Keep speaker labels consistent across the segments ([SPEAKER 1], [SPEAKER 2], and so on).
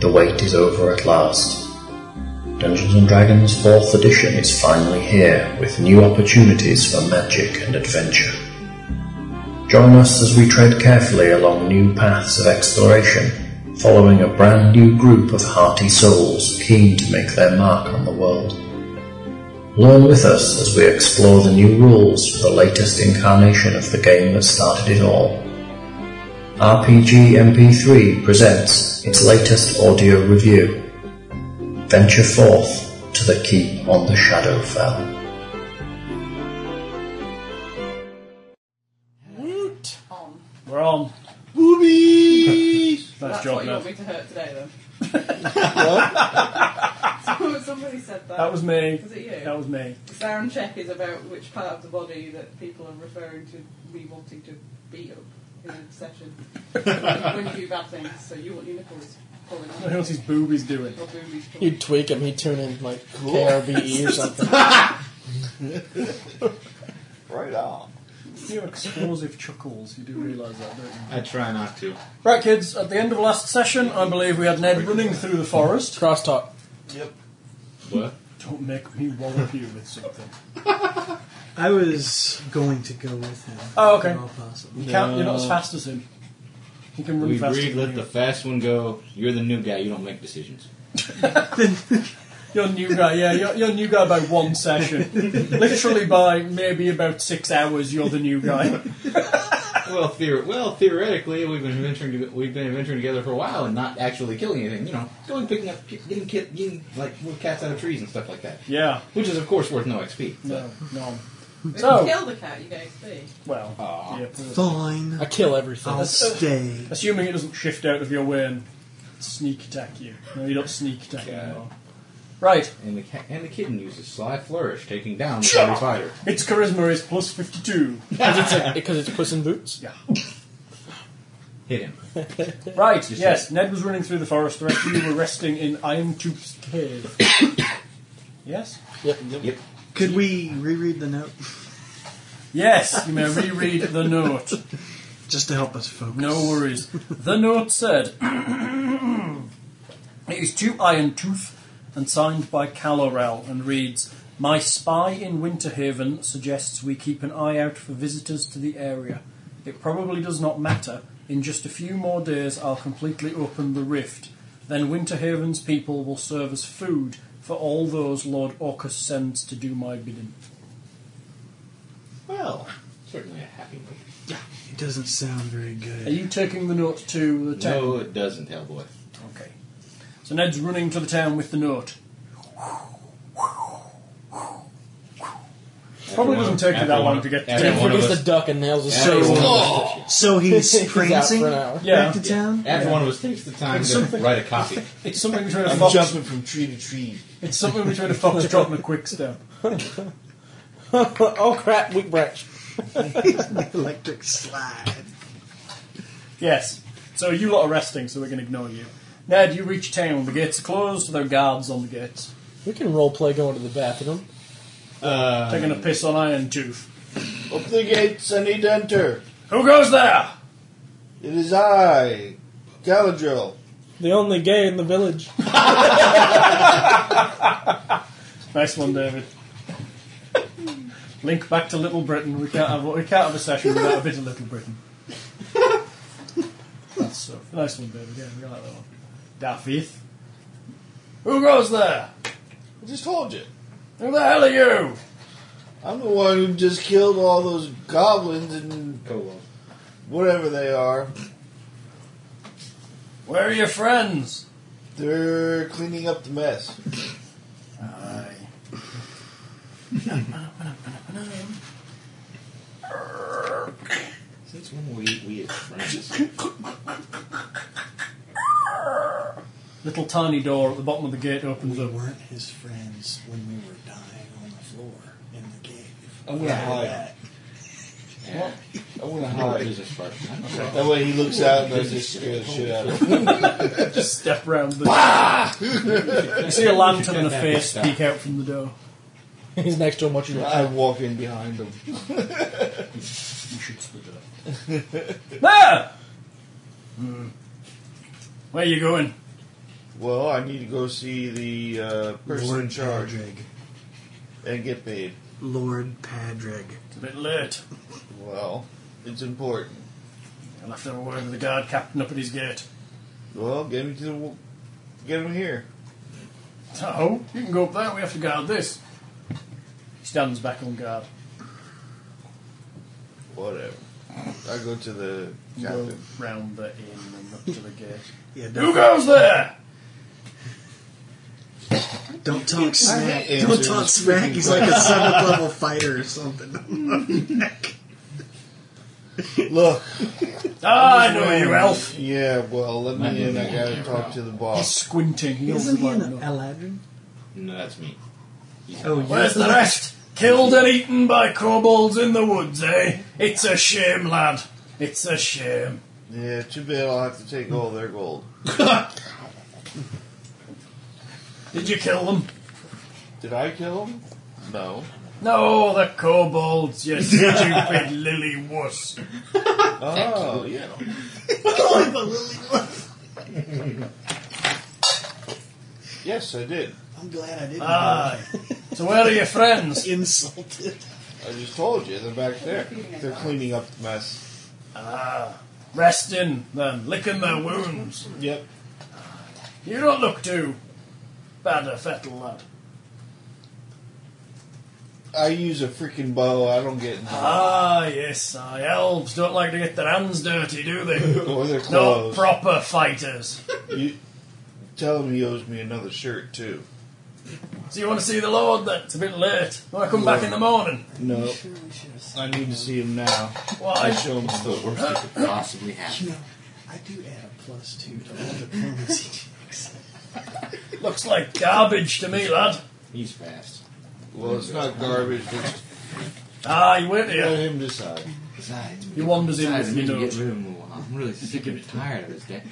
[SPEAKER 1] The wait is over at last. Dungeons and Dragons 4th edition is finally here with new opportunities for magic and adventure. Join us as we tread carefully along new paths of exploration, following a brand new group of hearty souls keen to make their mark on the world. Learn with us as we explore the new rules for the latest incarnation of the game that started it all. RPG MP3 presents its latest audio review. Venture forth to the keep on the Shadowfell.
[SPEAKER 2] Woot!
[SPEAKER 3] on.
[SPEAKER 2] We're on.
[SPEAKER 4] Boobies!
[SPEAKER 2] Nice
[SPEAKER 3] That's
[SPEAKER 2] job,
[SPEAKER 3] what you
[SPEAKER 2] Ned.
[SPEAKER 3] want me to hurt today, then. Somebody said that.
[SPEAKER 2] That was me.
[SPEAKER 3] Was it you?
[SPEAKER 2] That was me.
[SPEAKER 3] The sound check is about which part of the body that people are referring to me wanting to beat up in a session. when you do bad things, so you want your nipples pulling
[SPEAKER 2] What else his boobies doing?
[SPEAKER 3] Or boobies pulling.
[SPEAKER 5] You'd tweak him, he'd tune in like KRBE E or something.
[SPEAKER 4] right on.
[SPEAKER 2] You have explosive chuckles. You do realise that, don't you?
[SPEAKER 4] I try not to.
[SPEAKER 2] Right, kids. At the end of last session, I believe we had Ned running through the forest.
[SPEAKER 5] Crosstalk.
[SPEAKER 4] What?
[SPEAKER 2] Don't make me wallop you with something.
[SPEAKER 6] I was going to go with him.
[SPEAKER 2] Oh, okay.
[SPEAKER 6] If at all possible.
[SPEAKER 2] You can't. You're not as fast as him. He can run
[SPEAKER 4] We
[SPEAKER 2] faster.
[SPEAKER 4] agreed,
[SPEAKER 2] than
[SPEAKER 4] let the
[SPEAKER 2] you.
[SPEAKER 4] fast one go. You're the new guy, you don't make decisions.
[SPEAKER 2] You're new guy. Yeah, you're, you're new guy by one session. Literally by maybe about six hours. You're the new guy.
[SPEAKER 4] Well, theor- well, theoretically, we've been adventuring. to- We've been adventuring together for a while and not actually killing anything. You know, going picking up, getting, ki- getting like little cats out of trees and stuff like that.
[SPEAKER 2] Yeah.
[SPEAKER 4] Which is, of course, worth no XP.
[SPEAKER 2] No. No.
[SPEAKER 3] If
[SPEAKER 2] So-
[SPEAKER 3] you kill the cat, you get XP.
[SPEAKER 2] Well.
[SPEAKER 4] Aw.
[SPEAKER 2] Yeah.
[SPEAKER 6] Fine.
[SPEAKER 5] I kill everything.
[SPEAKER 6] I'll stay.
[SPEAKER 2] Assuming it doesn't shift out of your way and sneak attack you. No, you don't sneak attack
[SPEAKER 4] Yeah.
[SPEAKER 2] anymore. Right,
[SPEAKER 4] And the ca- and the kitten uses sly flourish, taking down the other fighter.
[SPEAKER 2] its charisma is plus 52.
[SPEAKER 5] Because it's, a- because it's Puss in Boots.
[SPEAKER 2] Yeah.
[SPEAKER 4] Hit him.
[SPEAKER 2] Right,
[SPEAKER 4] Just
[SPEAKER 2] yes, Ned was running through the forest, the rest of you were resting in Iron Tooth's cave. yes?
[SPEAKER 4] Yep.
[SPEAKER 6] Could we reread the note
[SPEAKER 2] Yes, you may reread the note.
[SPEAKER 6] just to help us focus?
[SPEAKER 2] No worries. The note said It is to Iron Tooth and signed by Calorel and reads My spy in Winterhaven suggests we keep an eye out for visitors to the area. It probably does not matter. In just a few more days, I'll completely open the rift. Then Winterhaven's people will serve as food for all those Lord Orcus sends to do my bidding.
[SPEAKER 4] Well, certainly a happy move.
[SPEAKER 6] It doesn't sound very
[SPEAKER 2] Are
[SPEAKER 6] good.
[SPEAKER 2] you taking the note to the town?
[SPEAKER 4] No, it doesn't, Hellboy.
[SPEAKER 2] Okay. So Ned's running to the town with the note. Probably doesn't take you that long to get to
[SPEAKER 4] After
[SPEAKER 5] He
[SPEAKER 2] Yeah,
[SPEAKER 4] one of
[SPEAKER 5] produces
[SPEAKER 4] us,
[SPEAKER 5] the duck and nails his
[SPEAKER 4] after
[SPEAKER 5] show.
[SPEAKER 4] one of us-
[SPEAKER 2] Oh!
[SPEAKER 6] So
[SPEAKER 5] He's
[SPEAKER 6] he's
[SPEAKER 5] out
[SPEAKER 6] prancing
[SPEAKER 5] for an hour.
[SPEAKER 2] Yeah.
[SPEAKER 6] back to town?
[SPEAKER 4] Every one of us takes the time to write a copy.
[SPEAKER 2] It's something between a fox.
[SPEAKER 4] from tree to tree.
[SPEAKER 2] It's something between a fox drop and a quick step.
[SPEAKER 5] oh crap, weak branch.
[SPEAKER 6] Electric slide.
[SPEAKER 2] Yes. So you lot are resting, so we're going to ignore you. Ned, you reach town. The gates are closed. There are guards on the gates
[SPEAKER 5] We can roleplay going to the bathroom.
[SPEAKER 4] Uh,
[SPEAKER 2] taking a piss on Iron Tooth.
[SPEAKER 7] Open the gates, I need to enter.
[SPEAKER 2] Who goes there?
[SPEAKER 7] It is I, Galadriel.
[SPEAKER 5] The only gay in the village.
[SPEAKER 2] Nice one, David. Link back to Little Britain. We can't have we can't have a session without a bit of Little Britain. That's so nice one, David. Yeah, we like that one. Daffith. Who goes there?
[SPEAKER 7] I just told you.
[SPEAKER 2] Who the hell are you?
[SPEAKER 7] I'm the one who just killed all those goblins and
[SPEAKER 4] Cool.
[SPEAKER 7] whatever they are.
[SPEAKER 2] Where are your friends?
[SPEAKER 7] They're cleaning up the mess.
[SPEAKER 2] Aye.
[SPEAKER 4] Since when we we as friends?
[SPEAKER 2] Little tiny door at the bottom of the gate opens
[SPEAKER 8] We
[SPEAKER 2] up.
[SPEAKER 8] weren't his friends when we were dying on the floor in the cave.
[SPEAKER 2] Oh,
[SPEAKER 7] I'm gonna hide.
[SPEAKER 8] That-
[SPEAKER 4] Yeah.
[SPEAKER 7] I'm gonna
[SPEAKER 4] I'm not a
[SPEAKER 7] hide.
[SPEAKER 4] business partner.
[SPEAKER 7] That way he looks out and I just scare the shit out of him.
[SPEAKER 2] Just step round the. you see a lantern and a face peek out from the door.
[SPEAKER 5] He's next to him watching like,
[SPEAKER 7] I walk in behind him.
[SPEAKER 2] You should split it Hmm. up. there! Where you going?
[SPEAKER 7] Well, I need to go see the uh, person in
[SPEAKER 6] Lord
[SPEAKER 7] charge
[SPEAKER 6] Padraig.
[SPEAKER 7] and get paid.
[SPEAKER 6] Lord Padraig.
[SPEAKER 2] It's a bit late.
[SPEAKER 7] Well, it's important.
[SPEAKER 2] I'll have to have a word with the guard captain up at his gate.
[SPEAKER 7] Well, get me to the, w- get him here.
[SPEAKER 2] No, you can go up there. We have to guard this. He stands back on guard.
[SPEAKER 7] Whatever. I go to the
[SPEAKER 2] You
[SPEAKER 7] captain.
[SPEAKER 2] go round the inn and up to the gate.
[SPEAKER 6] Yeah,
[SPEAKER 2] Who
[SPEAKER 6] don't,
[SPEAKER 2] goes there?
[SPEAKER 6] don't talk smack.
[SPEAKER 7] hate
[SPEAKER 6] Don't
[SPEAKER 7] answers.
[SPEAKER 6] talk smack. He's like a seventh level fighter or something.
[SPEAKER 7] Look.
[SPEAKER 2] Ah, I know you, elf.
[SPEAKER 7] Yeah, well, let
[SPEAKER 4] Might
[SPEAKER 7] me in.
[SPEAKER 4] be
[SPEAKER 7] I gotta
[SPEAKER 4] an
[SPEAKER 7] talk to the
[SPEAKER 2] He's
[SPEAKER 7] boss.
[SPEAKER 2] squinting. He doesn't
[SPEAKER 6] Isn't he
[SPEAKER 2] like
[SPEAKER 6] an
[SPEAKER 2] no.
[SPEAKER 6] Aladdin?
[SPEAKER 4] No, that's me. He's-
[SPEAKER 6] Oh,
[SPEAKER 2] Where's the rest? Killed and eaten by kobolds in the woods, eh? It's a shame, lad. It's a shame.
[SPEAKER 7] Yeah, too bad I'll have to take all their gold.
[SPEAKER 2] Did you kill them?
[SPEAKER 7] Did I kill him? No.
[SPEAKER 2] No, the kobolds, you stupid lily wuss.
[SPEAKER 7] Oh, yeah. Yes, I did.
[SPEAKER 8] I'm glad I didn't.
[SPEAKER 2] Aye. So where are your friends?
[SPEAKER 8] insulted.
[SPEAKER 7] I just told you. They're back there. They're cleaning up the mess.
[SPEAKER 2] Ah, resting, then, licking their wounds.
[SPEAKER 7] Yep.
[SPEAKER 2] You don't look too bad a fettle lad.
[SPEAKER 7] I use a freaking bow. I don't get involved.
[SPEAKER 2] Ah, yes, aye. Elves don't like to get their hands dirty, do they?
[SPEAKER 7] Or their
[SPEAKER 2] No
[SPEAKER 7] clothes.
[SPEAKER 2] proper fighters.
[SPEAKER 7] you, tell him he owes me another shirt, too.
[SPEAKER 2] So you want to see the Lord then? It's a bit late. When I come back in the morning.
[SPEAKER 7] No. I need to see him now. I
[SPEAKER 2] Why?
[SPEAKER 7] show him
[SPEAKER 4] It's the
[SPEAKER 7] the
[SPEAKER 4] worst that could possibly happen.
[SPEAKER 8] You know, I do add a plus two to all diplomacy checks.
[SPEAKER 2] Looks like garbage to me, lad.
[SPEAKER 4] He's fast.
[SPEAKER 7] Well, it's not garbage. It's
[SPEAKER 2] Ah, you wait
[SPEAKER 7] let
[SPEAKER 2] here.
[SPEAKER 7] him decide.
[SPEAKER 4] Besides,
[SPEAKER 2] He wanders in
[SPEAKER 4] besides,
[SPEAKER 2] with
[SPEAKER 4] I need
[SPEAKER 2] you
[SPEAKER 4] to
[SPEAKER 2] know.
[SPEAKER 4] get rid of him. a little. I'm really sick and tired of this guy.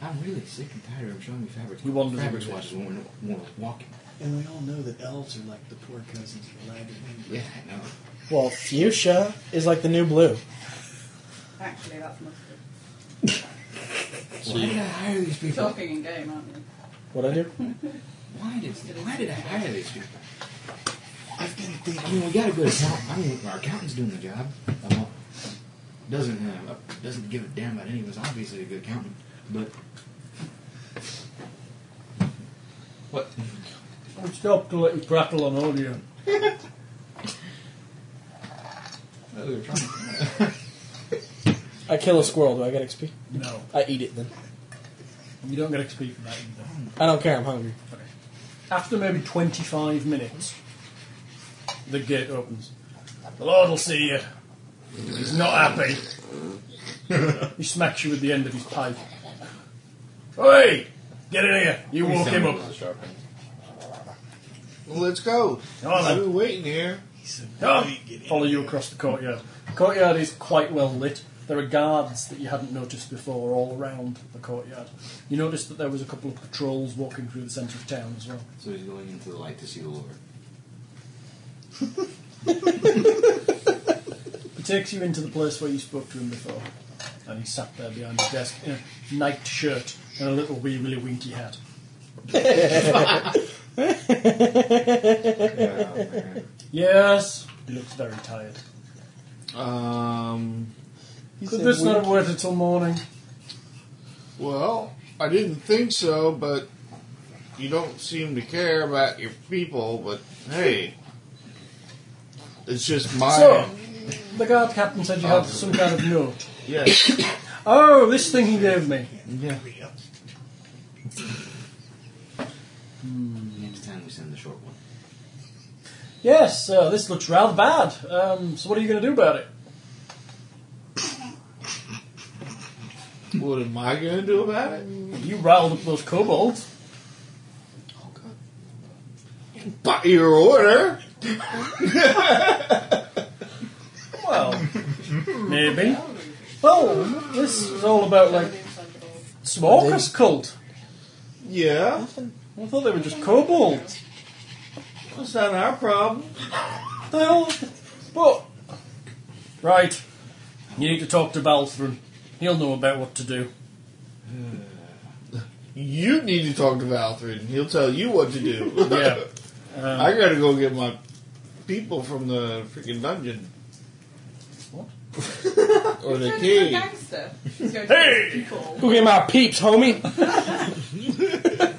[SPEAKER 4] I'm really sick and tired of him showing me fabric.
[SPEAKER 2] He wanders in
[SPEAKER 4] fabric
[SPEAKER 2] with
[SPEAKER 4] swatches when we're, when we're walking.
[SPEAKER 8] And we all know that elves are like the poor cousins of Aladdin.
[SPEAKER 4] Yeah, I know.
[SPEAKER 5] Well, fuchsia is like the new blue.
[SPEAKER 3] Actually, that's mustard.
[SPEAKER 4] Why did I hire these
[SPEAKER 3] You're
[SPEAKER 4] people?
[SPEAKER 3] talking in game, aren't you?
[SPEAKER 5] What I do?
[SPEAKER 4] Why did Why did I hire these people? I've been thinking. I mean, we gotta go to account. I mean, our accountant's doing the job. I'm all- doesn't uh, doesn't give a damn about any of us. Obviously, a good accountant, but what?
[SPEAKER 2] I'll stop to let you prattle on audio.
[SPEAKER 4] Oh, they're trying.
[SPEAKER 5] I kill a squirrel. Do I get XP?
[SPEAKER 2] No.
[SPEAKER 5] I eat it then.
[SPEAKER 2] You don't get XP for that either.
[SPEAKER 5] I don't care. I'm hungry.
[SPEAKER 2] After maybe 25 minutes, the gate opens. The Lord will see you. He's not happy. he smacks you with the end of his pipe. Oi! Get in here. You walk him up.
[SPEAKER 7] Well, let's go.
[SPEAKER 2] Come on, then.
[SPEAKER 7] We're waiting here.
[SPEAKER 2] Come on. Follow you across the courtyard. The courtyard is quite well lit. There are guards that you hadn't noticed before all around the courtyard. You noticed that there was a couple of patrols walking through the centre of town as well.
[SPEAKER 4] So he's going into the light to see the Lord.
[SPEAKER 2] He takes you into the place where you spoke to him before. And he sat there behind his desk in a night shirt and a little wee willy winky hat. Yes. He looks very tired.
[SPEAKER 7] Um.
[SPEAKER 2] Could this not have waited till morning?
[SPEAKER 7] Well, I didn't think so, but you don't seem to care about your people. But hey, it's just my
[SPEAKER 2] So, the guard captain said you had some kind of note.
[SPEAKER 7] yes.
[SPEAKER 2] Oh, this thing he gave me.
[SPEAKER 7] yeah.
[SPEAKER 4] Next time we send the short one.
[SPEAKER 2] Yes, uh, this looks rather bad. Um, so what are you going to do about it?
[SPEAKER 7] What am I gonna do about it?
[SPEAKER 2] You riled up those kobolds.
[SPEAKER 7] By your order.
[SPEAKER 2] Well, maybe. Oh, this is all about like Smorkas cult.
[SPEAKER 7] Yeah.
[SPEAKER 2] I thought they were just kobolds.
[SPEAKER 7] That's not our problem.
[SPEAKER 2] The hell? But right, you need to talk to Balthrin. He'll know about what to do.
[SPEAKER 7] You need to talk to Valthrid, and he'll tell you what to do.
[SPEAKER 2] Yeah.
[SPEAKER 4] um,
[SPEAKER 7] I gotta go get my people from the freaking dungeon.
[SPEAKER 2] What?
[SPEAKER 7] or
[SPEAKER 3] Turn into
[SPEAKER 7] the
[SPEAKER 3] a
[SPEAKER 7] cave.
[SPEAKER 3] gangster. He's going to hey! people.
[SPEAKER 5] Go get my peeps, homie.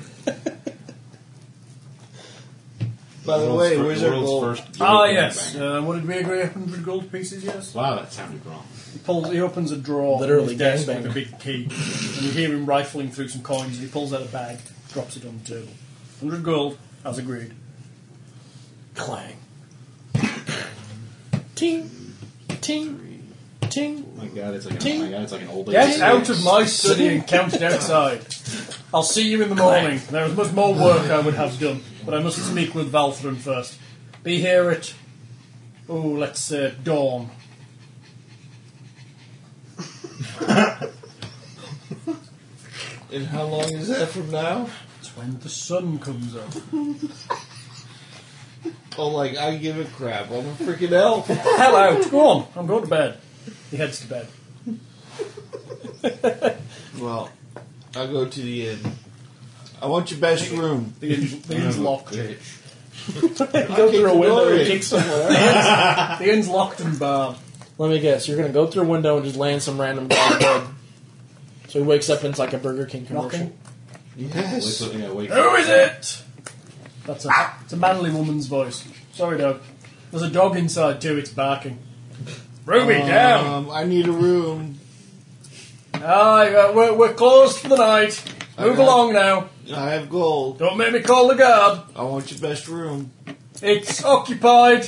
[SPEAKER 7] By the way,
[SPEAKER 4] World's
[SPEAKER 7] where's
[SPEAKER 4] fir-
[SPEAKER 7] our
[SPEAKER 4] world's
[SPEAKER 7] gold?
[SPEAKER 4] first
[SPEAKER 2] Ah,
[SPEAKER 4] gay
[SPEAKER 2] yes.
[SPEAKER 4] gangbang.
[SPEAKER 2] Uh, what did we agree? 100 gold pieces, yes?
[SPEAKER 4] Wow, that sounded wrong.
[SPEAKER 2] He, pulls, he opens a drawer.
[SPEAKER 5] Literally
[SPEAKER 2] on his desk
[SPEAKER 5] gangbang.
[SPEAKER 2] with a big key. And you hear him rifling through some coins. He pulls out a bag, drops it on the table. 100 gold, as agreed.
[SPEAKER 5] Clang. Ting. Ting. Ting.
[SPEAKER 4] Oh my god, it's like
[SPEAKER 5] Ting.
[SPEAKER 4] oh my god, it's like an old lady.
[SPEAKER 2] Get out of my study and count it outside. I'll see you in the morning. There is much more work I would have done, but I must speak with Valthrin first. Be here at, oh, let's say dawn.
[SPEAKER 7] And how long is that from now?
[SPEAKER 2] It's when the sun comes up.
[SPEAKER 7] Oh, like, I give a crap. I'm a freaking elf.
[SPEAKER 2] Hell out, go on, I'm going to bed. He heads to bed.
[SPEAKER 7] well, I'll go to the inn. I want your best room.
[SPEAKER 2] The inn's, the inn's locked.
[SPEAKER 5] Go through a window
[SPEAKER 7] Glory.
[SPEAKER 5] and kick somewhere.
[SPEAKER 2] The inn's locked and barred.
[SPEAKER 5] Let me guess. You're gonna go through a window and just land some random guy's bed. So he wakes up and it's like a Burger King commercial.
[SPEAKER 2] Knocking.
[SPEAKER 4] Wait,
[SPEAKER 7] Yes.
[SPEAKER 4] till- yeah, wait.
[SPEAKER 2] Who is it? That's a, it's a manly woman's voice. Sorry, dog. There's a dog inside too, it's barking. Oh. Ruby, down!
[SPEAKER 7] Um, I need a room.
[SPEAKER 2] Aye, uh, we're, we're closed for the night. Move
[SPEAKER 7] Okay.
[SPEAKER 2] along now.
[SPEAKER 7] I have gold.
[SPEAKER 2] Don't make me call the guard.
[SPEAKER 7] I want your best room.
[SPEAKER 2] It's occupied.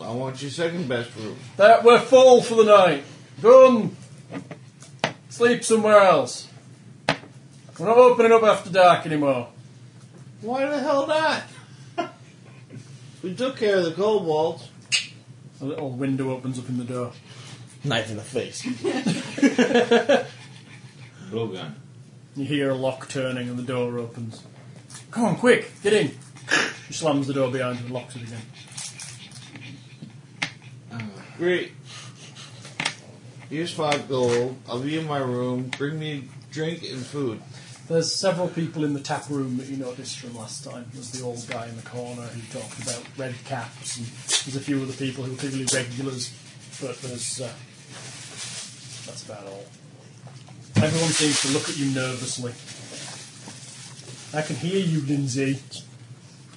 [SPEAKER 7] I want your second best room.
[SPEAKER 2] That we're full for the night. Done. Sleep somewhere else. We're not opening up after dark anymore.
[SPEAKER 7] Why the hell not? we took care of the kobolds.
[SPEAKER 2] A little window opens up in the door.
[SPEAKER 5] Knife in the face.
[SPEAKER 4] Blowgun.
[SPEAKER 2] You hear a lock turning and the door opens. Come on, quick, get in. She slams the door behind her and locks it again.
[SPEAKER 7] Great. Here's five gold. I'll be in my room. Bring me drink and food.
[SPEAKER 2] There's several people in the tap room that you noticed from last time. There's the old guy in the corner who talked about red caps, and there's a few other people who are clearly regulars, but there's. Uh, that's about all. Everyone seems to look at you nervously. I can hear you, Lindsay.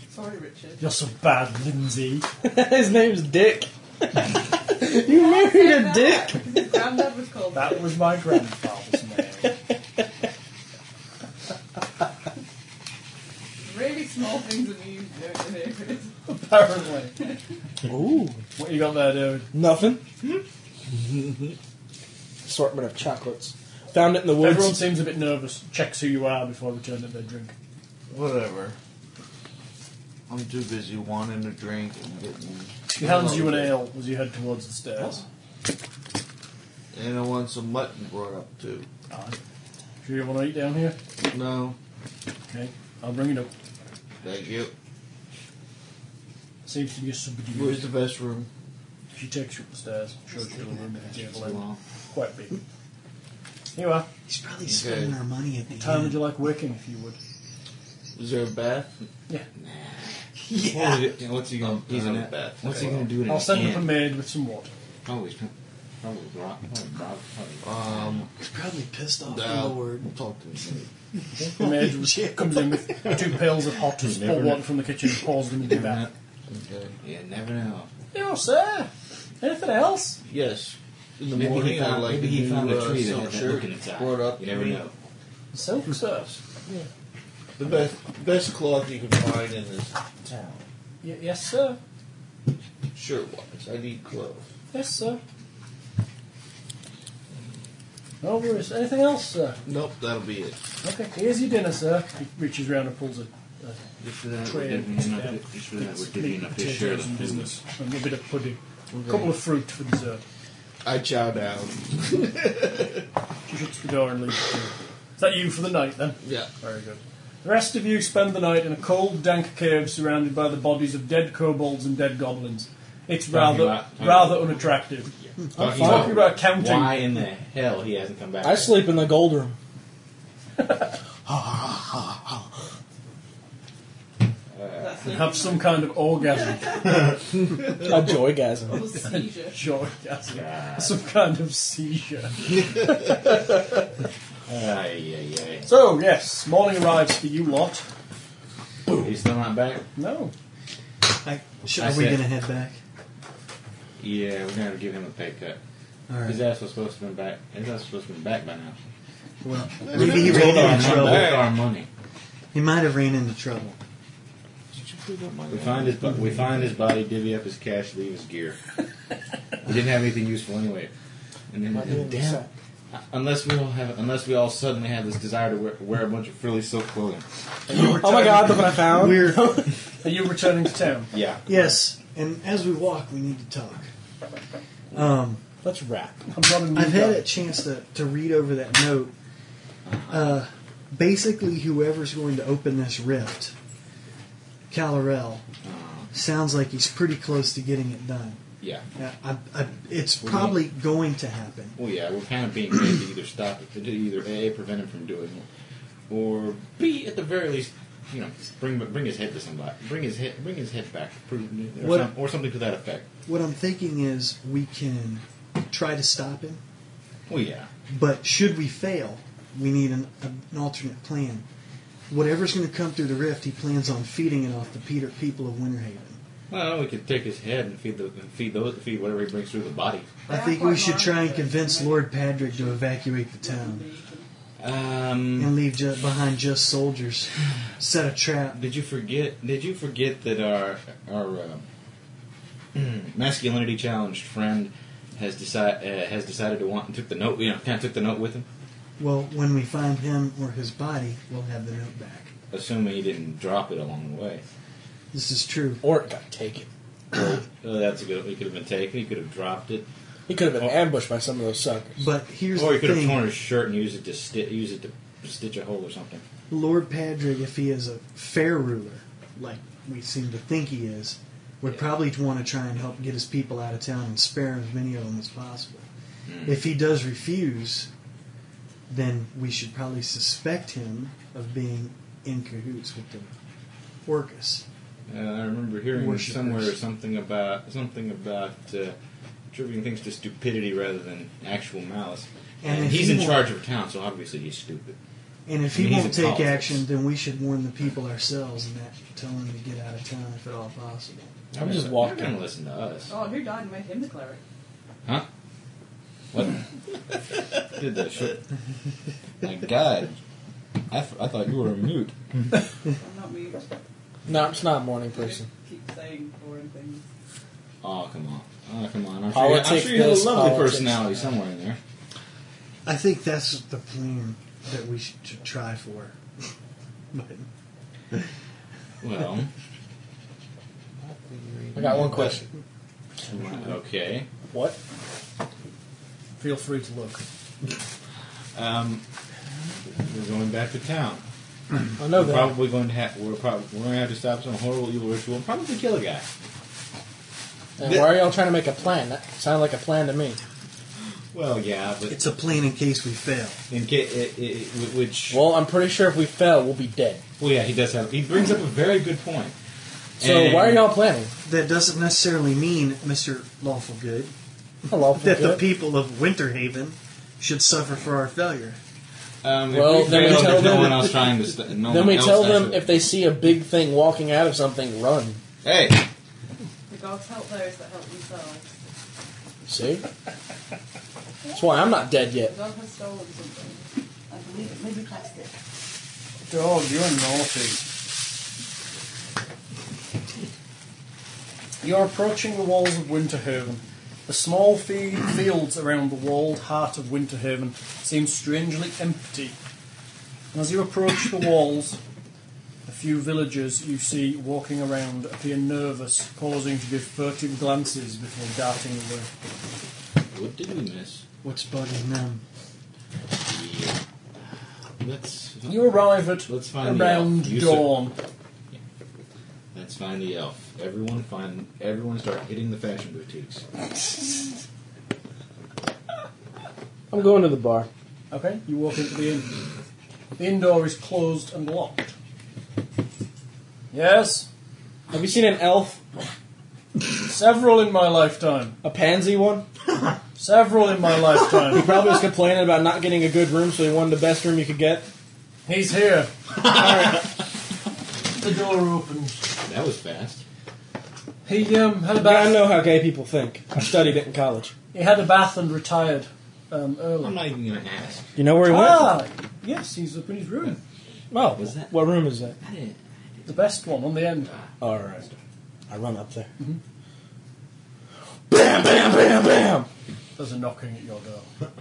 [SPEAKER 3] Sorry, Richard.
[SPEAKER 2] You're so bad, Lindsay.
[SPEAKER 5] His name's Dick. you married a dick.
[SPEAKER 3] His granddad was called
[SPEAKER 2] That was my grandfather's name.
[SPEAKER 3] Really small things amused him.
[SPEAKER 2] Apparently.
[SPEAKER 5] Ooh.
[SPEAKER 2] What you got there, dude?
[SPEAKER 5] Nothing. Assortment of chocolates. Found it in the woods.
[SPEAKER 2] Everyone seems a bit nervous. Checks who you are before returning their drink.
[SPEAKER 7] Whatever. I'm too busy wanting a drink and getting.
[SPEAKER 2] She hands you an ale as you head towards the stairs.
[SPEAKER 7] And I want some mutton brought up too.
[SPEAKER 2] Aye. Sure you want to eat down here?
[SPEAKER 7] No,
[SPEAKER 2] Okay, I'll bring it up.
[SPEAKER 7] thank you.
[SPEAKER 2] Seems to be a subdued.
[SPEAKER 7] Where's the best room?
[SPEAKER 2] She takes you up the stairs, shows you the room with the table in.
[SPEAKER 4] Well,
[SPEAKER 2] Quite big. Here you are.
[SPEAKER 8] He's probably spending our money at the
[SPEAKER 2] What time would
[SPEAKER 8] end.
[SPEAKER 2] you like waking if you would?
[SPEAKER 7] Is there a bath?
[SPEAKER 8] Yeah.
[SPEAKER 4] what is it- What's he gonna?
[SPEAKER 7] Um,
[SPEAKER 4] He's
[SPEAKER 7] I
[SPEAKER 4] an
[SPEAKER 7] have a bath.
[SPEAKER 4] What's he
[SPEAKER 7] Okay.
[SPEAKER 4] gonna do in
[SPEAKER 2] I'll
[SPEAKER 4] an
[SPEAKER 2] send up a
[SPEAKER 4] inn?
[SPEAKER 2] maid with some water.
[SPEAKER 4] Probably, probably rock. Probably rock. Probably
[SPEAKER 7] Um,
[SPEAKER 8] He's probably pissed off the
[SPEAKER 7] no.
[SPEAKER 8] Lord.
[SPEAKER 7] Talk to me.
[SPEAKER 2] The maid was- comes in with two pails of hot
[SPEAKER 4] never
[SPEAKER 2] sport
[SPEAKER 4] know.
[SPEAKER 2] water from the kitchen, pours them in your back.
[SPEAKER 7] Okay.
[SPEAKER 4] Yeah, never know.
[SPEAKER 2] Yo, sir! Anything else?
[SPEAKER 7] Yes. In the
[SPEAKER 4] Maybe he
[SPEAKER 7] morning, I'd
[SPEAKER 4] found-
[SPEAKER 7] like
[SPEAKER 4] maybe
[SPEAKER 7] to
[SPEAKER 4] he
[SPEAKER 7] do,
[SPEAKER 4] found a
[SPEAKER 7] uh,
[SPEAKER 4] tree that
[SPEAKER 7] silk
[SPEAKER 4] had that
[SPEAKER 7] shirt
[SPEAKER 4] look in its eye.
[SPEAKER 7] brought up.
[SPEAKER 4] You
[SPEAKER 7] to
[SPEAKER 4] never
[SPEAKER 7] me.
[SPEAKER 4] know.
[SPEAKER 2] Silk serves.
[SPEAKER 7] The best best cloth you can find in this town.
[SPEAKER 2] Y- yes, sir.
[SPEAKER 7] Shirt wise, I need clothes.
[SPEAKER 2] Yes, sir. No worries. Anything else, sir?
[SPEAKER 7] Nope, that'll be it.
[SPEAKER 2] Okay, here's your dinner, sir. He reaches round and pulls a, a
[SPEAKER 4] Just for that,
[SPEAKER 2] Trade,
[SPEAKER 4] we're divvying up.
[SPEAKER 2] yeah.
[SPEAKER 4] Just for that, we're
[SPEAKER 2] Meat,
[SPEAKER 4] divvying up his
[SPEAKER 2] potatoes
[SPEAKER 4] share of
[SPEAKER 2] and
[SPEAKER 4] the business.
[SPEAKER 2] business, and a bit of pudding, a couple of fruit for dessert.
[SPEAKER 7] I chow down.
[SPEAKER 2] She shuts the door and leaves. the room. Is that you for the night then?
[SPEAKER 7] Yeah.
[SPEAKER 2] Very good. The rest of you spend the night in a cold, dank cave surrounded by the bodies of dead kobolds and dead goblins. It's
[SPEAKER 4] Talking
[SPEAKER 2] rather
[SPEAKER 4] about-
[SPEAKER 2] rather unattractive. I'm
[SPEAKER 4] Talking about
[SPEAKER 2] talking about counting.
[SPEAKER 4] Why in the hell he hasn't come back?
[SPEAKER 5] I sleep in the gold room.
[SPEAKER 3] That's
[SPEAKER 2] and have some kind of orgasm,
[SPEAKER 5] A joygasm.
[SPEAKER 3] little seizure.
[SPEAKER 2] joygasm, some kind of seizure.
[SPEAKER 4] Ay, ay,
[SPEAKER 2] So yes, morning arrives for you lot.
[SPEAKER 4] ay. He's still not back?
[SPEAKER 2] No,
[SPEAKER 6] I, should,
[SPEAKER 4] I
[SPEAKER 6] are we
[SPEAKER 4] said-
[SPEAKER 6] going to head back?
[SPEAKER 4] Yeah, we're gonna give him a pay cut.
[SPEAKER 6] All right.
[SPEAKER 4] His ass was supposed to have been back. His ass was supposed to have been back by now.
[SPEAKER 6] well, maybe he
[SPEAKER 4] Told
[SPEAKER 6] ran
[SPEAKER 4] our
[SPEAKER 6] into
[SPEAKER 4] mom
[SPEAKER 6] trouble.
[SPEAKER 4] back our money.
[SPEAKER 6] He might have ran into trouble.
[SPEAKER 4] We find his bo- we find his body, divvy up his cash, leave his gear. we didn't have anything useful anyway. And then,
[SPEAKER 5] doing
[SPEAKER 4] damn,
[SPEAKER 5] so.
[SPEAKER 4] unless we all have, unless we all suddenly have this desire to wear, wear a bunch of frilly silk clothing.
[SPEAKER 5] Oh my god, look what I found.
[SPEAKER 6] We're
[SPEAKER 2] are you returning to town?
[SPEAKER 4] Yeah.
[SPEAKER 6] yes, and as we walk, we need to talk. Um,
[SPEAKER 5] Let's wrap.
[SPEAKER 2] I'm not a new
[SPEAKER 6] I've had
[SPEAKER 2] guy.
[SPEAKER 6] a chance to, to read over that note. Uh, basically, whoever's going to open this rift, Calorel, sounds like he's pretty close to getting it done.
[SPEAKER 4] Yeah.
[SPEAKER 6] Uh, I, I, it's
[SPEAKER 4] What do you
[SPEAKER 6] probably going to happen.
[SPEAKER 4] Well, yeah, we're kind of being made to either stop it, to do either A, prevent him from doing it, or B, at the very least, you know, bring bring his head to somebody, bring his head bring his head back, or,
[SPEAKER 6] What-
[SPEAKER 4] some, or something to that effect.
[SPEAKER 6] What I'm thinking is we can try to stop him,
[SPEAKER 4] Well, yeah,
[SPEAKER 6] but should we fail, we need an, an alternate plan. Whatever's going to come through the rift, he plans on feeding it off the Peter people of Winterhaven.
[SPEAKER 4] well, we could take his head and feed the and feed those feed whatever he brings through the body.
[SPEAKER 6] I think we should try and convince Lord Padrick to evacuate the town.
[SPEAKER 4] Um,
[SPEAKER 6] and leave just behind just soldiers. Set a trap.
[SPEAKER 4] did you forget? Did you forget that our our uh, hmm, masculinity challenged friend has decide uh, has decided to want and took the note? You know, kind of took the note with him,
[SPEAKER 6] Well, when we find him or his body, we'll have the note back.
[SPEAKER 4] assuming he didn't drop it along the way.
[SPEAKER 6] This is true.
[SPEAKER 5] Or it got taken.
[SPEAKER 4] Oh, that's a good. He could have been taken. He could have dropped it,
[SPEAKER 5] He could have been ambushed by some of those suckers.
[SPEAKER 6] But here's
[SPEAKER 4] or he
[SPEAKER 6] the
[SPEAKER 4] could have
[SPEAKER 6] thing:
[SPEAKER 4] torn his shirt and used it to sti- use it to stitch a hole or something.
[SPEAKER 6] Lord Padrig, if he is a fair ruler, like we seem to think he is, would
[SPEAKER 4] Yeah.
[SPEAKER 6] probably want to try and help get his people out of town and spare as many of them as possible. If he does refuse, then we should probably suspect him of being in cahoots with the Orcus.
[SPEAKER 4] Uh, I remember hearing
[SPEAKER 6] Worshippers.
[SPEAKER 4] somewhere something about something about uh, attributing things to stupidity rather than actual malice.
[SPEAKER 6] And
[SPEAKER 4] And,
[SPEAKER 6] if
[SPEAKER 4] he's
[SPEAKER 6] he
[SPEAKER 4] in
[SPEAKER 6] won't-
[SPEAKER 4] charge of town, so obviously he's stupid.
[SPEAKER 6] And if
[SPEAKER 4] I
[SPEAKER 6] he
[SPEAKER 4] mean, he's
[SPEAKER 6] won't
[SPEAKER 4] in
[SPEAKER 6] take
[SPEAKER 4] politics.
[SPEAKER 6] action, then we should warn the people ourselves and that tell him to get out of town if at all possible.
[SPEAKER 5] I'm just
[SPEAKER 4] They're not
[SPEAKER 5] walking.
[SPEAKER 4] gonna listen to us,
[SPEAKER 3] Oh, who died and made him the cleric?
[SPEAKER 4] huh? What? Did that shit? My God, I, f- I thought you were a mute.
[SPEAKER 3] I'm not mute.
[SPEAKER 5] No, I'm just not a morning
[SPEAKER 3] I
[SPEAKER 5] person.
[SPEAKER 3] keep saying boring things.
[SPEAKER 4] Oh come on! Oh come on! I'm
[SPEAKER 5] Politics
[SPEAKER 4] sure you, I'm sure you have
[SPEAKER 5] this,
[SPEAKER 4] a lovely
[SPEAKER 5] politics
[SPEAKER 4] personality somewhere in there.
[SPEAKER 6] I think that's the plan that we should, should try for. but
[SPEAKER 4] Well,
[SPEAKER 5] I got one question.
[SPEAKER 4] okay.
[SPEAKER 5] What?
[SPEAKER 2] Feel free to look.
[SPEAKER 4] Um, we're going back to town.
[SPEAKER 5] I know
[SPEAKER 4] we're
[SPEAKER 5] that.
[SPEAKER 4] probably going to have we're probably we're going to have to stop some horrible evil ritual. and Probably kill a guy.
[SPEAKER 5] And why are y'all trying to make a plan? That sounded like a plan to me.
[SPEAKER 4] Well, yeah, but
[SPEAKER 6] it's a plan in case we fail.
[SPEAKER 4] in ca- it, it, it, which well,
[SPEAKER 5] Well, I'm pretty sure if we fail, we'll be dead.
[SPEAKER 4] yeah, he does have. He brings up a very good point.
[SPEAKER 5] So
[SPEAKER 4] And-
[SPEAKER 5] why are y'all planning?
[SPEAKER 6] That doesn't necessarily mean, Mr. Lawful Good,
[SPEAKER 5] Hello,
[SPEAKER 6] that the people of Winterhaven should suffer for our failure.
[SPEAKER 4] Um, if
[SPEAKER 5] Well,
[SPEAKER 4] we
[SPEAKER 5] then we
[SPEAKER 4] fail,
[SPEAKER 5] tell
[SPEAKER 4] there's no
[SPEAKER 5] them-
[SPEAKER 4] one else trying to. St- no
[SPEAKER 5] Then
[SPEAKER 4] one
[SPEAKER 5] we
[SPEAKER 4] else
[SPEAKER 5] tell them
[SPEAKER 4] actually-
[SPEAKER 5] if they see a big thing walking out of something, run.
[SPEAKER 4] hey,
[SPEAKER 3] The gods help those that help themselves.
[SPEAKER 5] See? That's why I'm not dead yet.
[SPEAKER 3] The god has stolen something. I believe it may be plastic.
[SPEAKER 2] Dog, you're naughty. You're approaching the walls of Winterhaven. The small fe- fields around the walled heart of Winterhaven seem strangely empty. And as you approach the walls, a few villagers you see walking around appear nervous, pausing to give furtive glances before darting away.
[SPEAKER 4] what did we miss?
[SPEAKER 6] What's bugging them?
[SPEAKER 4] Yeah. Let's
[SPEAKER 2] You arrive at
[SPEAKER 4] Let's find the
[SPEAKER 2] around
[SPEAKER 4] elf. You sit-
[SPEAKER 2] dawn.
[SPEAKER 4] Let's find the elf. Everyone find everyone start hitting the fashion boutiques.
[SPEAKER 5] I'm going to the bar.
[SPEAKER 2] Okay, you walk into the inn. The inn door is closed and locked. Yes,
[SPEAKER 5] Have you seen an elf?
[SPEAKER 2] several in my lifetime.
[SPEAKER 5] A pansy one?
[SPEAKER 2] Several in my
[SPEAKER 5] He
[SPEAKER 2] lifetime.
[SPEAKER 5] probably was complaining about not getting a good room, so he wanted the best room you could get.
[SPEAKER 2] He's here.
[SPEAKER 5] Alright.
[SPEAKER 2] The door opens.
[SPEAKER 4] That was fast.
[SPEAKER 2] He um, had a
[SPEAKER 5] I
[SPEAKER 2] bath.
[SPEAKER 5] know how gay people think. I studied it in college.
[SPEAKER 2] He had a bath and retired um,
[SPEAKER 4] I'm
[SPEAKER 2] early.
[SPEAKER 4] not even gonna ask.
[SPEAKER 5] You know where he Oh,
[SPEAKER 2] Ah, yes, he's up in his room.
[SPEAKER 5] went? Oh,
[SPEAKER 4] Was that-
[SPEAKER 5] what room is that?
[SPEAKER 4] I didn't.
[SPEAKER 2] The best one on the end.
[SPEAKER 5] Alright. I run up there. Mm-hmm. Bam, bam, bam, bam!
[SPEAKER 2] There's a knocking at your door.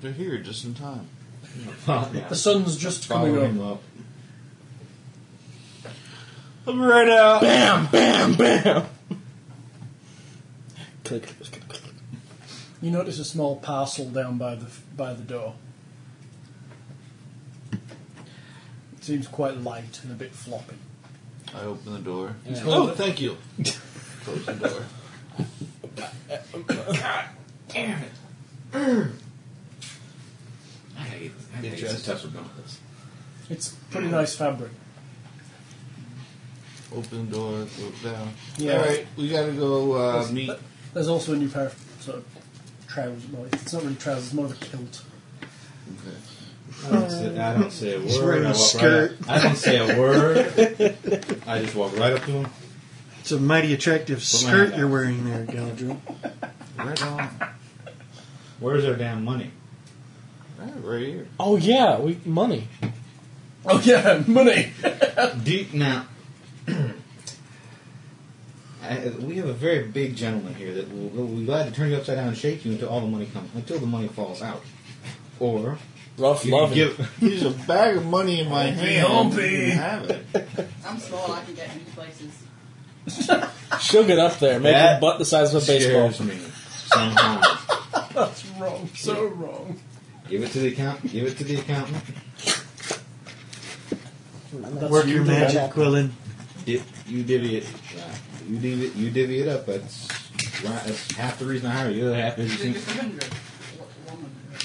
[SPEAKER 7] They're here just in time.
[SPEAKER 4] Well,
[SPEAKER 2] The sun's just coming up.
[SPEAKER 4] up.
[SPEAKER 7] I'm right out.
[SPEAKER 5] Bam, bam, bam! Click.
[SPEAKER 2] You notice a small parcel down by the by the door. It seems quite light and a bit floppy.
[SPEAKER 7] I open the door.
[SPEAKER 5] Yeah.
[SPEAKER 7] Oh, thank you. Close the door.
[SPEAKER 4] Damn it. Urgh. I gotta get, I gotta
[SPEAKER 7] Get
[SPEAKER 4] get some
[SPEAKER 7] dressed up.
[SPEAKER 4] tougher bump this.
[SPEAKER 2] It's pretty nice fabric.
[SPEAKER 7] Open the door. Look down.
[SPEAKER 2] Yeah.
[SPEAKER 7] All right, we gotta go uh, meet.
[SPEAKER 2] There's also a new pair of sort of trousers. Well, it's not really trousers; it's more of a kilt.
[SPEAKER 4] I don't say, I don't say a word.
[SPEAKER 6] He's wearing
[SPEAKER 4] I
[SPEAKER 6] a
[SPEAKER 4] walk right
[SPEAKER 6] skirt.
[SPEAKER 4] up- I don't say a word. I just walk right up to him.
[SPEAKER 6] It's a mighty attractive
[SPEAKER 4] Put my hand
[SPEAKER 6] skirt
[SPEAKER 4] out.
[SPEAKER 6] you're wearing there, Galadriel.
[SPEAKER 7] Right on.
[SPEAKER 4] Where's our damn money?
[SPEAKER 7] Right, right here.
[SPEAKER 5] Oh, yeah, we money.
[SPEAKER 2] Oh yeah, money.
[SPEAKER 4] Deep now. I, we have a very big gentleman here that will, will be glad to turn you upside down and shake you until all the money comes, until the money falls out, or
[SPEAKER 5] Rough
[SPEAKER 4] you
[SPEAKER 5] love.
[SPEAKER 4] give.
[SPEAKER 7] Here's a bag of money in my hand.
[SPEAKER 2] humpy.
[SPEAKER 7] You can Have it.
[SPEAKER 3] I'm small, I can get new places.
[SPEAKER 5] She'll get up there, make
[SPEAKER 4] That
[SPEAKER 5] her butt the size of a baseball.
[SPEAKER 4] Scares me somehow.
[SPEAKER 2] That's wrong. So wrong.
[SPEAKER 4] give it to the account. Give it to the accountant.
[SPEAKER 2] That's
[SPEAKER 6] Work your
[SPEAKER 2] you, Dan.
[SPEAKER 6] magic, Quillen.
[SPEAKER 4] Dip, you divvy it. You divvy it. You divvy it up. That's right. That's half the reason I hired you. The other half is
[SPEAKER 3] Is it just a hundred? Wha- One hundred.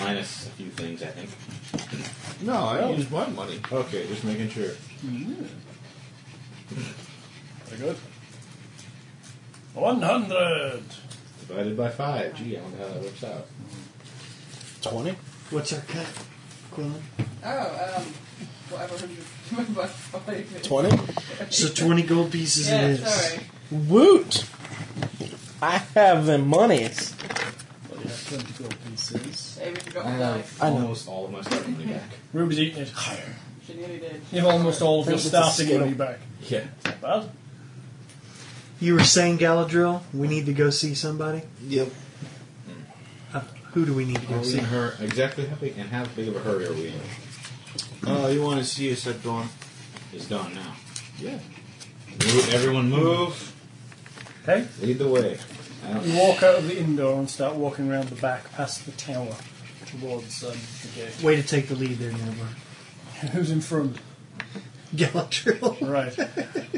[SPEAKER 4] minus a few things. I think.
[SPEAKER 7] No, I use my money.
[SPEAKER 4] Okay, just making sure.
[SPEAKER 2] Very good. One hundred.
[SPEAKER 4] Divided by five. Gee, I wonder how that works out.
[SPEAKER 5] 20?
[SPEAKER 6] What's our cut, Quillen?
[SPEAKER 3] Oh, um, whatever hundred. Remember, five.
[SPEAKER 5] 20?
[SPEAKER 6] So 20 gold pieces
[SPEAKER 3] Yeah,
[SPEAKER 6] it is.
[SPEAKER 3] sorry.
[SPEAKER 5] Woot! I have the monies.
[SPEAKER 2] Well, yeah, twenty gold pieces.
[SPEAKER 3] David forgot
[SPEAKER 4] I
[SPEAKER 3] the
[SPEAKER 4] have
[SPEAKER 3] dice.
[SPEAKER 5] I know.
[SPEAKER 4] almost all of my starting money back.
[SPEAKER 2] Ruby's eating it.
[SPEAKER 3] She nearly did.
[SPEAKER 2] You've almost all of your
[SPEAKER 5] Thanks, it's a
[SPEAKER 2] starting money
[SPEAKER 5] skittle.
[SPEAKER 2] back.
[SPEAKER 4] Yeah.
[SPEAKER 2] Not bad.
[SPEAKER 6] You were saying, Galadriel, we need to go see somebody?
[SPEAKER 7] Yep.
[SPEAKER 6] Uh, who do we need to go
[SPEAKER 4] Are we
[SPEAKER 6] see?
[SPEAKER 4] in her exactly how big and how big of a hurry are we in?
[SPEAKER 7] Oh, you want to see us at dawn?
[SPEAKER 4] It's done now.
[SPEAKER 7] Yeah.
[SPEAKER 4] Move, everyone move.
[SPEAKER 2] Okay.
[SPEAKER 4] Lead the way. I don't-
[SPEAKER 2] You walk out of the indoor and start walking around the back past the tower towards um, the gate.
[SPEAKER 6] Way to take the lead there, Nebler.
[SPEAKER 2] Who's in front?
[SPEAKER 6] Galadriel.
[SPEAKER 2] Right.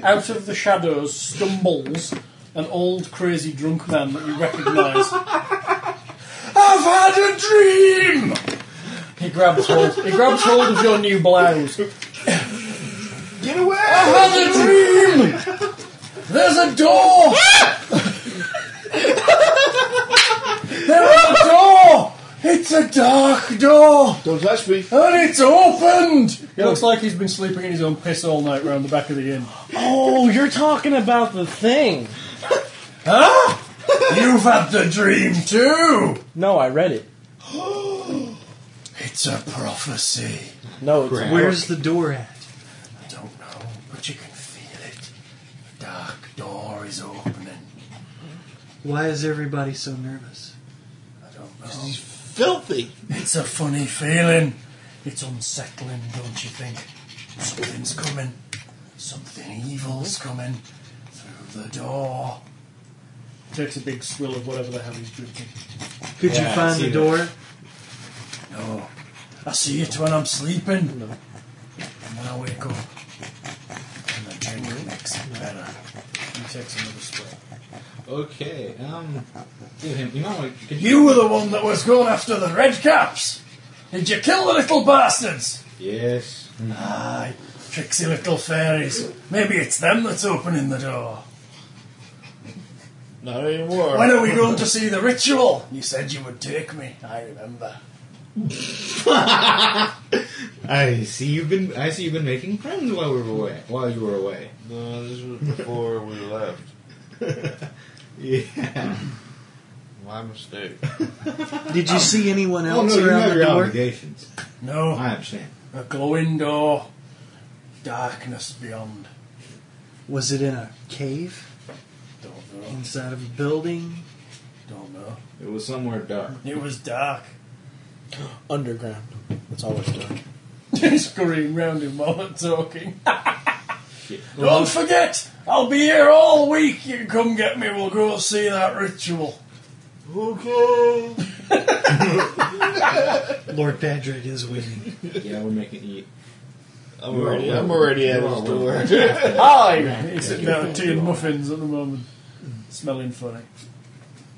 [SPEAKER 2] Out of the shadows stumbles an old crazy drunk man that you recognise. I've had a dream! He grabs hold he grabs hold of your new blouse. Get away! I've had a dream! There's a door! There's a door! It's a dark door!
[SPEAKER 7] Don't touch me.
[SPEAKER 2] And it's opened! He looks like he's been sleeping in his own piss all night round the back of the inn.
[SPEAKER 5] Oh, you're talking about the thing.
[SPEAKER 2] You've had the dream too!
[SPEAKER 5] No, I read it.
[SPEAKER 2] It's a prophecy.
[SPEAKER 5] No, it's
[SPEAKER 4] Crap.
[SPEAKER 6] Where's the door at?
[SPEAKER 2] I don't know, but you can feel it. The dark door is opening.
[SPEAKER 6] Why is everybody so nervous?
[SPEAKER 2] I don't know.
[SPEAKER 7] Filthy.
[SPEAKER 2] It's a funny feeling. It's unsettling, don't you think? Something's coming. Something evil's coming through the door. Takes a big swill of whatever the hell he's drinking.
[SPEAKER 6] Could
[SPEAKER 4] Yeah, I
[SPEAKER 6] you find
[SPEAKER 4] see
[SPEAKER 6] the
[SPEAKER 4] that.
[SPEAKER 6] door?
[SPEAKER 2] No. Oh, I see it when I'm sleeping. And when I wake up. And the drink makes it better. He takes another swig.
[SPEAKER 4] Okay. Um, give him. You might want to.
[SPEAKER 2] You were the one that was going after the red caps. Did you kill the little bastards?
[SPEAKER 4] Yes.
[SPEAKER 2] Aye, tricksy little fairies. Maybe it's them that's opening the door.
[SPEAKER 7] Not anymore.
[SPEAKER 2] When are we going to see the ritual? You said you would take me. I remember.
[SPEAKER 4] I see you've been. I see you've been making friends while we were away. While you were away.
[SPEAKER 7] No, this was before we left.
[SPEAKER 4] Yeah.
[SPEAKER 7] My mistake.
[SPEAKER 6] Did you see anyone
[SPEAKER 4] Oh
[SPEAKER 6] else
[SPEAKER 4] no, you
[SPEAKER 6] around
[SPEAKER 4] have
[SPEAKER 6] the
[SPEAKER 4] your
[SPEAKER 6] door?
[SPEAKER 4] obligations.
[SPEAKER 2] No,
[SPEAKER 4] I understand.
[SPEAKER 2] a glowing door. Darkness beyond.
[SPEAKER 6] Was it in a cave
[SPEAKER 2] Don't know.
[SPEAKER 6] inside of a building?
[SPEAKER 2] Don't know.
[SPEAKER 4] It was somewhere dark.
[SPEAKER 2] It was dark.
[SPEAKER 5] Underground. It's always dark.
[SPEAKER 2] Scurrying round him while I'm talking.
[SPEAKER 4] Shit.
[SPEAKER 2] Don't forget, I'll be here all week. You can come get me. We'll go see that ritual.
[SPEAKER 7] Okay.
[SPEAKER 6] Lord Padraig is waiting.
[SPEAKER 4] Yeah, we're making E eat.
[SPEAKER 7] I'm already. I'm already at his door.
[SPEAKER 2] Hi. He's sitting down tea and muffins at the moment, smelling funny.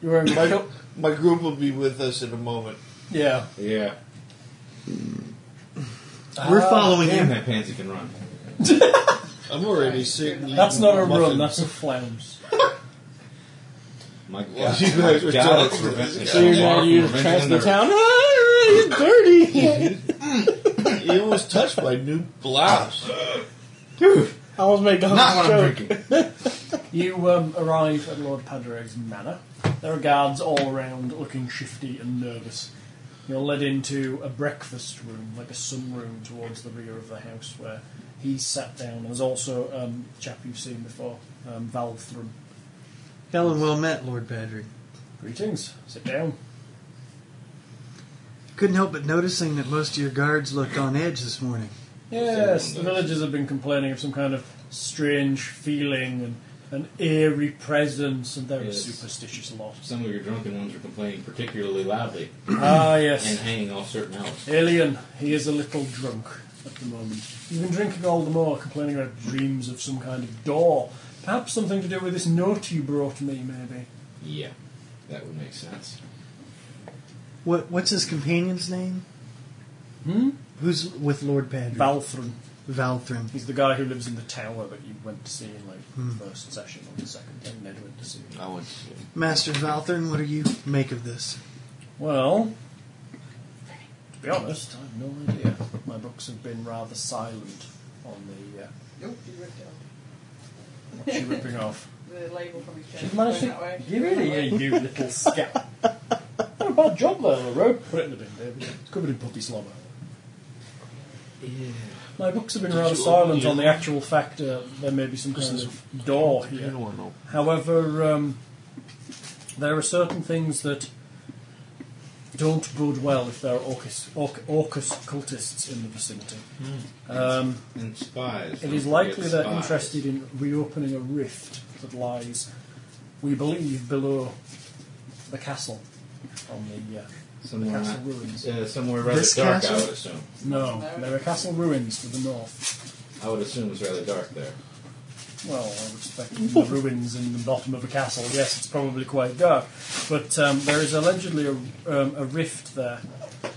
[SPEAKER 2] You wearing
[SPEAKER 7] my, my group will be with us in a moment.
[SPEAKER 2] Yeah.
[SPEAKER 4] Yeah.
[SPEAKER 6] We're following
[SPEAKER 4] Mm. Ah, Damn,
[SPEAKER 6] him.
[SPEAKER 4] that pansy can run.
[SPEAKER 7] I'm already sitting. eating
[SPEAKER 2] That's not a run.
[SPEAKER 7] muffins.
[SPEAKER 2] That's a flounce.
[SPEAKER 4] My God.
[SPEAKER 7] Well, you guys
[SPEAKER 4] my God,
[SPEAKER 7] are
[SPEAKER 4] it's
[SPEAKER 7] talking to
[SPEAKER 4] prevent-
[SPEAKER 7] this
[SPEAKER 5] So you're now
[SPEAKER 4] Walk
[SPEAKER 5] you
[SPEAKER 4] from
[SPEAKER 5] trash
[SPEAKER 4] preventing
[SPEAKER 5] the
[SPEAKER 4] the-
[SPEAKER 5] town. Ah, it's dirty.
[SPEAKER 7] It was touched by new blouse.
[SPEAKER 5] I almost made the
[SPEAKER 4] Not what I'm
[SPEAKER 5] joke.
[SPEAKER 4] drinking.
[SPEAKER 2] You um, arrive at Lord Padraig's manor. There are guards all round, looking shifty and nervous. You're led into a breakfast room, like a sunroom, towards the rear of the house, where he's sat down. There's also um, a chap you've seen before, um, Valthrum.
[SPEAKER 6] Helen, well met, Lord Padraig.
[SPEAKER 2] Greetings. Sit down.
[SPEAKER 6] Couldn't help but noticing that most of your guards looked on edge this morning.
[SPEAKER 2] Yes, the villagers have been complaining of some kind of strange feeling and an eerie presence, and they're
[SPEAKER 4] Yes.
[SPEAKER 2] a superstitious lot.
[SPEAKER 4] Some of your drunken ones are complaining particularly loudly
[SPEAKER 2] ah,
[SPEAKER 4] and
[SPEAKER 2] yes.
[SPEAKER 4] hanging off certain hours.
[SPEAKER 2] Alien, he is a little drunk at the moment. You've been drinking all the more, complaining about dreams of some kind of door. Perhaps something to do with this note you brought me, maybe.
[SPEAKER 4] Yeah, that would make sense.
[SPEAKER 6] What What's his companion's name?
[SPEAKER 2] Hmm?
[SPEAKER 6] Who's with Lord Padraig?
[SPEAKER 2] Balthrum.
[SPEAKER 6] Valthrin.
[SPEAKER 2] He's the guy who lives in the tower that you went to see in like the first session or the second, and Ned went to see.
[SPEAKER 7] I went.
[SPEAKER 6] Master Valthrin, what do you make of this?
[SPEAKER 2] Well, to be honest, I have no idea. My books have been rather silent on the uh,
[SPEAKER 3] Nope, you ripped it off.
[SPEAKER 2] what she ripping off.
[SPEAKER 3] The label from his chest.
[SPEAKER 2] She's managed
[SPEAKER 3] that way.
[SPEAKER 2] to give it a you little scat. Not a bad job there, the road. Put it in the bin, David. It's covered in puppy slobber. My books have been rather silent on the actual fact uh, there may be some kind of door here. However, um, there are certain things that don't bode well if there are Orcus, orc, Orcus cultists in the vicinity. Um,
[SPEAKER 4] And spies.
[SPEAKER 2] it
[SPEAKER 4] don't
[SPEAKER 2] is
[SPEAKER 4] forget
[SPEAKER 2] likely they're
[SPEAKER 4] spies.
[SPEAKER 2] interested in reopening a rift that lies, we believe, below the castle on the, uh, the
[SPEAKER 4] somewhere,
[SPEAKER 2] castle ruins.
[SPEAKER 4] uh, somewhere rather
[SPEAKER 6] This
[SPEAKER 4] dark.
[SPEAKER 6] castle?
[SPEAKER 4] I would assume.
[SPEAKER 2] No, there are castle ruins to the north.
[SPEAKER 4] I would assume it's rather dark there.
[SPEAKER 2] Well, I would expect the ruins in the bottom of a castle. Yes, it's probably quite dark. But um, there is allegedly a, um, a rift there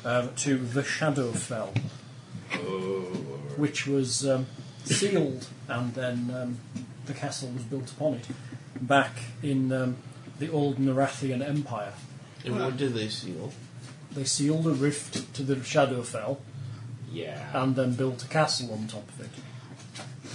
[SPEAKER 2] um, to the Shadowfell,
[SPEAKER 4] Oh,
[SPEAKER 2] which was um, sealed and then um, the castle was built upon it back in um, the old Narathian Empire.
[SPEAKER 7] And what did they seal?
[SPEAKER 2] They sealed a rift to the Shadowfell
[SPEAKER 4] yeah.
[SPEAKER 2] and then built a castle on top of it.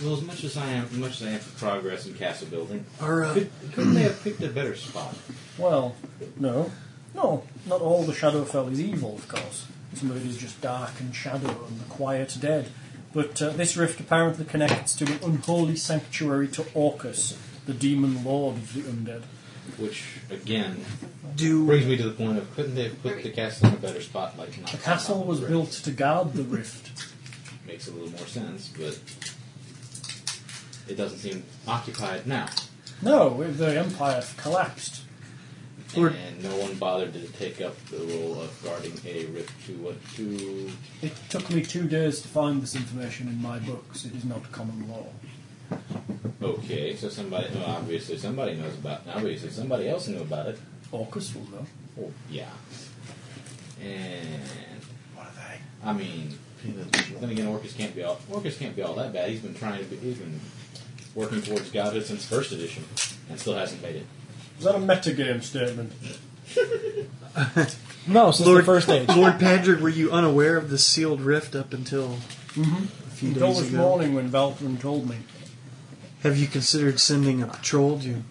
[SPEAKER 4] well, as much as I am, as much as I am for progress in castle building,
[SPEAKER 6] Are, uh,
[SPEAKER 4] could, couldn't they have picked a better spot?
[SPEAKER 2] Well, no. No, not all the Shadowfell is evil, of course. Some of it is just dark and shadow and the quiet dead. But uh, this rift apparently connects to an unholy sanctuary to Orcus, the demon lord of the undead.
[SPEAKER 4] Which again
[SPEAKER 6] do
[SPEAKER 4] brings me to the point of couldn't they have put the castle in a better spot? Like not
[SPEAKER 2] The castle was built to guard the rift.
[SPEAKER 4] Makes a little more sense, but it doesn't seem occupied now.
[SPEAKER 2] No, the empire collapsed.
[SPEAKER 6] Or-
[SPEAKER 4] and no one bothered to take up the role of guarding a rift to what to
[SPEAKER 2] It took me two days to find this information in my books. It is not common law.
[SPEAKER 4] Okay, so somebody, well, obviously somebody knows about Obviously somebody else knew about it.
[SPEAKER 2] Orcus will know.
[SPEAKER 4] Oh, yeah. And,
[SPEAKER 8] What are they?
[SPEAKER 4] I mean, then again, Orcus can't be all, Orcus can't be all that bad. He's been trying to be, he's been working towards godhood since first edition and still hasn't made it.
[SPEAKER 2] Is that a metagame statement?
[SPEAKER 5] No, since
[SPEAKER 6] Lord-
[SPEAKER 5] the first age.
[SPEAKER 6] Lord Padrick, were you unaware of the sealed rift up until a few
[SPEAKER 2] Until
[SPEAKER 6] days
[SPEAKER 2] this
[SPEAKER 6] ago?
[SPEAKER 2] morning when Valtrin told me.
[SPEAKER 6] Have you considered sending a patrol to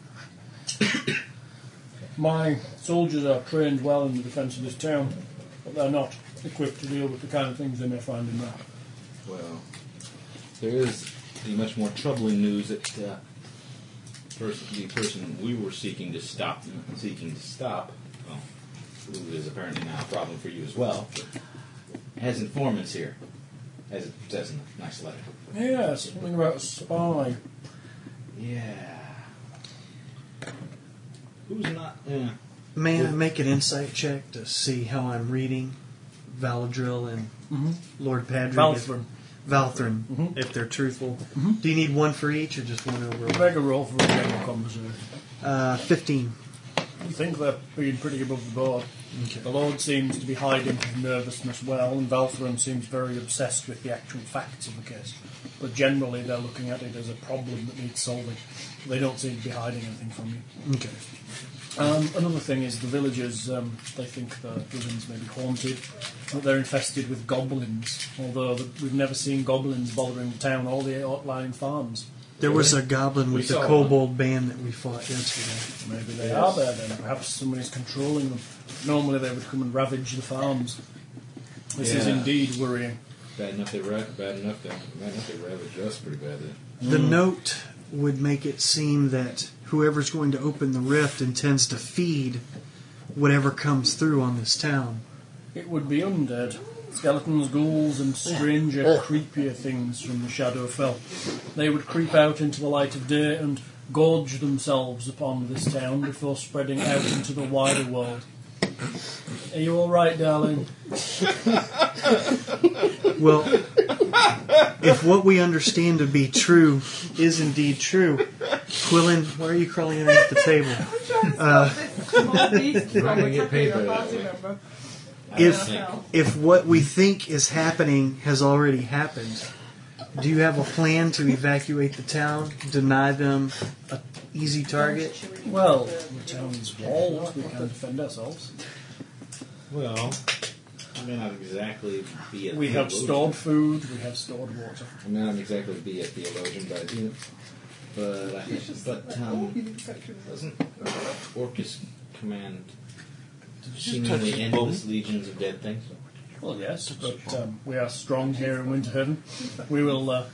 [SPEAKER 2] My soldiers are trained well in the defence of this town, but they're not equipped to deal with the kind of things they may find in there.
[SPEAKER 4] Well, there is the much more troubling news that uh, pers- the person we were seeking to stop, seeking to stop, well, who is apparently now a problem for you as well, has informants here, as it says in the nice letter.
[SPEAKER 2] Yeah, something about a spy.
[SPEAKER 4] Yeah. Who's not? eh, Yeah.
[SPEAKER 6] May I make an insight check to see how I'm reading Valadril and Lord Padrick?
[SPEAKER 2] Valthrin.
[SPEAKER 6] If, Valthrin, if they're truthful. Do you need one for each or just one overall?
[SPEAKER 2] Make a roll for a general conversation.
[SPEAKER 6] Uh, 15.
[SPEAKER 2] You think they're being pretty above the board. The Lord seems to be hiding his nervousness well, and Valthrin seems very obsessed with the actual facts of the case. But generally, they're looking at it as a problem that needs solving. They don't seem to be hiding anything from you.
[SPEAKER 6] Okay.
[SPEAKER 2] Um, another thing is the villagers, um, they think the ruins may be haunted, that they're infested with goblins, although the, we've never seen goblins bothering the town or the outlying farms.
[SPEAKER 6] There was a goblin
[SPEAKER 4] We
[SPEAKER 6] with the
[SPEAKER 4] saw
[SPEAKER 6] kobold band that we fought yesterday.
[SPEAKER 2] Maybe they are there then, perhaps somebody's controlling them. Normally they would come and ravage the farms. This is
[SPEAKER 4] Yeah.
[SPEAKER 2] indeed worrying.
[SPEAKER 4] Bad enough they ra- bad enough they bad enough they ravaged us pretty badly.
[SPEAKER 6] The note would make it seem that whoever's going to open the rift intends to feed whatever comes through on this town.
[SPEAKER 2] It would be undead. Skeletons, ghouls, and stranger, creepier things from the Shadowfell. They would creep out into the light of day and gorge themselves upon this town before spreading out into the wider world. Are you all right, darling?
[SPEAKER 6] Well, if what we understand to be true is indeed true, Quillen, why are you crawling underneath the table?
[SPEAKER 3] Small beast from
[SPEAKER 4] gonna
[SPEAKER 3] attacking
[SPEAKER 4] get paid
[SPEAKER 3] a
[SPEAKER 4] for that,
[SPEAKER 3] party
[SPEAKER 4] wait.
[SPEAKER 3] member.
[SPEAKER 4] I
[SPEAKER 6] If
[SPEAKER 4] think-
[SPEAKER 6] if what we think is happening has already happened, do you have a plan to evacuate the town, deny them a easy target?
[SPEAKER 2] Well, the town's walled. We can defend ourselves.
[SPEAKER 4] well, I may not exactly be a
[SPEAKER 2] We have
[SPEAKER 4] theologian.
[SPEAKER 2] stored food. We have stored water.
[SPEAKER 4] I may not exactly be a theologian, but you know, but I, but um, doesn't Orcus command seemingly endless legions of dead things?
[SPEAKER 2] Well, yes, but um, we are strong here in Winterhaven. We will uh,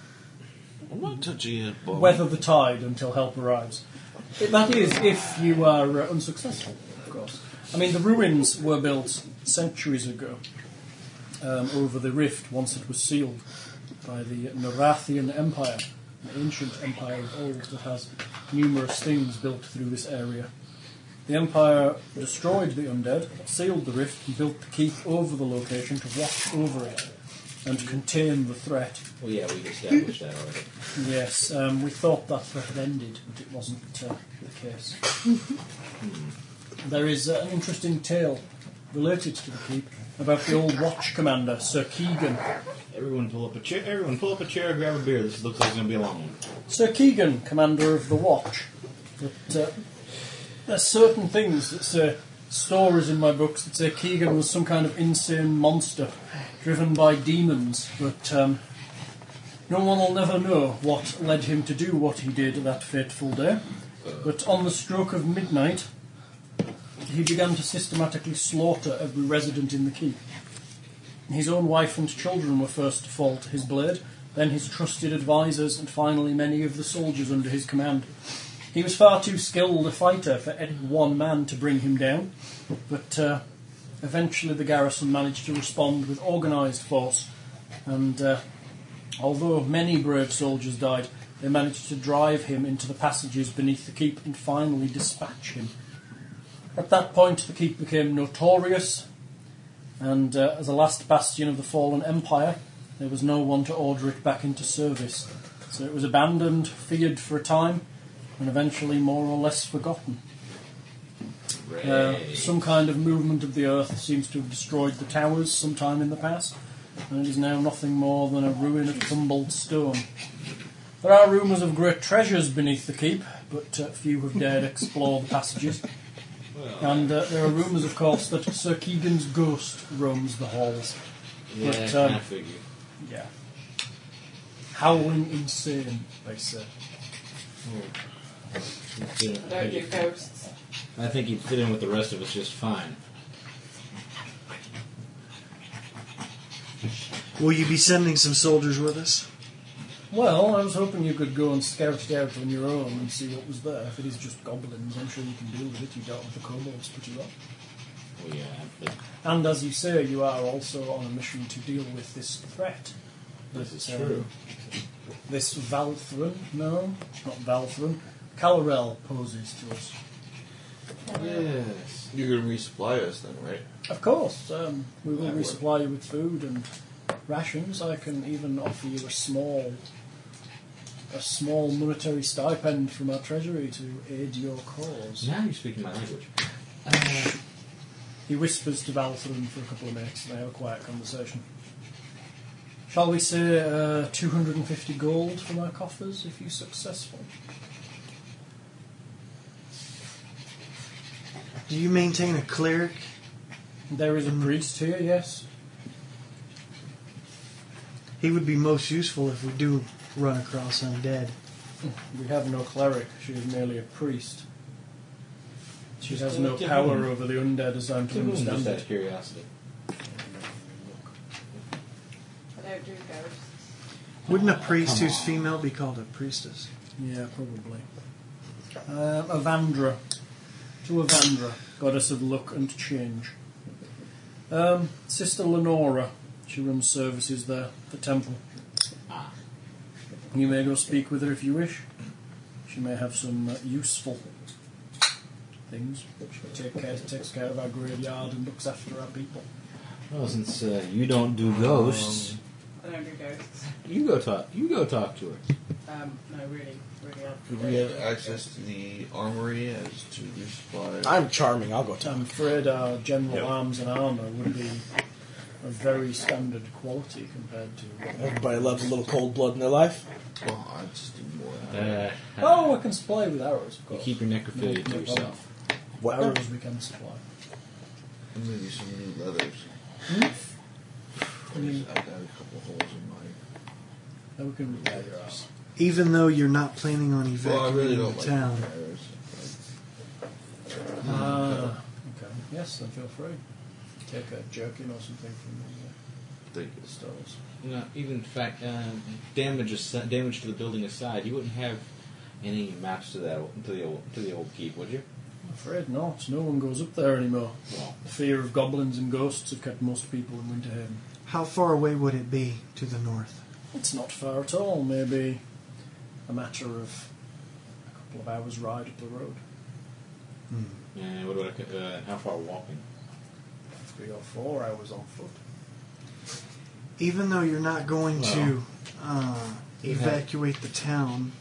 [SPEAKER 8] I'm not touching it, Bob.
[SPEAKER 2] weather the tide until help arrives. That is, if you are uh, unsuccessful, of course. I mean, the ruins were built centuries ago um, over the rift once it was sealed by the Narathian Empire, an ancient empire of old that has numerous things built through this area. The Empire destroyed the undead, sealed the rift, and built the keep over the location to watch over it and contain the threat.
[SPEAKER 4] Well, yeah, we established that already.
[SPEAKER 2] Yes, um, we thought that threat had ended, but it wasn't uh, the case. there is uh, an interesting tale related to the keep about the old watch commander, Sir Keegan.
[SPEAKER 4] Everyone pull up a chair. Everyone pull up a chair. Grab a beer. This looks like it's gonna be a long one.
[SPEAKER 2] Sir Keegan, commander of the watch. But uh, there's certain things that say stories in my books that say Keegan was some kind of insane monster driven by demons, but um, no one will never know what led him to do what he did that fateful day. But on the stroke of midnight, he began to systematically slaughter every resident in the keep. His own wife and children were first to fall to his blade, then his trusted advisors, and finally many of the soldiers under his command. He was far too skilled a fighter for any one man to bring him down, but uh, eventually the garrison managed to respond with organised force, and uh, although many brave soldiers died, they managed to drive him into the passages beneath the keep and finally dispatch him. At that point, the keep became notorious and uh, as a last bastion of the fallen empire, there was no one to order it back into service. So it was abandoned, feared for a time, and eventually more or less forgotten. Uh, some kind of movement of the earth seems to have destroyed the towers sometime in the past, and it is now nothing more than a ruin of tumbled stone. There are rumours of great treasures beneath the keep, but uh, few have dared explore the passages. And uh, there are rumours, of course, that Sir Keegan's ghost roams the halls.
[SPEAKER 4] Yeah,
[SPEAKER 2] But,
[SPEAKER 4] I
[SPEAKER 2] um,
[SPEAKER 4] figure.
[SPEAKER 2] Yeah. Howling insane, they say.
[SPEAKER 4] He'd fit in-
[SPEAKER 3] Don't do ghosts.
[SPEAKER 4] I think he'd fit in with the rest of us just fine.
[SPEAKER 6] Will you be sending some soldiers with us?
[SPEAKER 2] Well, I was hoping you could go and scout it out on your own and see what was there. If it is just goblins, I'm sure you can deal with it. You dealt with the kobolds pretty well.
[SPEAKER 4] Well, Oh, yeah, but
[SPEAKER 2] And as you say, you are also on a mission to deal with this threat.
[SPEAKER 4] this is
[SPEAKER 2] Um,
[SPEAKER 4] true.
[SPEAKER 2] This Valthrin, no, not Valthrin, Calorel poses to us.
[SPEAKER 4] Yes.
[SPEAKER 9] You're going to resupply us then, right?
[SPEAKER 2] Of course, um, we will
[SPEAKER 9] That would-
[SPEAKER 2] resupply you with food and rations. I can even offer you a small, a small monetary stipend from our treasury to aid your cause.
[SPEAKER 4] Now you're speaking my language. Uh,
[SPEAKER 2] He whispers to Valthrin for a couple of minutes, and they have a quiet conversation. Shall we say uh, 250 gold from our coffers if you're successful?
[SPEAKER 6] Do you maintain a cleric?
[SPEAKER 2] There is a priest here, yes.
[SPEAKER 6] He would be most useful if we do run across undead.
[SPEAKER 2] We have no cleric, she is merely a priest. She has no
[SPEAKER 4] give
[SPEAKER 2] power
[SPEAKER 4] him-
[SPEAKER 2] over the undead as I'm to
[SPEAKER 4] People just
[SPEAKER 2] understand
[SPEAKER 4] out of
[SPEAKER 2] it.
[SPEAKER 4] curiosity.
[SPEAKER 3] I don't do ghosts.
[SPEAKER 6] Wouldn't
[SPEAKER 9] Oh,
[SPEAKER 6] a priest
[SPEAKER 4] Come
[SPEAKER 6] who's
[SPEAKER 4] on.
[SPEAKER 6] female be called a priestess?
[SPEAKER 2] Yeah, probably. Uh, Avandra. To Avandra, goddess of luck and change. Um, Sister Lenora. She runs services there, the temple.
[SPEAKER 4] Ah.
[SPEAKER 2] You may go speak with her if you wish. She may have some uh, useful things. She take care, takes care of our graveyard and looks after our people.
[SPEAKER 4] Well, since uh, you don't do ghosts,
[SPEAKER 3] I don't do ghosts.
[SPEAKER 4] you go talk. You go talk to her.
[SPEAKER 3] Um, no, really, really. I
[SPEAKER 9] Could we have access to the armory as to resupply?
[SPEAKER 5] I'm charming. I'll go tell
[SPEAKER 2] I'm afraid our general arms and armour would be of very standard quality compared to.
[SPEAKER 5] Everybody loves a little cold blood in their life.
[SPEAKER 9] Well, I just do more.
[SPEAKER 4] Uh,
[SPEAKER 2] Oh, I can supply with arrows, of
[SPEAKER 4] you
[SPEAKER 2] course.
[SPEAKER 4] keep your necrophilia to yourself.
[SPEAKER 5] What?
[SPEAKER 2] arrows we can supply.
[SPEAKER 9] And maybe some new leathers.
[SPEAKER 2] Mm.
[SPEAKER 9] I've got a couple holes in mine.
[SPEAKER 2] Then we can repair your armour.
[SPEAKER 6] Even though you're not planning on
[SPEAKER 9] Well, I
[SPEAKER 6] evacuating
[SPEAKER 9] really
[SPEAKER 6] the
[SPEAKER 9] don't like
[SPEAKER 6] town,
[SPEAKER 9] arrows.
[SPEAKER 2] Ah, okay. Yes, then feel free. Take a jerkin or something from
[SPEAKER 9] I think it's those.
[SPEAKER 4] You know, even in fact, uh, damage aside, damage to the building aside, you wouldn't have any maps to that to the old, to the old keep, would you?
[SPEAKER 2] the. I'm afraid not. No one goes up there anymore.
[SPEAKER 4] Well,
[SPEAKER 2] The fear of goblins and ghosts have kept most people in Winterhaven.
[SPEAKER 6] how far away would it be to the north?
[SPEAKER 2] It's not far at all. Maybe a matter of a couple of hours' ride up the road.
[SPEAKER 4] uh, what about uh, how far walking?
[SPEAKER 2] Three or four hours on foot.
[SPEAKER 6] Even though you're not going to
[SPEAKER 4] Well,
[SPEAKER 6] uh,
[SPEAKER 4] you have-
[SPEAKER 6] evacuate the town,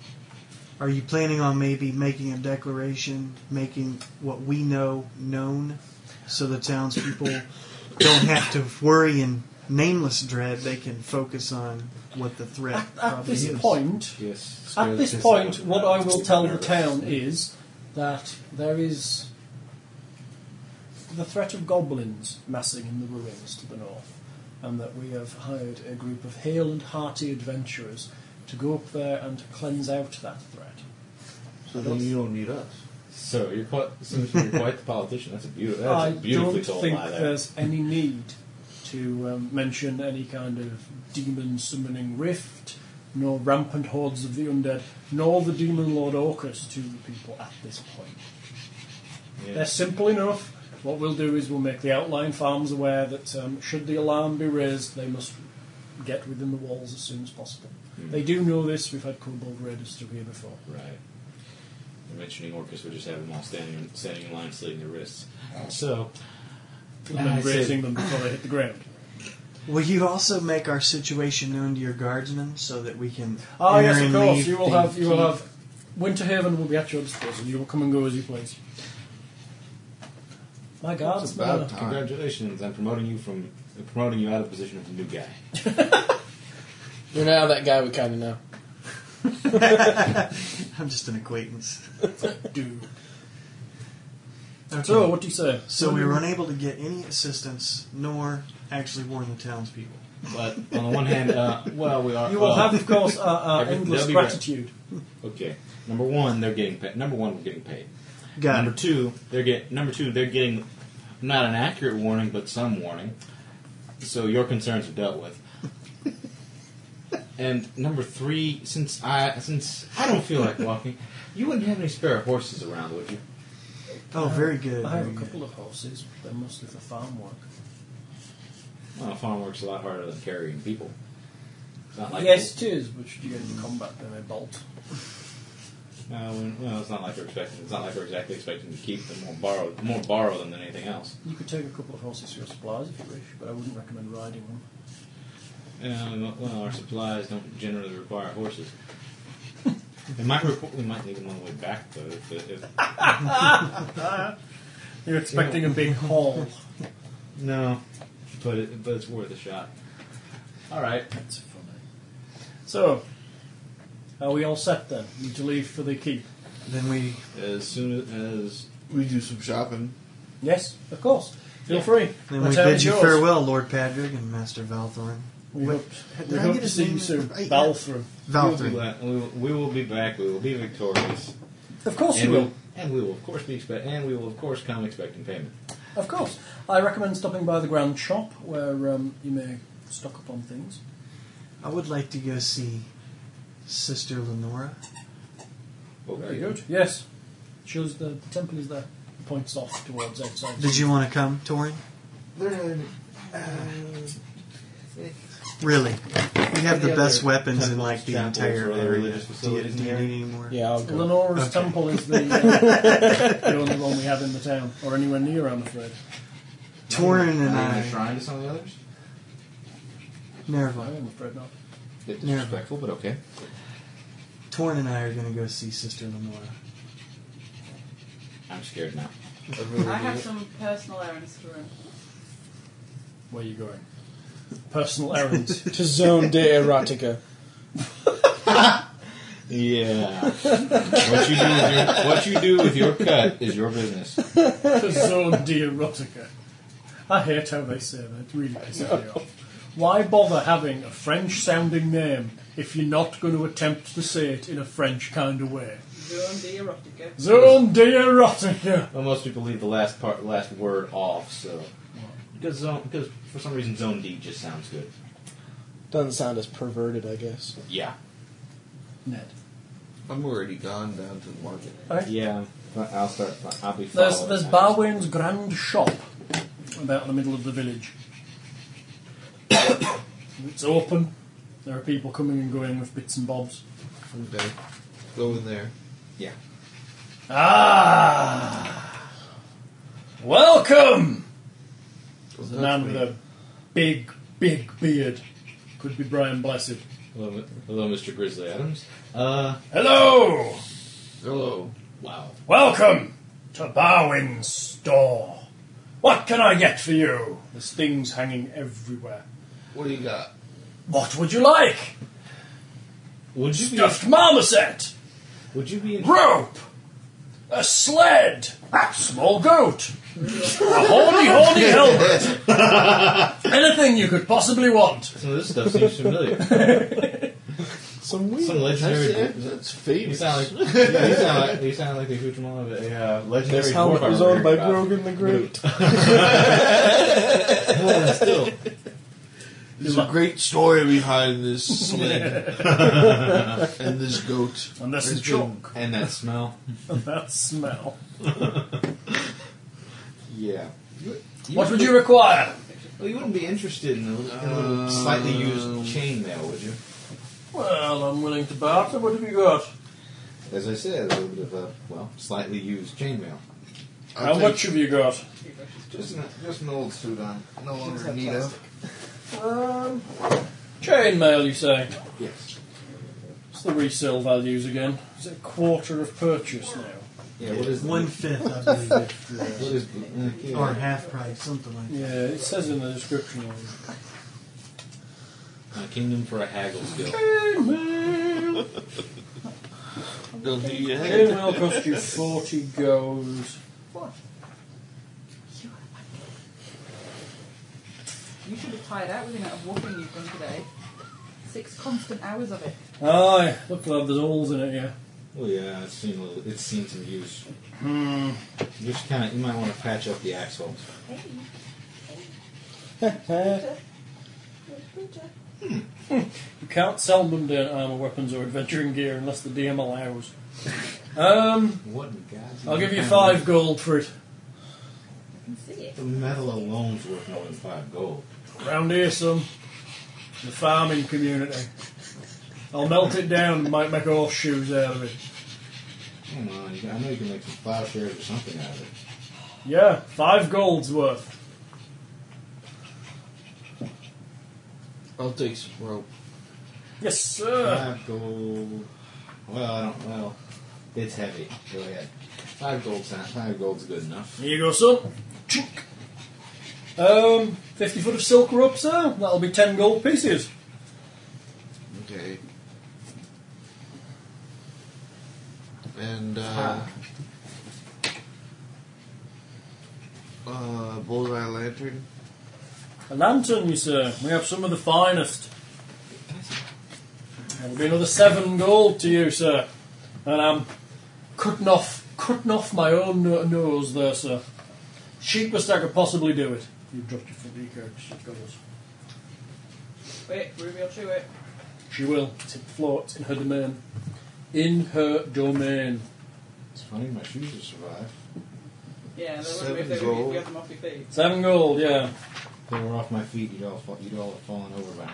[SPEAKER 6] are you planning on maybe making a declaration, making what we know known, so the townspeople don't have to worry in nameless dread? They can focus on what the threat
[SPEAKER 2] At, at
[SPEAKER 6] probably
[SPEAKER 2] Ah, this
[SPEAKER 6] is.
[SPEAKER 2] point,
[SPEAKER 4] Yes.
[SPEAKER 2] At this point, what I will tell the town is that there is the threat of goblins massing in the ruins to the north, and that we have hired a group of hale and hearty adventurers to go up there and cleanse out that threat.
[SPEAKER 9] So then you don't need us.
[SPEAKER 4] So you're quite, since you're quite the politician. That's a beautiful. That's
[SPEAKER 2] I
[SPEAKER 4] a beautifully
[SPEAKER 2] don't
[SPEAKER 4] told
[SPEAKER 2] think
[SPEAKER 4] lie there.
[SPEAKER 2] there's any need to um, mention any kind of demon summoning rift, nor rampant hordes of the undead, nor the demon lord Orcus to the people at this point. They're
[SPEAKER 4] Yeah.
[SPEAKER 2] simple enough. What we'll do is we'll make the outlying farms aware that um, should the alarm be raised, they must get within the walls as soon as possible. They do know this. We've had kobold raiders through here before.
[SPEAKER 4] Right. You're mentioning Orcus, we just have them all standing, standing in line, slitting their wrists. So,
[SPEAKER 2] And
[SPEAKER 4] I
[SPEAKER 2] then
[SPEAKER 4] see.
[SPEAKER 2] raising them before they hit the ground.
[SPEAKER 6] Will you also make our situation known to your guardsmen so that we can?
[SPEAKER 2] Ah,
[SPEAKER 6] enter
[SPEAKER 2] yes, of
[SPEAKER 6] and
[SPEAKER 2] course.
[SPEAKER 6] leave
[SPEAKER 2] You will
[SPEAKER 6] things
[SPEAKER 2] have. You will
[SPEAKER 6] key?
[SPEAKER 2] have. Winterhaven will be at your disposal. You will come and go as you please. My God,
[SPEAKER 7] It's about
[SPEAKER 2] uh,
[SPEAKER 7] time.
[SPEAKER 4] Congratulations! I'm promoting you from promoting you out of the position of the new guy.
[SPEAKER 5] You're now that guy we kind of know.
[SPEAKER 6] I'm just an acquaintance.
[SPEAKER 2] dude.
[SPEAKER 6] Okay.
[SPEAKER 2] So, what do you say?
[SPEAKER 6] So we were unable to get any assistance, nor actually warn the townspeople.
[SPEAKER 4] But on the one hand, uh, well, we are.
[SPEAKER 2] You will
[SPEAKER 4] uh,
[SPEAKER 2] have, of course, uh, uh,
[SPEAKER 4] Everything-
[SPEAKER 2] endless
[SPEAKER 4] they'll be right.
[SPEAKER 2] gratitude.
[SPEAKER 4] Okay. Number one, they're getting paid. Number one, we're getting paid.
[SPEAKER 6] Got
[SPEAKER 4] number
[SPEAKER 6] it.
[SPEAKER 4] two, they're get. Number two, they're getting not an accurate warning, but some warning. So your concerns are dealt with. and number three, since I since I don't feel like walking, you wouldn't have any spare horses around, would you?
[SPEAKER 6] Oh, very good.
[SPEAKER 2] I have
[SPEAKER 6] very
[SPEAKER 2] a
[SPEAKER 6] good.
[SPEAKER 2] couple of horses. but They're mostly for farm work.
[SPEAKER 4] Well, farm work's a lot harder than carrying people. It's not like
[SPEAKER 2] yes, it is. But should you get into combat, they may bolt.
[SPEAKER 4] No, we- well, it's not like we're expecting. It's not like we're exactly expecting to keep them or borrow more borrow them than anything else.
[SPEAKER 2] You could take a couple of horses for your supplies if you wish, but I wouldn't recommend riding them.
[SPEAKER 4] Um, well, our supplies don't generally require horses. They might requ- we might need them on the way back though. If, if,
[SPEAKER 2] You're expecting a big haul.
[SPEAKER 4] no, but it, but it's worth a shot. All right.
[SPEAKER 2] That's funny. So, are we all set then? Need to leave for the keep?
[SPEAKER 6] Then we
[SPEAKER 4] As soon as
[SPEAKER 7] We do some shopping.
[SPEAKER 2] Yes, of course. Feel free.
[SPEAKER 6] then
[SPEAKER 2] My
[SPEAKER 6] we
[SPEAKER 2] town
[SPEAKER 6] bid
[SPEAKER 2] is
[SPEAKER 6] you
[SPEAKER 2] yours.
[SPEAKER 6] farewell, Lord Padrig and Master Valthorn.
[SPEAKER 2] We hope, we
[SPEAKER 6] I
[SPEAKER 2] hope
[SPEAKER 6] get
[SPEAKER 2] to
[SPEAKER 6] his
[SPEAKER 2] see you
[SPEAKER 6] name?
[SPEAKER 2] soon.
[SPEAKER 6] I-
[SPEAKER 2] Balthrum.
[SPEAKER 4] we'll be,
[SPEAKER 6] Valthorn.
[SPEAKER 4] la- we, will, we will be back. We will be victorious,
[SPEAKER 2] Of course
[SPEAKER 4] and
[SPEAKER 2] you will.
[SPEAKER 4] we'll and we will of course be expect and we will of course come expecting payment.
[SPEAKER 2] Of course. I recommend stopping by the grand shop where um, you may stock up on things.
[SPEAKER 6] I would like to go see Sister Lenora.
[SPEAKER 2] Very good. Yes. Shows the temple is there. Points off towards outside.
[SPEAKER 6] Did you want to come, Torin? Really? We have the
[SPEAKER 4] Any
[SPEAKER 6] best
[SPEAKER 4] other
[SPEAKER 6] weapons in
[SPEAKER 4] temples,
[SPEAKER 6] like the
[SPEAKER 4] chapels,
[SPEAKER 6] entire
[SPEAKER 4] or other
[SPEAKER 6] area.
[SPEAKER 4] religious
[SPEAKER 6] Do you,
[SPEAKER 4] facilities
[SPEAKER 6] do you
[SPEAKER 4] in the
[SPEAKER 6] need any more?
[SPEAKER 5] Yeah, I'll go.
[SPEAKER 2] Lenora's temple is the, uh, the only one we have in the town, or anywhere near, I'm afraid.
[SPEAKER 6] Torin and
[SPEAKER 4] Are you
[SPEAKER 6] I.
[SPEAKER 4] shrine to some of the others?
[SPEAKER 6] Nerva.
[SPEAKER 2] I'm afraid not.
[SPEAKER 4] Bit
[SPEAKER 6] Yeah.
[SPEAKER 4] disrespectful, but okay.
[SPEAKER 6] Torn and I are going to go see Sister Lenora.
[SPEAKER 4] I'm scared now.
[SPEAKER 3] I have some personal errands to run.
[SPEAKER 2] Where are you going? Personal errands.
[SPEAKER 5] To Zone de Erotica.
[SPEAKER 4] Yeah. what you do with your what you do with your cut is your business.
[SPEAKER 2] to Zone de Erotica. I hate how they say that. It really pisses me off. Why bother having a French sounding name if you're not going to attempt to say it in a French kind of way?
[SPEAKER 3] Zone de Erotica.
[SPEAKER 2] Zone de Erotica!
[SPEAKER 4] Well, most people leave the last part, last word off. So because zone, because for some reason zone D just sounds good.
[SPEAKER 5] Doesn't sound as perverted, I guess.
[SPEAKER 4] Yeah.
[SPEAKER 2] Ned.
[SPEAKER 9] I'm already gone down to the market.
[SPEAKER 4] Yeah. I'll start. I'll be.
[SPEAKER 2] There's,
[SPEAKER 4] following
[SPEAKER 2] there's
[SPEAKER 4] that.
[SPEAKER 2] Barwin's Grand Shop, about in the middle of the village. it's open. There are people coming and going with bits and bobs.
[SPEAKER 9] Okay. Go in there.
[SPEAKER 4] Yeah.
[SPEAKER 2] Ah! Welcome!
[SPEAKER 9] Well,
[SPEAKER 2] The man with a big, big beard. Could be Brian Blessed.
[SPEAKER 4] Hello, Mi- hello, Mr. Grizzly Adams. Uh.
[SPEAKER 2] Hello!
[SPEAKER 9] Hello.
[SPEAKER 4] Wow.
[SPEAKER 2] Welcome to Barwin's store. What can I get for you? There's things hanging everywhere.
[SPEAKER 9] What do you got?
[SPEAKER 2] What would you like?
[SPEAKER 4] Would you be?
[SPEAKER 2] Stuffed marmoset!
[SPEAKER 4] Would you be? In,
[SPEAKER 2] rope, a sled, a small goat, a horny, horny helmet. Anything you could possibly want.
[SPEAKER 4] some of this stuff seems familiar.
[SPEAKER 5] Some
[SPEAKER 4] Some
[SPEAKER 7] That's,
[SPEAKER 4] legendary.
[SPEAKER 7] that's
[SPEAKER 4] You
[SPEAKER 7] famous.
[SPEAKER 4] sound like you sound like you sound like the accoutrement of a uh, legendary
[SPEAKER 5] This
[SPEAKER 4] dwarf.
[SPEAKER 5] helmet
[SPEAKER 4] I
[SPEAKER 5] was owned by
[SPEAKER 4] remember about.
[SPEAKER 5] Grogan the Great.
[SPEAKER 4] Still,
[SPEAKER 7] There's a great story behind this sled and this goat.
[SPEAKER 2] And this
[SPEAKER 7] It's been-
[SPEAKER 2] chalk.
[SPEAKER 4] and that smell.
[SPEAKER 2] And that smell.
[SPEAKER 4] Yeah.
[SPEAKER 2] What would you require?
[SPEAKER 4] Well, you wouldn't be interested in a, in a little slightly used chainmail, would you?
[SPEAKER 2] Well, I'm willing to barter. What have you got?
[SPEAKER 4] As I said, a little bit of a well, slightly used chainmail.
[SPEAKER 2] How much have you got?
[SPEAKER 9] Just an, just an old suit on. No longer need it.
[SPEAKER 2] Uh, them? Chainmail, you say?
[SPEAKER 4] Yes.
[SPEAKER 2] What's the resale values again? Is it a quarter of purchase now?
[SPEAKER 4] Yeah, what is
[SPEAKER 6] One fifth, I believe, if
[SPEAKER 4] What
[SPEAKER 6] the,
[SPEAKER 4] is uh, yeah.
[SPEAKER 6] or half price, something like that.
[SPEAKER 2] Yeah, it says in the description.
[SPEAKER 4] A kingdom for a haggle skill.
[SPEAKER 2] Chainmail!
[SPEAKER 9] Don't do you have
[SPEAKER 2] Chainmail cost you 40 goes.
[SPEAKER 3] You should have tired out with the amount of walking you've done today. Six constant hours of it.
[SPEAKER 2] Aye, look, lad, there's holes in it, yeah.
[SPEAKER 4] Well, yeah, it's seen a little, it's seen some use. Hmm. Just kind of, you might want to patch up the axles.
[SPEAKER 3] Hey,
[SPEAKER 2] You can't sell them down armor weapons or adventuring gear unless the DM allows. Um,
[SPEAKER 4] What in God's
[SPEAKER 2] I'll
[SPEAKER 4] name?
[SPEAKER 2] give you five gold for it.
[SPEAKER 3] I can see it.
[SPEAKER 4] The metal alone's worth more than five gold.
[SPEAKER 2] Round here, some. The farming community. I'll melt it down and might make horseshoes out of it.
[SPEAKER 4] Come on, you- I know you can make some plowshares or something out of it.
[SPEAKER 2] Yeah, five gold's worth.
[SPEAKER 9] I'll take some rope.
[SPEAKER 2] Yes, sir.
[SPEAKER 4] Five gold. Well, I don't. Well, it's heavy. Go ahead. Five gold. sound- Five gold's good enough.
[SPEAKER 2] Here you go, son. Chink. Um, 50 foot of silk rope, sir. That'll be 10 gold pieces.
[SPEAKER 9] Okay. And, uh.
[SPEAKER 4] Ah.
[SPEAKER 9] Uh, bullseye lantern.
[SPEAKER 2] A lantern, you sir. We have some of the finest. That'll be another seven gold to you, sir. And I'm cutting off, cutting off my own no- nose there, sir. Cheapest I could possibly do it. You dropped your finger, she got us.
[SPEAKER 3] Wait, Ruby will chew it.
[SPEAKER 2] She will. It's in the floor. It's in her domain. In her domain.
[SPEAKER 4] It's funny my shoes have survived.
[SPEAKER 3] Yeah, they wouldn't
[SPEAKER 9] Seven
[SPEAKER 3] be if they
[SPEAKER 9] gold.
[SPEAKER 3] would get them off your feet.
[SPEAKER 2] Seven gold, yeah.
[SPEAKER 4] If they were off my feet, you'd all fa- you'd all have fallen over by now.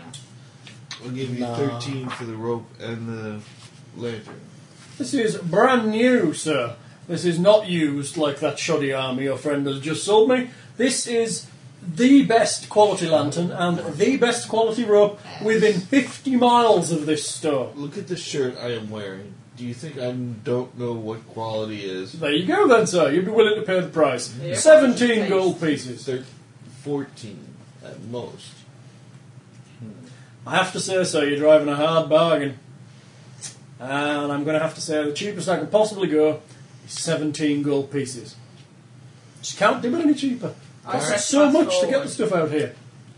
[SPEAKER 9] I'll give you
[SPEAKER 2] Nah.
[SPEAKER 9] 13 for the rope and the lantern.
[SPEAKER 2] This is brand new, sir. This is not used like that shoddy army your friend has just sold me. This is the best quality lantern and the best quality rope within 50 miles of this store.
[SPEAKER 9] Look at the shirt I am wearing. Do you think I don't know what quality is?
[SPEAKER 2] There you go, then, sir. You'd be willing to pay the price.
[SPEAKER 3] Yeah.
[SPEAKER 2] 17 gold pieces.
[SPEAKER 9] Thir- 14 at most.
[SPEAKER 2] I have to say, sir, you're driving a hard bargain. And I'm going to have to say the cheapest I can possibly go is 17 gold pieces. Just can't do it any cheaper.
[SPEAKER 3] I
[SPEAKER 2] Costs
[SPEAKER 3] press
[SPEAKER 2] so
[SPEAKER 3] fast
[SPEAKER 2] much to
[SPEAKER 3] forward.
[SPEAKER 2] get the stuff out here.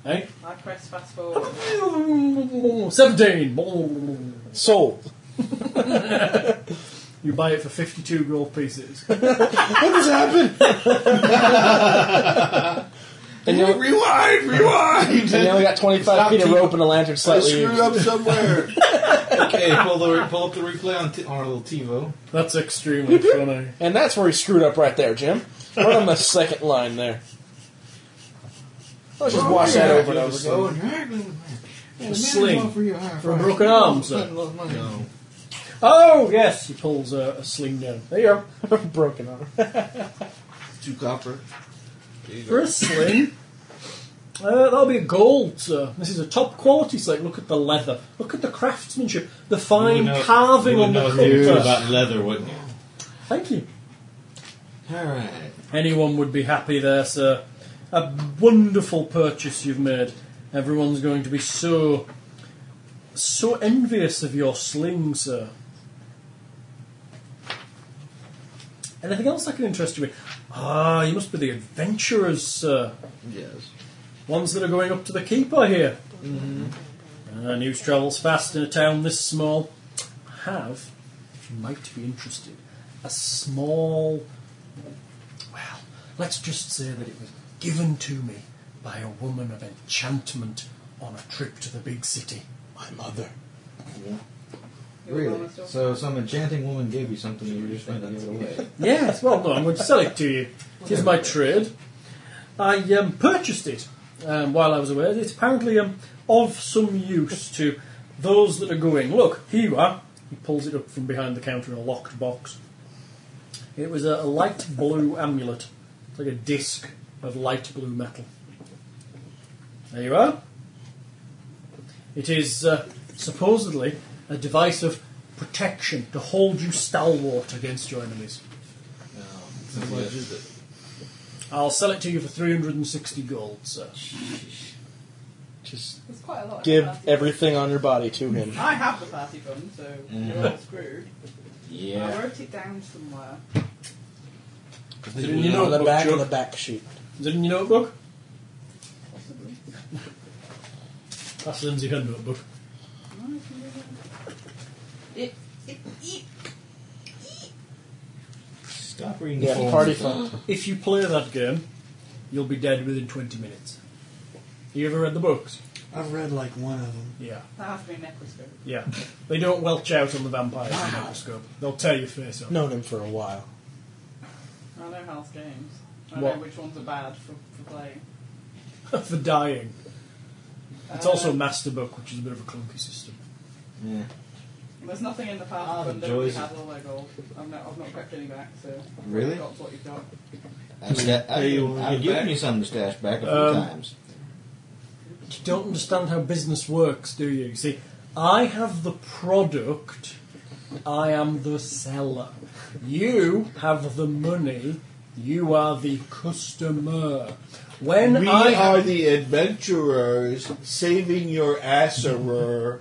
[SPEAKER 2] Eh?
[SPEAKER 3] I press fast forward.
[SPEAKER 2] 17.
[SPEAKER 5] Sold.
[SPEAKER 2] You buy it for 52 gold pieces.
[SPEAKER 5] And you, only-
[SPEAKER 9] Rewind! Rewind!
[SPEAKER 5] and you only got 25 feet of rope and a lantern
[SPEAKER 9] I
[SPEAKER 5] slightly
[SPEAKER 9] screwed
[SPEAKER 5] used.
[SPEAKER 9] up somewhere.
[SPEAKER 4] Okay, pull, the, pull up the replay on, t- on our little TiVo.
[SPEAKER 2] That's extremely funny.
[SPEAKER 5] And that's where he screwed up right there, Jim. Right on the second line there. Let's just wash that over and over again.
[SPEAKER 4] So dragling with man. Yeah, the
[SPEAKER 2] sling
[SPEAKER 4] man is all for your arm.
[SPEAKER 2] For a broken arm, sir.
[SPEAKER 9] no.
[SPEAKER 2] Oh, yes, he pulls a, a sling down. There you go.
[SPEAKER 5] Broken arm.
[SPEAKER 9] Two copper. There you go.
[SPEAKER 2] For a sling, uh, that'll be a gold, sir. This is a top quality sling. Look at the leather. Look at the craftsmanship. The fine carving on the cover.
[SPEAKER 4] leather, wouldn't you?
[SPEAKER 2] Thank you.
[SPEAKER 4] All right.
[SPEAKER 2] Anyone would be happy there, sir. A wonderful purchase you've made. Everyone's going to be so, so envious of your sling, sir. Anything else that can interest you? in? Ah, you must be the adventurers, sir.
[SPEAKER 9] Yes.
[SPEAKER 2] Ones that are going up to the keeper here. Uh, news travels fast in a town this small. I have, if you might be interested, a small. Well, let's just say that it was given to me by a woman of enchantment on a trip to the big city. My mother.
[SPEAKER 3] You're
[SPEAKER 4] Really?
[SPEAKER 3] almost off.
[SPEAKER 4] So some enchanting woman gave you something and you were just going to give it away.
[SPEAKER 2] Yes, well, no, I'm going to sell it to you. It is my trade. I um, purchased it um, while I was away. It's apparently um, of some use to those that are going. Look, here you are. He pulls it up from behind the counter in a locked box. It was a, a light blue amulet. It's like a disc of light blue metal. There you are. It is uh, supposedly a device of protection to hold you stalwart against your enemies.
[SPEAKER 9] How much is it?
[SPEAKER 2] I'll sell it to you for 360 gold, sir.
[SPEAKER 5] Just
[SPEAKER 3] There's quite a lot.
[SPEAKER 5] give
[SPEAKER 3] of party
[SPEAKER 5] everything on your body to him.
[SPEAKER 3] fun. I have the party fund, so you're all screwed. I
[SPEAKER 4] Mm. Yeah.
[SPEAKER 3] wrote it down somewhere.
[SPEAKER 5] Is it in your notebook, the back of
[SPEAKER 2] Joe?
[SPEAKER 5] the back sheet.
[SPEAKER 2] Is it in your notebook?
[SPEAKER 3] Possibly.
[SPEAKER 2] That's Lindsay her notebook.
[SPEAKER 3] It, it, it,
[SPEAKER 4] Stop reading
[SPEAKER 5] Yeah,
[SPEAKER 4] forms.
[SPEAKER 5] party fund.
[SPEAKER 2] If you play that game, you'll be dead within 20 minutes. You ever read the books?
[SPEAKER 6] I've read like one of them.
[SPEAKER 2] Yeah.
[SPEAKER 3] that has to be a necroscope.
[SPEAKER 2] Yeah. They don't welch out on the vampires in the microscope. They'll tear your face up.
[SPEAKER 5] Known him for a while.
[SPEAKER 3] I know Hal's games. I
[SPEAKER 2] What?
[SPEAKER 3] know which ones are bad for, for playing.
[SPEAKER 2] for dying. It's also
[SPEAKER 3] Uh,
[SPEAKER 2] Master Book, which is a bit of a clunky system.
[SPEAKER 4] Yeah.
[SPEAKER 3] There's nothing in the
[SPEAKER 4] Ah,
[SPEAKER 3] past
[SPEAKER 4] the
[SPEAKER 3] fund that we
[SPEAKER 4] joys
[SPEAKER 3] had all their gold. I've not, I've not kept any back, so I've
[SPEAKER 4] Really?
[SPEAKER 3] got what you've got.
[SPEAKER 4] I've, sta- I've,
[SPEAKER 9] Hey, you
[SPEAKER 4] given-
[SPEAKER 9] wanna
[SPEAKER 4] I've
[SPEAKER 9] get
[SPEAKER 4] given
[SPEAKER 9] back?
[SPEAKER 4] you some to stash back a few
[SPEAKER 2] Um,
[SPEAKER 4] times.
[SPEAKER 2] You don't understand how business works, do you? You see, I have the product, I am the seller. You have the money, you are the customer. When
[SPEAKER 9] We
[SPEAKER 2] I
[SPEAKER 9] are the adventurers saving your asserer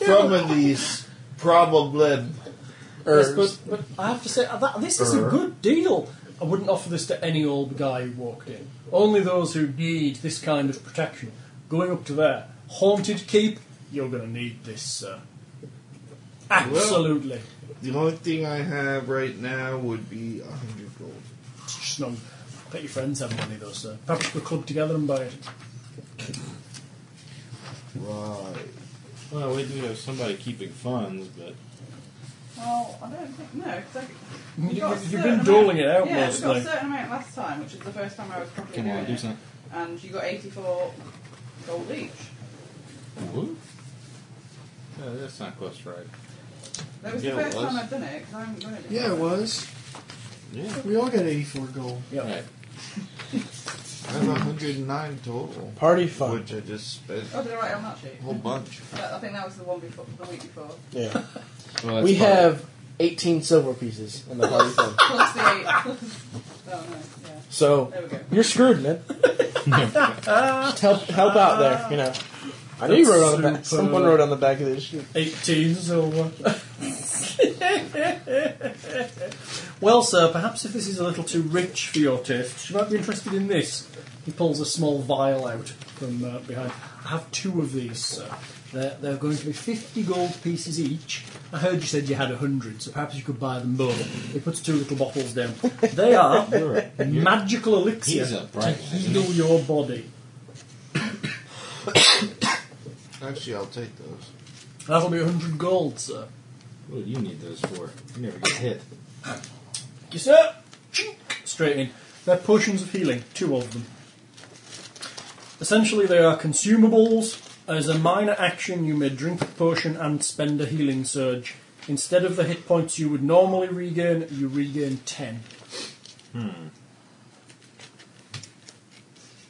[SPEAKER 9] from these problem.
[SPEAKER 2] Yes,
[SPEAKER 5] Herbs.
[SPEAKER 2] but, but I have to say, uh, that, this is a
[SPEAKER 9] Er.
[SPEAKER 2] good deal. I wouldn't offer this to any old guy who walked in. Only those who need this kind of protection. Going up to there. Haunted keep, you're going to need this, sir. Absolutely.
[SPEAKER 9] The only thing I have right now would be a hundred gold.
[SPEAKER 2] It's just not. Let your friends have money, though, sir. Perhaps we'll club together and buy it.
[SPEAKER 9] Right.
[SPEAKER 4] Well, we do have somebody keeping funds, but
[SPEAKER 3] Well, I don't think, no, because
[SPEAKER 2] You,
[SPEAKER 3] We've got a
[SPEAKER 2] have
[SPEAKER 3] certain
[SPEAKER 2] been
[SPEAKER 3] amount-
[SPEAKER 2] doling it out
[SPEAKER 3] yeah, we got a
[SPEAKER 2] mostly.
[SPEAKER 3] certain amount last time, which is the first time I was properly
[SPEAKER 4] come
[SPEAKER 3] doing
[SPEAKER 4] on, do
[SPEAKER 3] it.
[SPEAKER 4] something.
[SPEAKER 3] And you got 84 gold each.
[SPEAKER 4] Woo. No, that's not close right.
[SPEAKER 3] That was
[SPEAKER 4] Yeah,
[SPEAKER 3] the
[SPEAKER 4] it
[SPEAKER 3] first
[SPEAKER 4] was.
[SPEAKER 3] time I've done it, because I haven't done it before.
[SPEAKER 7] Yeah, it was.
[SPEAKER 4] Yeah.
[SPEAKER 6] We all got 84 gold.
[SPEAKER 2] Yeah.
[SPEAKER 4] Right.
[SPEAKER 9] I have 109 total,
[SPEAKER 5] Party fund.
[SPEAKER 9] which I just spent
[SPEAKER 3] Oh, did I write it on that sheet?
[SPEAKER 9] a whole bunch.
[SPEAKER 3] That- I think that was the one before, the week before.
[SPEAKER 5] Yeah.
[SPEAKER 4] Well, that's
[SPEAKER 5] We
[SPEAKER 4] fine.
[SPEAKER 5] have 18 silver pieces in the party fund.
[SPEAKER 3] Plus the eight. plus- oh, no, yeah.
[SPEAKER 5] So
[SPEAKER 3] There we go.
[SPEAKER 5] you're screwed, man. Just help, help out there, you know. I knew you wrote on the back.
[SPEAKER 2] Super.
[SPEAKER 5] Someone wrote on the back of this sheet.
[SPEAKER 2] 18 silver. well, sir, perhaps if this is a little too rich for your taste, you might be interested in this. He pulls a small vial out from uh, behind. I have two of these, sir. They're, they're going to be 50 gold pieces each. I heard you said you had 100, so perhaps you could buy them both. He puts two little bottles down. They are magical elixir
[SPEAKER 4] He's a bright
[SPEAKER 2] to
[SPEAKER 4] man, isn't
[SPEAKER 2] heal your body.
[SPEAKER 9] Actually, I'll take those.
[SPEAKER 2] That'll be 100 gold, sir.
[SPEAKER 4] What do you need those for? You never get hit.
[SPEAKER 2] Yes, sir. Chink. Straight in. They're potions of healing, two of them. Essentially, they are consumables. As a minor action, you may drink a potion and spend a healing surge. Instead of the hit points you would normally regain, you regain 10. Hmm.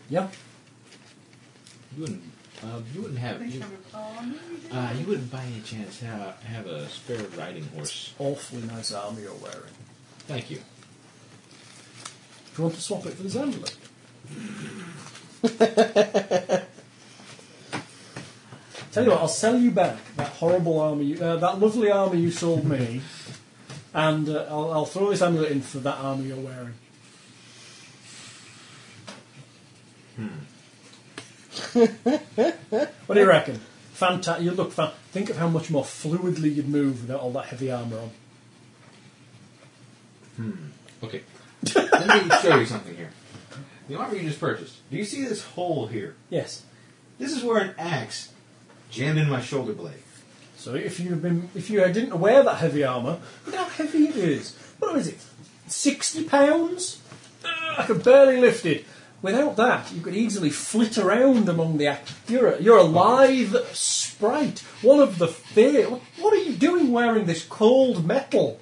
[SPEAKER 2] Yeah.
[SPEAKER 4] You wouldn't. Uh, you wouldn't
[SPEAKER 3] I
[SPEAKER 4] have.
[SPEAKER 3] think
[SPEAKER 4] You,
[SPEAKER 3] I would- oh, maybe we did.
[SPEAKER 4] uh, you wouldn't by any chance have, have a spare riding horse.
[SPEAKER 2] Awfully nice armour you're wearing.
[SPEAKER 4] Thank you.
[SPEAKER 2] Do you want to swap it for the Zandler? Tell you what, I'll sell you back that horrible army, you, uh, that lovely army you sold me, and uh, I'll, I'll throw this amulet in for that army you're wearing. Hmm. what do you reckon? Fantastic. You look fan. Think of how much more fluidly you'd move without all that heavy armour on.
[SPEAKER 4] Okay. Let me show you something here. The armor you just purchased. Do you see this hole here?
[SPEAKER 2] Yes.
[SPEAKER 4] This is where an axe jammed in my shoulder blade.
[SPEAKER 2] So if you've been, if you didn't wear that heavy armour, look how heavy it is. What is it? Sixty pounds? Ugh, I could barely lift it. Without that, you could easily flit around among the act. You're a, you're a lithe sprite, one of the fair. What are you doing wearing this cold metal?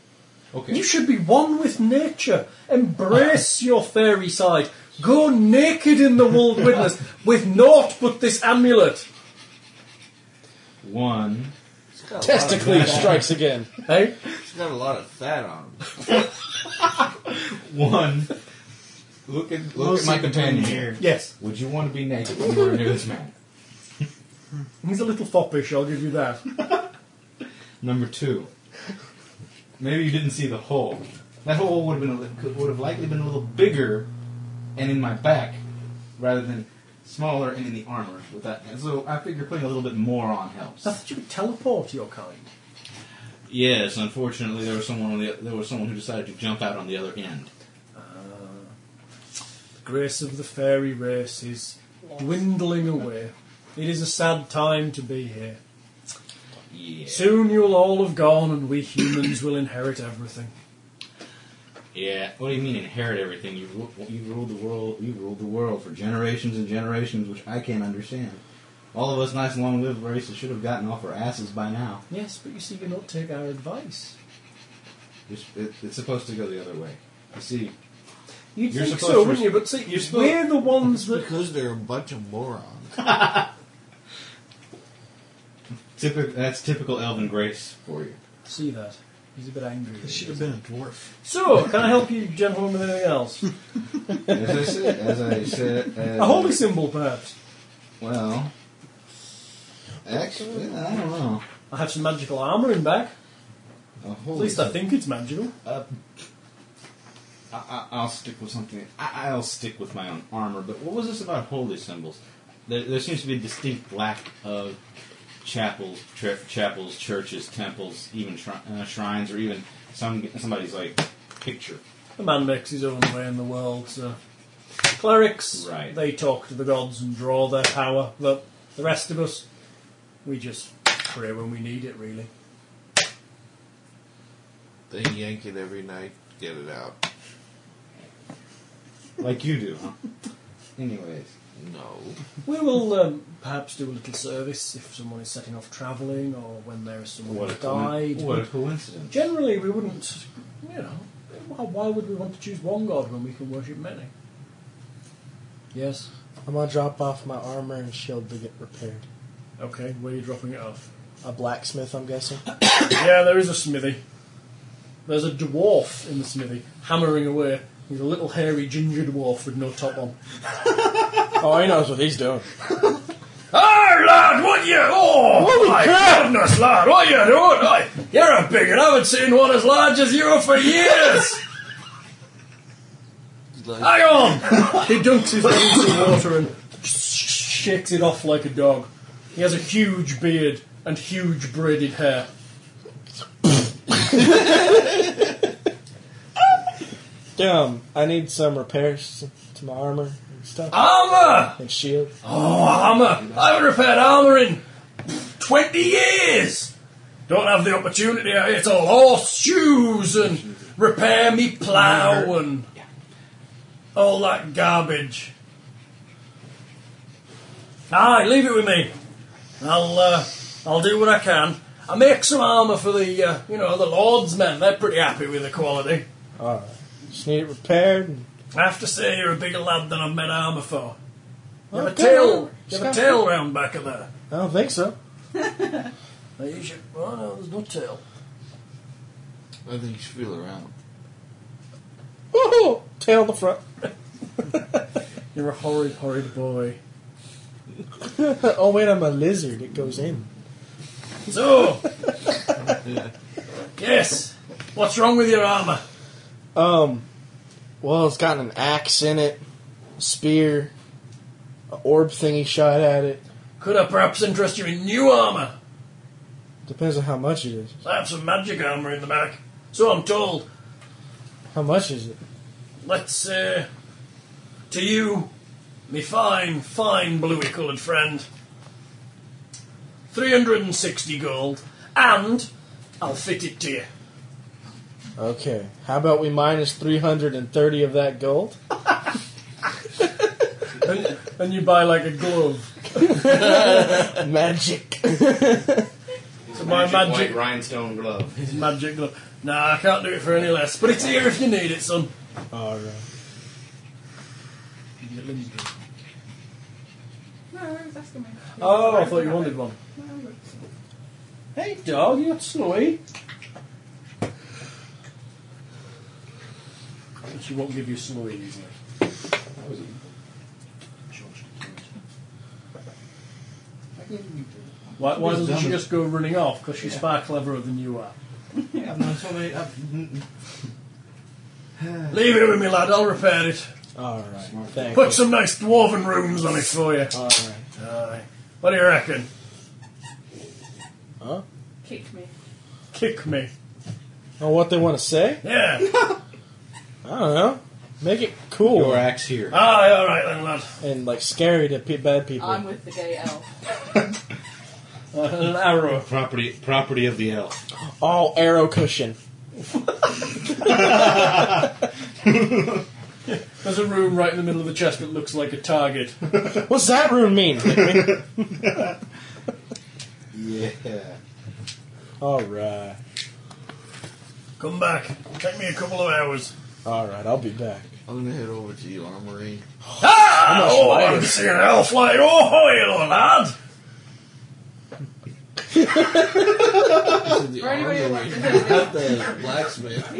[SPEAKER 4] Okay.
[SPEAKER 2] You should be one with nature. Embrace your fairy side. Go naked in the world witness with naught but this amulet.
[SPEAKER 4] One.
[SPEAKER 5] Testically strikes again. Hey?
[SPEAKER 9] He's got a lot of fat on him.
[SPEAKER 4] One. Look at look
[SPEAKER 6] Mostly
[SPEAKER 4] at my companion
[SPEAKER 6] between
[SPEAKER 4] here.
[SPEAKER 2] Yes,
[SPEAKER 4] Would you want to be naked when you were a nudist man?
[SPEAKER 2] he's a little foppish. I'll give you that.
[SPEAKER 4] Number two. Maybe you didn't see the hole. That hole would have been a li- could- would have likely been a little bigger, and in my back, rather than smaller and in the armor. With that, and so I figure putting a little bit more on helps.
[SPEAKER 2] I thought you could teleport your kind.
[SPEAKER 4] Yes, unfortunately, there was someone on the there was someone who decided to jump out on the other end.
[SPEAKER 2] The grace of the fairy race is dwindling away. It is a sad time to be here.
[SPEAKER 4] Yeah.
[SPEAKER 2] Soon you'll all have gone, and we humans will inherit everything.
[SPEAKER 4] Yeah. What do you mean inherit everything? You ru- you ruled the world. You ruled the world for generations and generations, which I can't understand. All of us nice, long-lived races should have gotten off our asses by now.
[SPEAKER 2] Yes, but you see, you don't take our advice.
[SPEAKER 4] It's, it, it's supposed to go the other way. You see,
[SPEAKER 2] You'd
[SPEAKER 4] You're
[SPEAKER 2] think
[SPEAKER 4] supposed
[SPEAKER 2] so,
[SPEAKER 4] to-
[SPEAKER 2] wouldn't you? But see,
[SPEAKER 4] you're supposed-
[SPEAKER 2] we're the ones that.
[SPEAKER 9] Because they're a bunch of morons.
[SPEAKER 4] typic, that's typical Elven grace for you.
[SPEAKER 2] See that? He's a bit angry.
[SPEAKER 6] It should have been a dwarf.
[SPEAKER 2] So, can I help you, gentlemen, with anything else?
[SPEAKER 4] As I said, as I said, as,
[SPEAKER 2] A holy symbol, perhaps.
[SPEAKER 4] well, actually, I don't know.
[SPEAKER 2] I have some magical armour in back.
[SPEAKER 4] A
[SPEAKER 2] At
[SPEAKER 4] holy
[SPEAKER 2] least I think it's magical.
[SPEAKER 4] Uh, I, I, I'll stick with something. I, I'll stick with my own armor. But what was this about holy symbols? There, there seems to be a distinct lack of chapels, tri- chapels, churches, temples, even shri- uh, shrines, or even some somebody's like picture.
[SPEAKER 2] A man makes his own way in the world, so. Clerics,
[SPEAKER 4] Right.
[SPEAKER 2] they talk to the gods and draw their power. But the rest of us, we just pray when we need it, really.
[SPEAKER 9] They yank it every night, get it out.
[SPEAKER 4] like you do, huh? Anyways,
[SPEAKER 9] No.
[SPEAKER 2] We will um, perhaps do a little service if someone is setting off travelling or when there is someone
[SPEAKER 4] what a,
[SPEAKER 2] who died.
[SPEAKER 4] coin- what a coincidence!
[SPEAKER 2] Generally, we wouldn't, you know, why why would we want to choose one god when we can worship many? Yes.
[SPEAKER 5] I'm gonna drop off my armor and shield to get repaired.
[SPEAKER 2] Okay, where are you dropping it off?
[SPEAKER 5] A blacksmith, I'm guessing.
[SPEAKER 2] yeah, there is a smithy. There's a dwarf in the smithy, hammering away. He's a little hairy ginger dwarf with no top on.
[SPEAKER 5] oh, he knows what he's doing.
[SPEAKER 2] Aye, lad, what you? Oh, my goodness, lad, what you doing? Aye, you're a big one. I haven't seen one as large as you for years. Hang on! he dunks his face in water and shakes it off like a dog. He has a huge beard and huge braided hair.
[SPEAKER 5] Dumb. I need some repairs to my armor and stuff
[SPEAKER 2] Armour!
[SPEAKER 5] and shield.
[SPEAKER 2] Oh, armour! I haven't repaired armour in 20 years! Don't have the opportunity. It's all horseshoes and repair me plough and all that garbage. Aye, leave it with me. I'll uh, I'll do what I can. I make some armour for the uh, you know the lords men. They're pretty happy with the quality.
[SPEAKER 5] Alright. Just need it repaired. And
[SPEAKER 2] I have to say you're a bigger lad than I've met armour for. You have a
[SPEAKER 5] Okay.
[SPEAKER 2] tail, you have a tail round back of there.
[SPEAKER 5] I don't think so.
[SPEAKER 2] Now you should. Oh no, there's no tail.
[SPEAKER 9] I think you should feel around.
[SPEAKER 5] Woohoo! Tail in the front.
[SPEAKER 2] You're a horrid, horrid boy.
[SPEAKER 5] oh wait, I'm a lizard. It goes in.
[SPEAKER 2] So, yes. What's wrong with your armour?
[SPEAKER 5] Um, well, it's got an axe in it, a spear, a orb thingy shot at it.
[SPEAKER 2] Could I perhaps interest you in new armour?
[SPEAKER 5] Depends on how much it is.
[SPEAKER 2] I have some magic armour in the back. So I'm told.
[SPEAKER 5] How much is it?
[SPEAKER 2] Let's say to you, me fine, fine bluey coloured friend, 360 gold, and I'll fit it to you.
[SPEAKER 5] Okay. How about we minus three hundred and thirty of that gold?
[SPEAKER 2] And, and you buy like a glove.
[SPEAKER 5] Magic.
[SPEAKER 2] So my magic,
[SPEAKER 4] rhinestone glove.
[SPEAKER 2] his magic glove. Nah, I can't do it for any less, but it's here if you need it, son.
[SPEAKER 5] All right.
[SPEAKER 3] No, I was asking me.
[SPEAKER 2] Oh, I thought you wanted one.
[SPEAKER 3] No,
[SPEAKER 2] Hey, dog, you're slowy. But she won't give you slowy easily. Why, why doesn't she just go running off? Because she's far cleverer than you are.
[SPEAKER 4] Yeah, I've known so many. I've, mm,
[SPEAKER 2] Leave it with me, lad. I'll repair it.
[SPEAKER 5] All right. Thank
[SPEAKER 2] Put some nice dwarven runes on it for you.
[SPEAKER 5] All right.
[SPEAKER 2] Aye. What do you reckon?
[SPEAKER 3] Kick me.
[SPEAKER 2] Kick me.
[SPEAKER 5] Oh, what they want to say?
[SPEAKER 2] Yeah.
[SPEAKER 5] I don't know. Make it cool
[SPEAKER 4] your axe here.
[SPEAKER 2] Aye, all right then, lad.
[SPEAKER 5] and like scary to pe- bad people.
[SPEAKER 3] I'm with the gay elf.
[SPEAKER 2] an arrow.
[SPEAKER 4] Property, property of the elf.
[SPEAKER 5] All arrow cushion.
[SPEAKER 2] There's a room right in the middle of the chest that looks like a target.
[SPEAKER 5] What's that rune mean?
[SPEAKER 4] Yeah.
[SPEAKER 5] All right.
[SPEAKER 2] Come back. Take me a couple of hours.
[SPEAKER 5] All right. I'll be back.
[SPEAKER 9] I'm gonna head over to the armory.
[SPEAKER 2] Ah! Oh,
[SPEAKER 5] light
[SPEAKER 2] I'm seeing an elf light. Oh, hoy, little lad.
[SPEAKER 9] To the
[SPEAKER 3] For anybody who wants
[SPEAKER 9] armory.
[SPEAKER 3] to visit,
[SPEAKER 9] Not the blacksmith.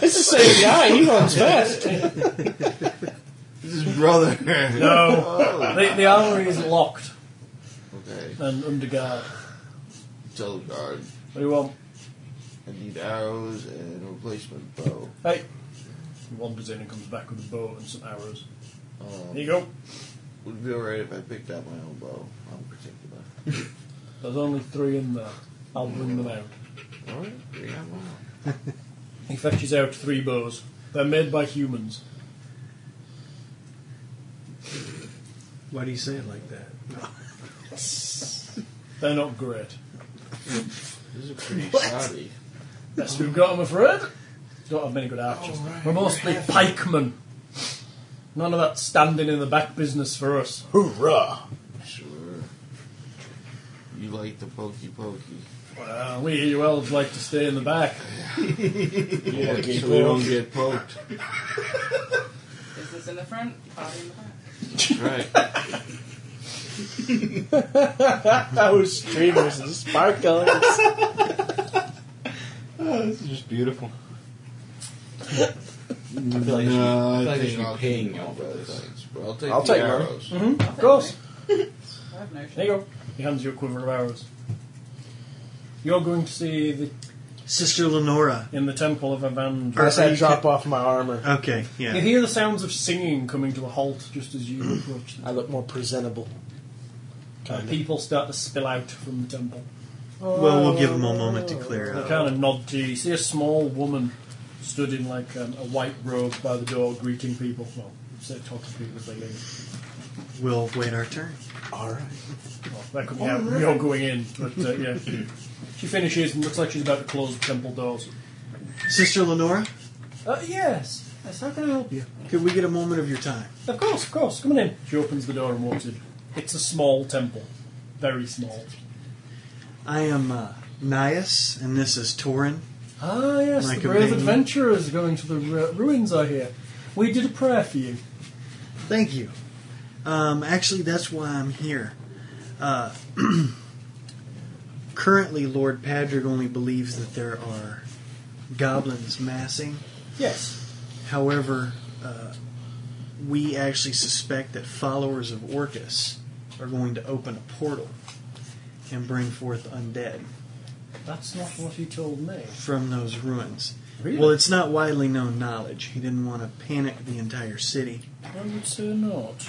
[SPEAKER 5] It's the same guy. He runs fast.
[SPEAKER 9] This is brother. Oh.
[SPEAKER 2] No. the, the armory is locked
[SPEAKER 9] Okay.
[SPEAKER 2] and under guard.
[SPEAKER 9] Tell the guard.
[SPEAKER 2] What do you want?
[SPEAKER 9] I need arrows and a replacement bow.
[SPEAKER 2] Hey. He wanders in and comes back with a bow and some arrows. Here
[SPEAKER 9] Um,
[SPEAKER 2] you go.
[SPEAKER 9] would it be alright if I picked out my own bow? I'm particular.
[SPEAKER 2] There's only three in there. I'll bring them out.
[SPEAKER 9] Alright, yeah, well.
[SPEAKER 2] He fetches out three bows. They're made by humans.
[SPEAKER 6] Why do you say it like that?
[SPEAKER 2] They're not great.
[SPEAKER 9] This is pretty shoddy.
[SPEAKER 2] That's who got, I'm afraid. Don't have many good archers. We're mostly pikemen. None of that standing in the back business for us.
[SPEAKER 5] Hoorah!
[SPEAKER 9] Sure. You like the pokey pokey.
[SPEAKER 2] Well, we you elves like to stay in the back.
[SPEAKER 9] Yeah,
[SPEAKER 5] Pokey
[SPEAKER 9] so we don't get poked.
[SPEAKER 3] is this in the front? Party in the back.
[SPEAKER 9] right.
[SPEAKER 5] Those streamers and sparklers.
[SPEAKER 4] this is just beautiful.
[SPEAKER 9] I
[SPEAKER 4] feel like I
[SPEAKER 9] no,
[SPEAKER 4] should- I feel like I
[SPEAKER 9] think
[SPEAKER 4] should be
[SPEAKER 9] I'll
[SPEAKER 4] paying
[SPEAKER 9] take
[SPEAKER 4] y'all for
[SPEAKER 9] the other
[SPEAKER 4] this.
[SPEAKER 9] things, but I'll take
[SPEAKER 5] I'll
[SPEAKER 9] the
[SPEAKER 5] take mine.
[SPEAKER 9] arrows.
[SPEAKER 2] Of course.
[SPEAKER 3] I have no
[SPEAKER 2] There
[SPEAKER 3] shame.
[SPEAKER 2] you go. He hands you a quiver of arrows. You're going to see the,
[SPEAKER 6] Sister Lenora.
[SPEAKER 2] in the temple of Evander.
[SPEAKER 5] Unless I drop off my armor,
[SPEAKER 6] Okay,
[SPEAKER 2] You
[SPEAKER 6] yeah.
[SPEAKER 2] hear the sounds of singing coming to a halt just as you approach.
[SPEAKER 5] I look more presentable.
[SPEAKER 2] And people start to spill out from the temple.
[SPEAKER 6] Well, we'll give them a moment to clear
[SPEAKER 2] They
[SPEAKER 6] out.
[SPEAKER 2] kind of nod to you. You see a small woman stood in like um, a white robe by the door, greeting people. Well, say talking to people as they leave.
[SPEAKER 6] We'll wait our turn.
[SPEAKER 5] All right.
[SPEAKER 2] Well, that could be how you're going in, but uh, yeah. She finishes and looks like she's about to close the temple doors.
[SPEAKER 6] Sister Lenora,
[SPEAKER 2] Uh, yes, yes. How can I help you?
[SPEAKER 6] could we get a moment of your time?
[SPEAKER 2] Of course, of course. Come on in. She opens the door and walks in. It's a small temple, very small.
[SPEAKER 6] I am uh, Nias, and this is Torin.
[SPEAKER 2] Ah, yes,
[SPEAKER 6] Like
[SPEAKER 2] the
[SPEAKER 6] a
[SPEAKER 2] brave
[SPEAKER 6] baby.
[SPEAKER 2] adventurers going to the ru- ruins. I hear. We did a prayer for you.
[SPEAKER 6] Thank you. Um, actually, that's why I'm here. Uh, currently, Lord Padrick only believes that there are goblins massing.
[SPEAKER 2] Yes.
[SPEAKER 6] However, uh, we actually suspect that followers of Orcus are going to open a portal and bring forth undead
[SPEAKER 2] That's not what he told me.
[SPEAKER 6] from those ruins.
[SPEAKER 2] Really?
[SPEAKER 6] Well, it's not widely known knowledge. He didn't want to panic the entire city.
[SPEAKER 2] I would say not.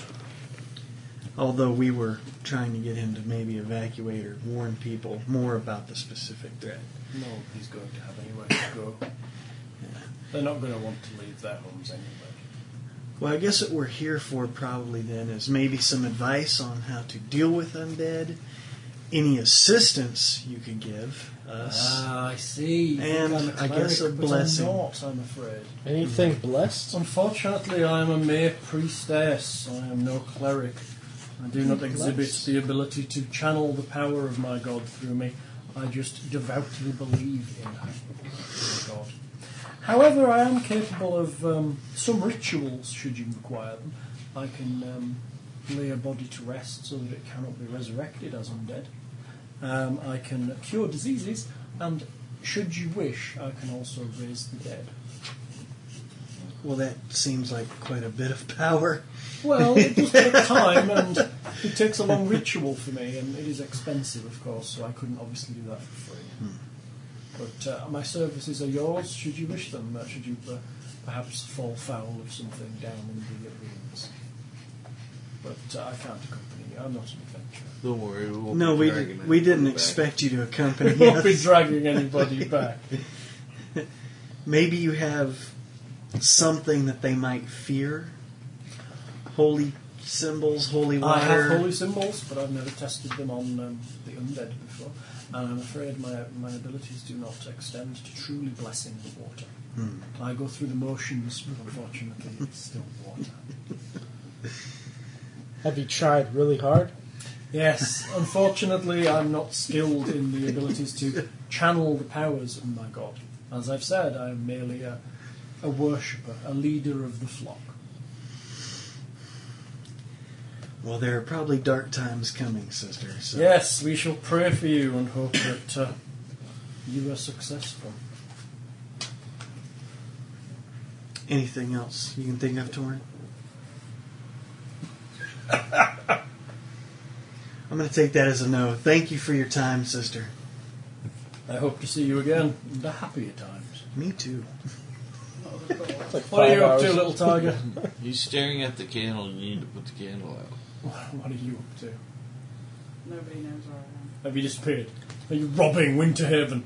[SPEAKER 6] although we were trying to get him to maybe evacuate or warn people more about the specific threat.
[SPEAKER 2] No, he's going to have anywhere to go. They're not going to want to leave their homes anyway.
[SPEAKER 6] Well, I guess what we're here for probably then is maybe some advice on how to deal with undead, any assistance you could give us.
[SPEAKER 2] Ah, I see.
[SPEAKER 6] And
[SPEAKER 2] I'm a
[SPEAKER 6] I guess
[SPEAKER 2] cleric,
[SPEAKER 6] a
[SPEAKER 2] but
[SPEAKER 6] blessing.
[SPEAKER 2] I'm not, I'm afraid.
[SPEAKER 5] Anything blessed?
[SPEAKER 2] Unfortunately, I am a mere priestess. I am no cleric. I do not exhibit the ability to channel the power of my god through me. I just devoutly believe in my god. However, I am capable of um, some rituals, should you require them. I can um, lay a body to rest so that it cannot be resurrected as undead. Um, I can cure diseases, and should you wish, I can also raise the dead.
[SPEAKER 6] Well, that seems like quite a bit of power.
[SPEAKER 2] Well, it does take time, and it takes a long ritual for me, and it is expensive, of course, so I couldn't obviously do that for free. But uh, my services are yours, should you wish them, uh, should you uh, perhaps fall foul of something down in the ruins. But uh, I can't accompany you, I'm not an adventurer.
[SPEAKER 9] Don't worry. We won't
[SPEAKER 6] No,
[SPEAKER 9] be
[SPEAKER 6] we
[SPEAKER 9] dragging
[SPEAKER 6] did,
[SPEAKER 9] it
[SPEAKER 6] we didn't
[SPEAKER 9] back.
[SPEAKER 6] expect you to
[SPEAKER 2] I
[SPEAKER 6] accompany
[SPEAKER 2] won't be
[SPEAKER 6] us.
[SPEAKER 2] dragging anybody back.
[SPEAKER 6] Maybe you have something that they might fear. Holy symbols, holy
[SPEAKER 2] I
[SPEAKER 6] water.
[SPEAKER 2] have Ah, holy symbols, but I've never tested them on um, the undead before, and I'm afraid my, my abilities do not extend to truly blessing the water.
[SPEAKER 6] Hmm.
[SPEAKER 2] I go through the motions, but unfortunately, it's still water.
[SPEAKER 5] Have you tried really hard?
[SPEAKER 2] Yes, unfortunately, I'm not skilled in the abilities to channel the powers of my god. As I've said, I'm merely a, a worshipper, a leader of the flock.
[SPEAKER 6] Well, there are probably dark times coming, sister. So
[SPEAKER 2] Yes, we shall pray for you and hope that uh, you are successful.
[SPEAKER 6] Anything else you can think of, Torin? I'm going to take that as a no. Thank you for your time, sister.
[SPEAKER 2] I hope to see you again, and a happier times.
[SPEAKER 6] Me too.
[SPEAKER 5] It's like
[SPEAKER 2] What are
[SPEAKER 5] five
[SPEAKER 2] you up
[SPEAKER 5] hours.
[SPEAKER 2] to, little tiger?
[SPEAKER 9] He's staring at the candle. You need to put the candle out.
[SPEAKER 2] what are you up to?
[SPEAKER 3] Nobody knows where I
[SPEAKER 2] Have you disappeared? Are you robbing Winterhaven?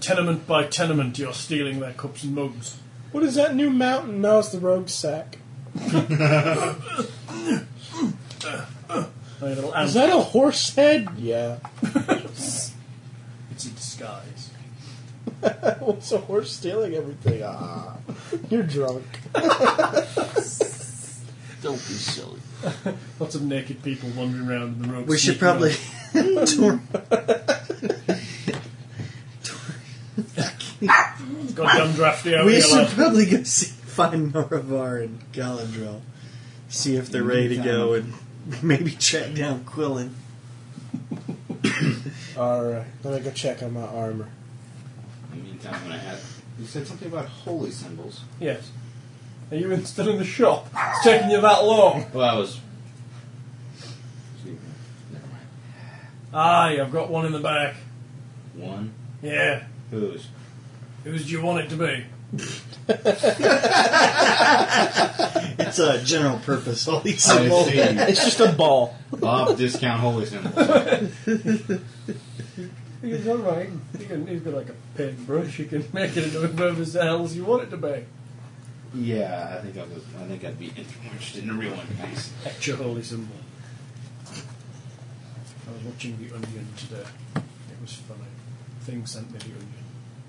[SPEAKER 2] Tenement by tenement, you're stealing their cups and mugs.
[SPEAKER 5] What is that new mountain? No, it's the rogue sack.
[SPEAKER 2] My little
[SPEAKER 5] Is
[SPEAKER 2] ant.
[SPEAKER 5] that a horse head? Yeah.
[SPEAKER 2] It's a disguise.
[SPEAKER 5] What's a horse stealing everything? Ah, you're drunk.
[SPEAKER 9] Don't be silly.
[SPEAKER 2] Lots of naked people wandering around in the road.
[SPEAKER 6] We should
[SPEAKER 2] sneaking
[SPEAKER 6] probably.
[SPEAKER 2] around.
[SPEAKER 6] Torin,
[SPEAKER 2] It's goddamn drafty out
[SPEAKER 6] we
[SPEAKER 2] here.
[SPEAKER 6] should
[SPEAKER 2] Should...
[SPEAKER 6] probably go see, find Noravar and Galadriel. See if
[SPEAKER 5] Mm-hmm.
[SPEAKER 6] they're ready to go and maybe track down Quillen.
[SPEAKER 5] Alright, let me go check on my armor.
[SPEAKER 4] In the meantime, when I had. You said something about holy symbols.
[SPEAKER 2] Yes. Are you in, still in the shop? It's taking you that long.
[SPEAKER 4] Well, I was. Never mind.
[SPEAKER 2] Aye, I've got one in the back.
[SPEAKER 4] One.
[SPEAKER 2] Yeah.
[SPEAKER 4] Who's?
[SPEAKER 2] Whose do you want it to be?
[SPEAKER 6] It's a general purpose holy symbol.
[SPEAKER 4] I
[SPEAKER 5] It's just a ball.
[SPEAKER 4] see. Bob discount holy symbols.
[SPEAKER 2] He's all right. He can, he's got like a paintbrush. You can make it into whatever the hell you want it to be.
[SPEAKER 4] yeah, I think I was. I think I'd be interested in the real one. Thanks.
[SPEAKER 2] Extra holy symbol. I was watching The Onion today. It was funny. Thing sent me The Onion.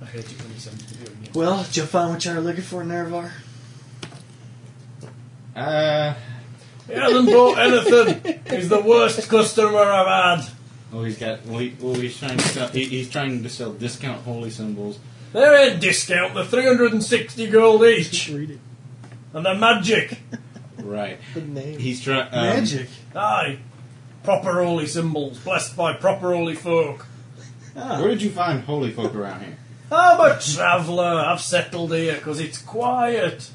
[SPEAKER 2] I hate it when he sends me The Onion.
[SPEAKER 6] Well, did you find what you were looking for, Nervar?
[SPEAKER 4] Uh,
[SPEAKER 2] He hasn't bought anything. He's the worst customer I've had.
[SPEAKER 4] well, oh, he's got. Well, he, well he's trying to sell. He, he's trying to sell discount holy symbols.
[SPEAKER 2] They're in discount. They're 360 gold each.
[SPEAKER 5] Read it.
[SPEAKER 2] And they're magic.
[SPEAKER 4] Right.
[SPEAKER 5] The name.
[SPEAKER 4] He's trying. Um,
[SPEAKER 6] Magic.
[SPEAKER 2] Aye. Proper holy symbols, blessed by proper holy folk.
[SPEAKER 6] Ah.
[SPEAKER 4] Where did you find holy folk around here?
[SPEAKER 2] I'm a traveller. I've settled here 'cause it's quiet.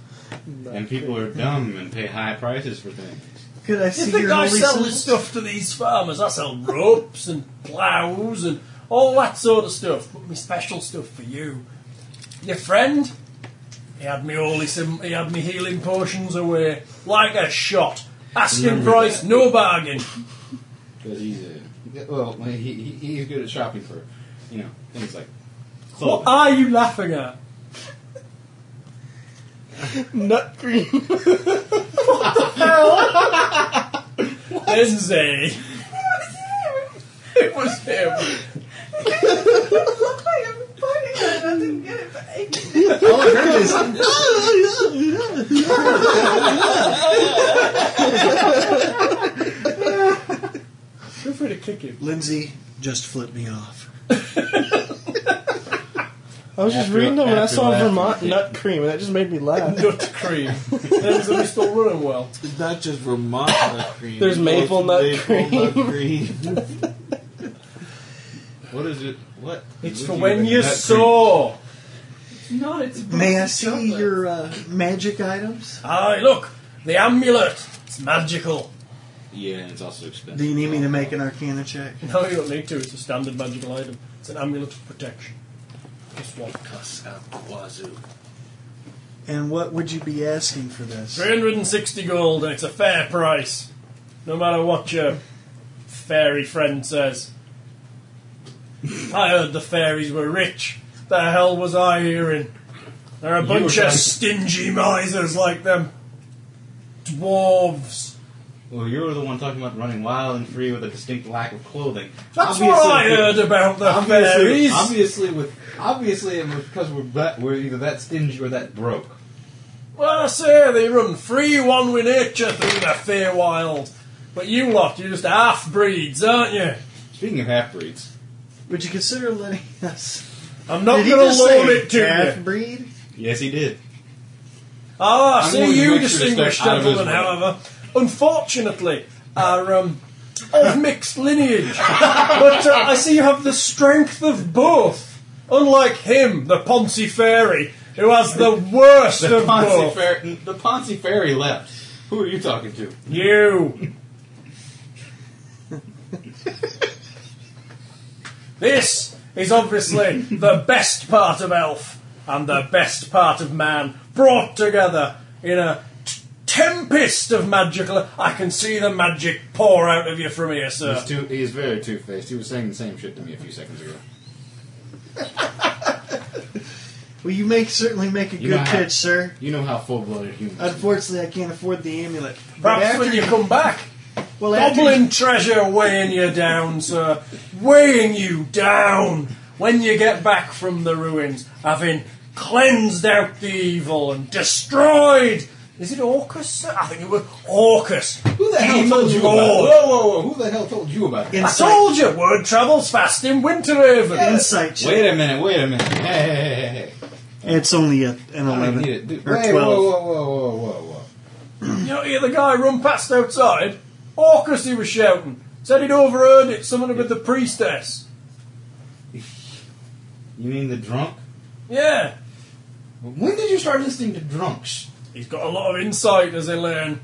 [SPEAKER 4] And people are dumb and pay high prices for things.
[SPEAKER 6] Could I
[SPEAKER 2] You
[SPEAKER 6] see
[SPEAKER 2] think
[SPEAKER 6] your
[SPEAKER 2] I
[SPEAKER 6] holy
[SPEAKER 2] sell
[SPEAKER 6] symbol?
[SPEAKER 2] this stuff to these farmers? I sell ropes and ploughs and all that sort of stuff. But my special stuff for you, your friend. He had me holy sim- he had me healing potions away like a shot. Asking
[SPEAKER 4] Remember
[SPEAKER 2] price,
[SPEAKER 4] that.
[SPEAKER 2] no bargain.
[SPEAKER 4] Because he's a well, he, he he's good at shopping for, you know, things like clothes.
[SPEAKER 2] What are you laughing at?
[SPEAKER 5] Nut green.
[SPEAKER 2] Lindsay. it was him.
[SPEAKER 3] didn't get it, but
[SPEAKER 6] All I heard is,
[SPEAKER 2] Feel free to kick him.
[SPEAKER 6] Lindsay, just flip me off.
[SPEAKER 5] I was just
[SPEAKER 4] After-
[SPEAKER 5] reading them and I
[SPEAKER 4] after
[SPEAKER 5] saw
[SPEAKER 4] laughing.
[SPEAKER 5] Vermont nut cream and that just made me laugh.
[SPEAKER 2] Nut cream. Lindsay's still running well.
[SPEAKER 9] It's not just Vermont nut cream.
[SPEAKER 5] There's
[SPEAKER 9] It's
[SPEAKER 5] maple
[SPEAKER 9] also
[SPEAKER 5] nut
[SPEAKER 9] maple nut cream. What is it? What?
[SPEAKER 2] It's
[SPEAKER 9] What
[SPEAKER 2] for
[SPEAKER 9] do
[SPEAKER 2] when
[SPEAKER 9] make
[SPEAKER 2] you
[SPEAKER 9] that
[SPEAKER 2] saw.
[SPEAKER 3] Not it's
[SPEAKER 6] May I see your uh, magic items?
[SPEAKER 2] Aye, look, the amulet. It's magical.
[SPEAKER 4] Yeah, and it's also expensive.
[SPEAKER 6] Do you need me to make an arcana check?
[SPEAKER 2] No, you don't need to. It's a standard magical item. It's an amulet of protection. Just one.
[SPEAKER 6] And what would you be asking for this?
[SPEAKER 2] 360 gold, and it's a fair price. No matter what your fairy friend says. I heard the fairies were rich. The hell was I hearing? They're a bunch of stingy misers like them. Dwarves.
[SPEAKER 4] Well, you're the one talking about running wild and free with a distinct lack of clothing.
[SPEAKER 2] That's
[SPEAKER 4] Obviously-
[SPEAKER 2] what I heard about the
[SPEAKER 4] Obviously,
[SPEAKER 2] fairies.
[SPEAKER 4] obviously, with obviously, and because we're that, we're either that stingy or that broke.
[SPEAKER 2] Well, I say they run free one with nature through the fair wild. But you lot, you're just half breeds, aren't you?
[SPEAKER 4] Speaking of half breeds,
[SPEAKER 6] Would you consider letting us?
[SPEAKER 2] I'm not
[SPEAKER 6] Did he
[SPEAKER 2] going to
[SPEAKER 6] just say
[SPEAKER 2] loan it to
[SPEAKER 6] half
[SPEAKER 2] you.
[SPEAKER 6] breed?
[SPEAKER 4] yes, he did.
[SPEAKER 2] Ah,
[SPEAKER 4] I'm going
[SPEAKER 2] see
[SPEAKER 4] to
[SPEAKER 2] you,
[SPEAKER 4] make sure to stay
[SPEAKER 2] distinguished
[SPEAKER 4] out of his
[SPEAKER 2] gentlemen,
[SPEAKER 4] way.
[SPEAKER 2] however, unfortunately, are um, of mixed lineage. but uh, I see you have the strength of both. Unlike him, the Ponzi Fairy, who has the worst
[SPEAKER 4] The
[SPEAKER 2] of
[SPEAKER 4] Ponzi
[SPEAKER 2] both.
[SPEAKER 4] fairy, the Ponzi fairy left. Who are you talking to?
[SPEAKER 2] You. this is obviously the best part of elf and the best part of man brought together in a t- tempest of magical. I can see the magic pour out of you from here, sir.
[SPEAKER 4] He's too. He's very two faced. He was saying the same shit to me a few seconds ago.
[SPEAKER 6] Well, you make certainly make a
[SPEAKER 4] You know
[SPEAKER 6] good
[SPEAKER 4] how-
[SPEAKER 6] pitch, sir.
[SPEAKER 4] You know how full blooded humans. are.
[SPEAKER 6] Unfortunately, I can't afford the amulet. But
[SPEAKER 2] Perhaps when you come back,
[SPEAKER 6] well, after,
[SPEAKER 2] goblin treasure weighing you down, sir, weighing you down. When you get back from the ruins, having cleansed out the evil and destroyed. Is it Orcus? sir? I think it was Orcus.
[SPEAKER 4] Who the hell told you about?
[SPEAKER 2] Lord.
[SPEAKER 4] Whoa, whoa, whoa! Who the hell told you about? it?
[SPEAKER 2] I
[SPEAKER 6] insight,
[SPEAKER 2] told you, word travels fast in Winterhaven.
[SPEAKER 6] insight check.
[SPEAKER 4] Wait a minute! Wait a minute! Hey, hey, hey, hey, hey!
[SPEAKER 6] It's only a, an
[SPEAKER 4] I
[SPEAKER 6] eleven
[SPEAKER 4] need it. Dude,
[SPEAKER 6] or
[SPEAKER 4] hey,
[SPEAKER 6] twelve.
[SPEAKER 4] Whoa, whoa, whoa, whoa, whoa, whoa!
[SPEAKER 2] You know, hear the guy run past outside. Orcus, he was shouting. Said he'd overheard it, something about the priestess.
[SPEAKER 4] You mean the drunk?
[SPEAKER 2] Yeah,
[SPEAKER 4] When did you start listening to drunks?
[SPEAKER 2] he's got a lot of insight, as they learn.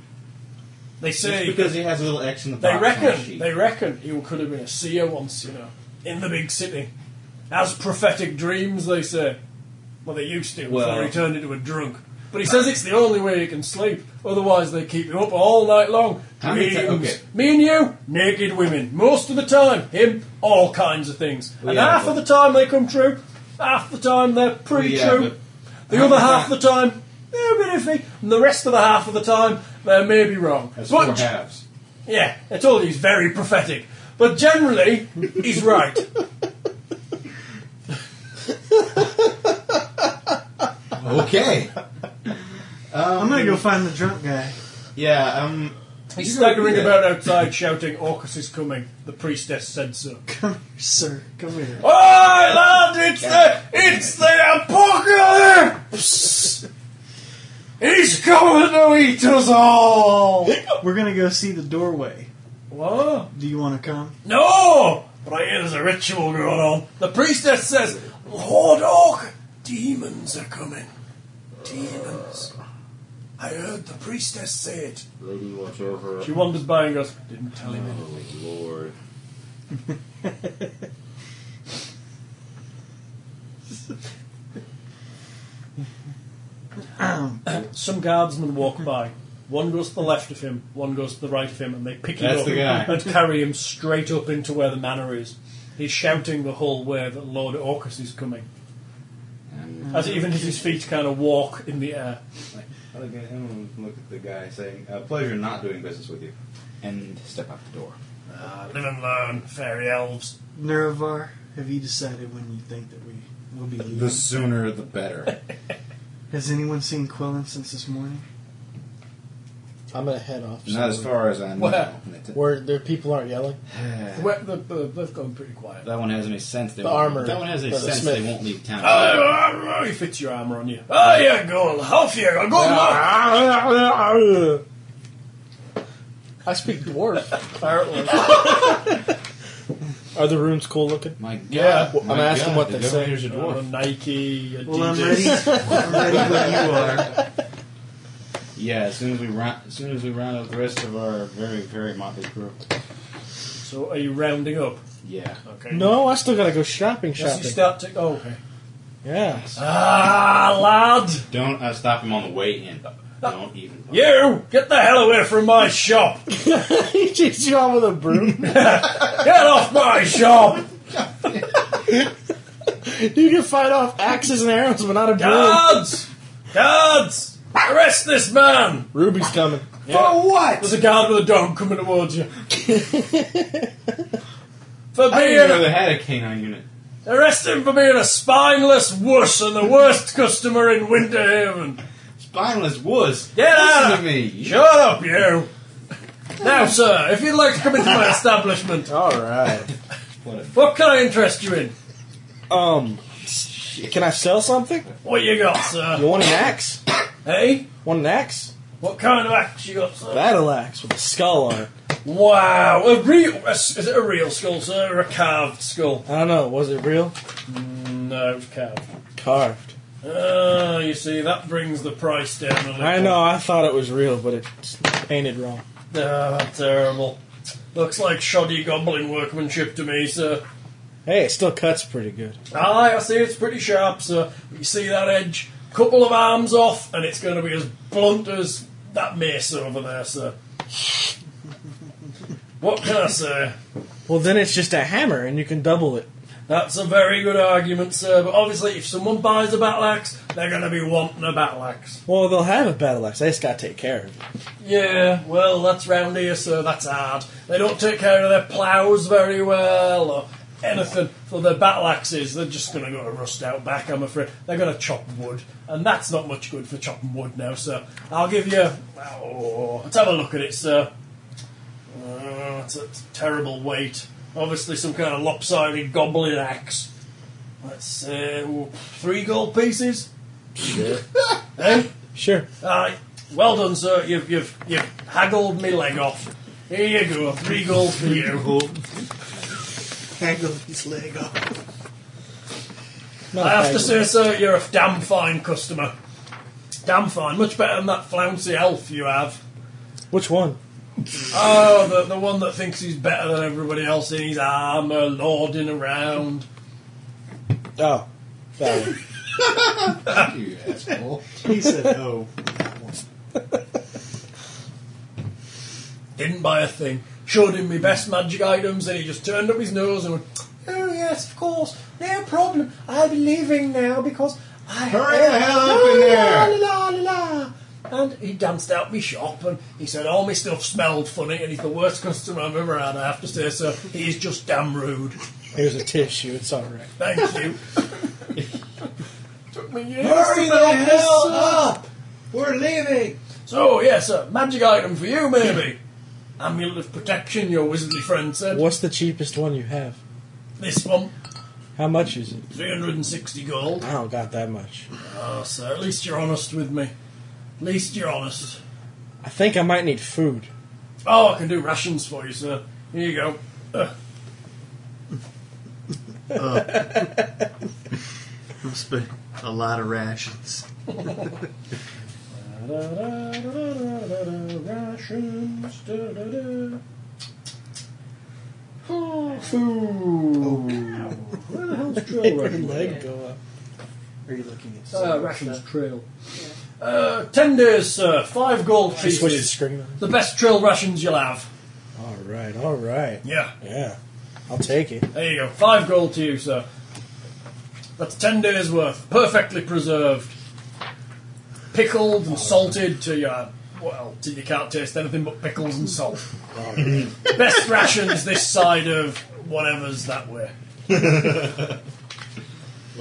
[SPEAKER 2] They
[SPEAKER 4] Just
[SPEAKER 2] say
[SPEAKER 4] because he has a little X in the
[SPEAKER 2] They
[SPEAKER 4] box on the
[SPEAKER 2] reckon.
[SPEAKER 4] sheet.
[SPEAKER 2] They reckon he could have been a seer once, you know, in the big city. Has prophetic dreams, they say. Well, they used to
[SPEAKER 4] Well-
[SPEAKER 2] before he turned into a drunk. But he says it's the only way he can sleep. Otherwise, they keep him up all night long.
[SPEAKER 4] How many ti-
[SPEAKER 2] Dreams.
[SPEAKER 4] okay.
[SPEAKER 2] Me and you, naked women, most of the time. Him, all kinds of things.
[SPEAKER 4] Well,
[SPEAKER 2] and
[SPEAKER 4] yeah,
[SPEAKER 2] half
[SPEAKER 4] but-
[SPEAKER 2] of the time they come true. Half the time they're pretty
[SPEAKER 4] Well, yeah,
[SPEAKER 2] true.
[SPEAKER 4] but-
[SPEAKER 2] The
[SPEAKER 4] How
[SPEAKER 2] other
[SPEAKER 4] many
[SPEAKER 2] half
[SPEAKER 4] ti-
[SPEAKER 2] of the time, they're a bit iffy. And the rest of the half of the time, they may be wrong.
[SPEAKER 4] That's four
[SPEAKER 2] but
[SPEAKER 4] halves.
[SPEAKER 2] yeah, I told you he's very prophetic. But generally, he's right.
[SPEAKER 4] Okay.
[SPEAKER 6] I'm gonna go find the drunk guy.
[SPEAKER 4] Yeah. Um.
[SPEAKER 2] He's
[SPEAKER 4] you gonna
[SPEAKER 2] staggering
[SPEAKER 4] do that?
[SPEAKER 2] about outside shouting, Orcus is coming. The priestess said so.
[SPEAKER 6] Come here, sir. Come here.
[SPEAKER 2] Oi, lad, it's the, it's the apocalypse! He's coming to eat us all!
[SPEAKER 6] We're gonna go see the doorway.
[SPEAKER 2] What?
[SPEAKER 6] Do you want to come?
[SPEAKER 2] No! But I hear there's a ritual going on. The priestess says, Lord Orc, demons are coming. Demons. I heard the priestess say it.
[SPEAKER 4] Lady, watch over.
[SPEAKER 2] She wanders by and goes, Didn't tell him.
[SPEAKER 4] Oh Lord.
[SPEAKER 2] Some guardsmen walk by. One goes to the left of him, one goes to the right of him, and they pick him
[SPEAKER 4] That's
[SPEAKER 2] up
[SPEAKER 4] the guy.
[SPEAKER 2] and carry him straight up into where the manor is. He's shouting the whole way that Lord Orcus is coming.
[SPEAKER 4] And
[SPEAKER 2] As even as his feet kind of walk in the air.
[SPEAKER 4] like, I look at him and look at the guy saying, uh, "Pleasure not doing business with you," and step out the door.
[SPEAKER 2] Ah, live and learn, fairy elves.
[SPEAKER 6] Nerovar, have you decided when you think that we will be leaving?
[SPEAKER 4] The sooner the better.
[SPEAKER 6] Has anyone seen Quillen since this morning?
[SPEAKER 5] I'm gonna head off.
[SPEAKER 4] Not as
[SPEAKER 5] somewhere
[SPEAKER 4] far as I know.
[SPEAKER 2] Where?
[SPEAKER 5] Where there people aren't yelling.
[SPEAKER 2] Well, the, the, they've gone pretty quiet.
[SPEAKER 4] That one has any sense. They
[SPEAKER 5] The
[SPEAKER 4] won't-
[SPEAKER 5] armor.
[SPEAKER 4] That one has any
[SPEAKER 5] Brother
[SPEAKER 4] sense.
[SPEAKER 5] Smith. Oh,
[SPEAKER 4] They won't leave town.
[SPEAKER 2] Ah, he fits your armour on you. Ah, yeah, go on. Off you go. Go
[SPEAKER 5] Ah,
[SPEAKER 2] on.
[SPEAKER 5] I speak dwarf.
[SPEAKER 2] Apparently.
[SPEAKER 5] Are the rooms cool looking?
[SPEAKER 4] My God.
[SPEAKER 9] Yeah,
[SPEAKER 5] Well, I'm
[SPEAKER 9] my
[SPEAKER 5] asking
[SPEAKER 9] God,
[SPEAKER 5] what
[SPEAKER 9] the
[SPEAKER 5] they say.
[SPEAKER 9] governor's a
[SPEAKER 2] Uh,
[SPEAKER 9] dwarf.
[SPEAKER 2] Nike, Adidas.
[SPEAKER 6] Well, I'm ready. I'm ready when you are.
[SPEAKER 4] Yeah, as soon as we round, as soon as we round up the rest of our very, very motley crew.
[SPEAKER 2] So are you rounding up?
[SPEAKER 4] Yeah.
[SPEAKER 2] Okay.
[SPEAKER 5] No, Oh, I still gotta go shopping.
[SPEAKER 2] Yes,
[SPEAKER 5] Shopping.
[SPEAKER 2] you start to. Oh, okay.
[SPEAKER 5] yeah.
[SPEAKER 6] Uh,
[SPEAKER 2] Ah, lad!
[SPEAKER 4] Don't uh, stop him on the way in. Don't even.
[SPEAKER 2] You! Get the hell away from my shop!
[SPEAKER 5] he cheats you on with a broom.
[SPEAKER 2] Get off my shop!
[SPEAKER 5] you can fight off axes and arrows, but not a broom.
[SPEAKER 2] Guards! Guards! Arrest this man!
[SPEAKER 5] Ruby's coming.
[SPEAKER 2] For what? There's a guard with a dog coming towards you. for
[SPEAKER 4] I didn't even
[SPEAKER 2] being.
[SPEAKER 4] know they had a canine unit.
[SPEAKER 2] Arrest him for being a spineless wuss and the worst customer in Winterhaven.
[SPEAKER 4] Spineless wuss.
[SPEAKER 2] Get
[SPEAKER 4] Listen
[SPEAKER 2] out!
[SPEAKER 4] to me. You-
[SPEAKER 2] Shut up, you! Now, sir, if you'd like to come into my establishment,
[SPEAKER 5] All right.
[SPEAKER 2] what can I interest you in?
[SPEAKER 5] Um, can I sell something?
[SPEAKER 2] What you got,
[SPEAKER 5] You
[SPEAKER 2] sir?
[SPEAKER 5] want an axe?
[SPEAKER 2] Hey?
[SPEAKER 5] Want an axe?
[SPEAKER 2] What kind of axe you got, sir?
[SPEAKER 5] Battle axe with a skull on it.
[SPEAKER 2] Wow, a real. a s- Is it a real skull, sir, or a carved skull?
[SPEAKER 5] I don't know. Was it real?
[SPEAKER 2] No, it's carved.
[SPEAKER 5] Carved.
[SPEAKER 2] Ah, you see, that brings the price down a little.
[SPEAKER 5] I know. I thought it was real, but it's painted wrong.
[SPEAKER 2] Ah, terrible. Looks like shoddy goblin workmanship to me, sir.
[SPEAKER 5] Hey, it still cuts pretty good.
[SPEAKER 2] Aye, I see it's pretty sharp, sir. You see that edge? Couple of arms off, and it's going to be as blunt as that mace over there, sir. what can I say?
[SPEAKER 5] Well, then it's just a hammer, and you can double it.
[SPEAKER 2] That's a very good argument, sir, but obviously, if someone buys a battle axe, they're going to be wanting a battle axe.
[SPEAKER 5] Well, they'll have a battle axe. They just gotta take care of it.
[SPEAKER 2] Yeah, well, that's round here, sir, that's hard. They don't take care of their ploughs very well, or anything for their battle axes. They're just going to go to rust out back, I'm afraid. They're going to chop wood, and that's not much good for chopping wood now, sir. I'll give you. Oh, let's have a look at it, sir. Oh, it's a terrible weight. Obviously, some kind of lopsided goblin axe. Let's say ooh, three gold pieces. Sure. eh?
[SPEAKER 5] Sure.
[SPEAKER 2] Aye. Uh, Well done, sir. You've you've you've haggled me leg off. Here you go. Three gold for you.
[SPEAKER 6] Haggle his leg off.
[SPEAKER 5] Not
[SPEAKER 2] I have
[SPEAKER 5] haggle.
[SPEAKER 2] to say, sir, you're a damn fine customer. Damn fine. Much better than that flouncy elf you have.
[SPEAKER 5] Which one?
[SPEAKER 2] Oh, the, the one that thinks he's better than everybody else in his armour, lording around.
[SPEAKER 5] Oh, that one.
[SPEAKER 4] You asshole.
[SPEAKER 6] He said no.
[SPEAKER 2] Didn't buy a thing. Showed him my best magic items, and he just turned up his nose and went, Oh, yes, of course. No problem. I'll be leaving now because I. Oh,
[SPEAKER 4] Hurry the hell up in
[SPEAKER 2] La,
[SPEAKER 4] there.
[SPEAKER 2] La, la, la, la. And he danced out my shop and he said all my stuff smelled funny and he's the worst customer I've ever had, I have to say, so he's just damn rude.
[SPEAKER 5] Here's a tissue. It's all right.
[SPEAKER 2] Thank you. Took me years
[SPEAKER 4] Hurry
[SPEAKER 2] to
[SPEAKER 4] the
[SPEAKER 2] build this
[SPEAKER 4] hell
[SPEAKER 2] up.
[SPEAKER 4] We're leaving.
[SPEAKER 2] So, yes, a magic item for you, maybe. Amulet of protection, your wizardly friend said.
[SPEAKER 5] What's the cheapest one you have?
[SPEAKER 2] This one,
[SPEAKER 5] How much is it?
[SPEAKER 2] 360 gold.
[SPEAKER 5] I don't got that much.
[SPEAKER 2] Oh, sir, at least you're honest with me. At least you're honest.
[SPEAKER 5] I think I might need food.
[SPEAKER 2] Oh, I can do rations for you, sir. Here you go. Uh,
[SPEAKER 6] Must be a lot of rations.
[SPEAKER 2] rations. da-da-da. Oh, food. Oh, Where the hell's Joe rations?
[SPEAKER 5] Leg go up.
[SPEAKER 6] Are you looking at
[SPEAKER 2] Uh, rations trail. Uh, ten days, sir. Five gold
[SPEAKER 5] She switched the
[SPEAKER 2] pieces.
[SPEAKER 5] screen on.
[SPEAKER 2] The best trail rations you'll have.
[SPEAKER 5] All right, all right.
[SPEAKER 2] Yeah.
[SPEAKER 5] Yeah, I'll take it.
[SPEAKER 2] There you go. Five gold to you, sir. That's ten days' worth. Perfectly preserved. Pickled and salted to your. Well, till you can't taste anything but pickles and salt. Best rations this side of whatever's that way.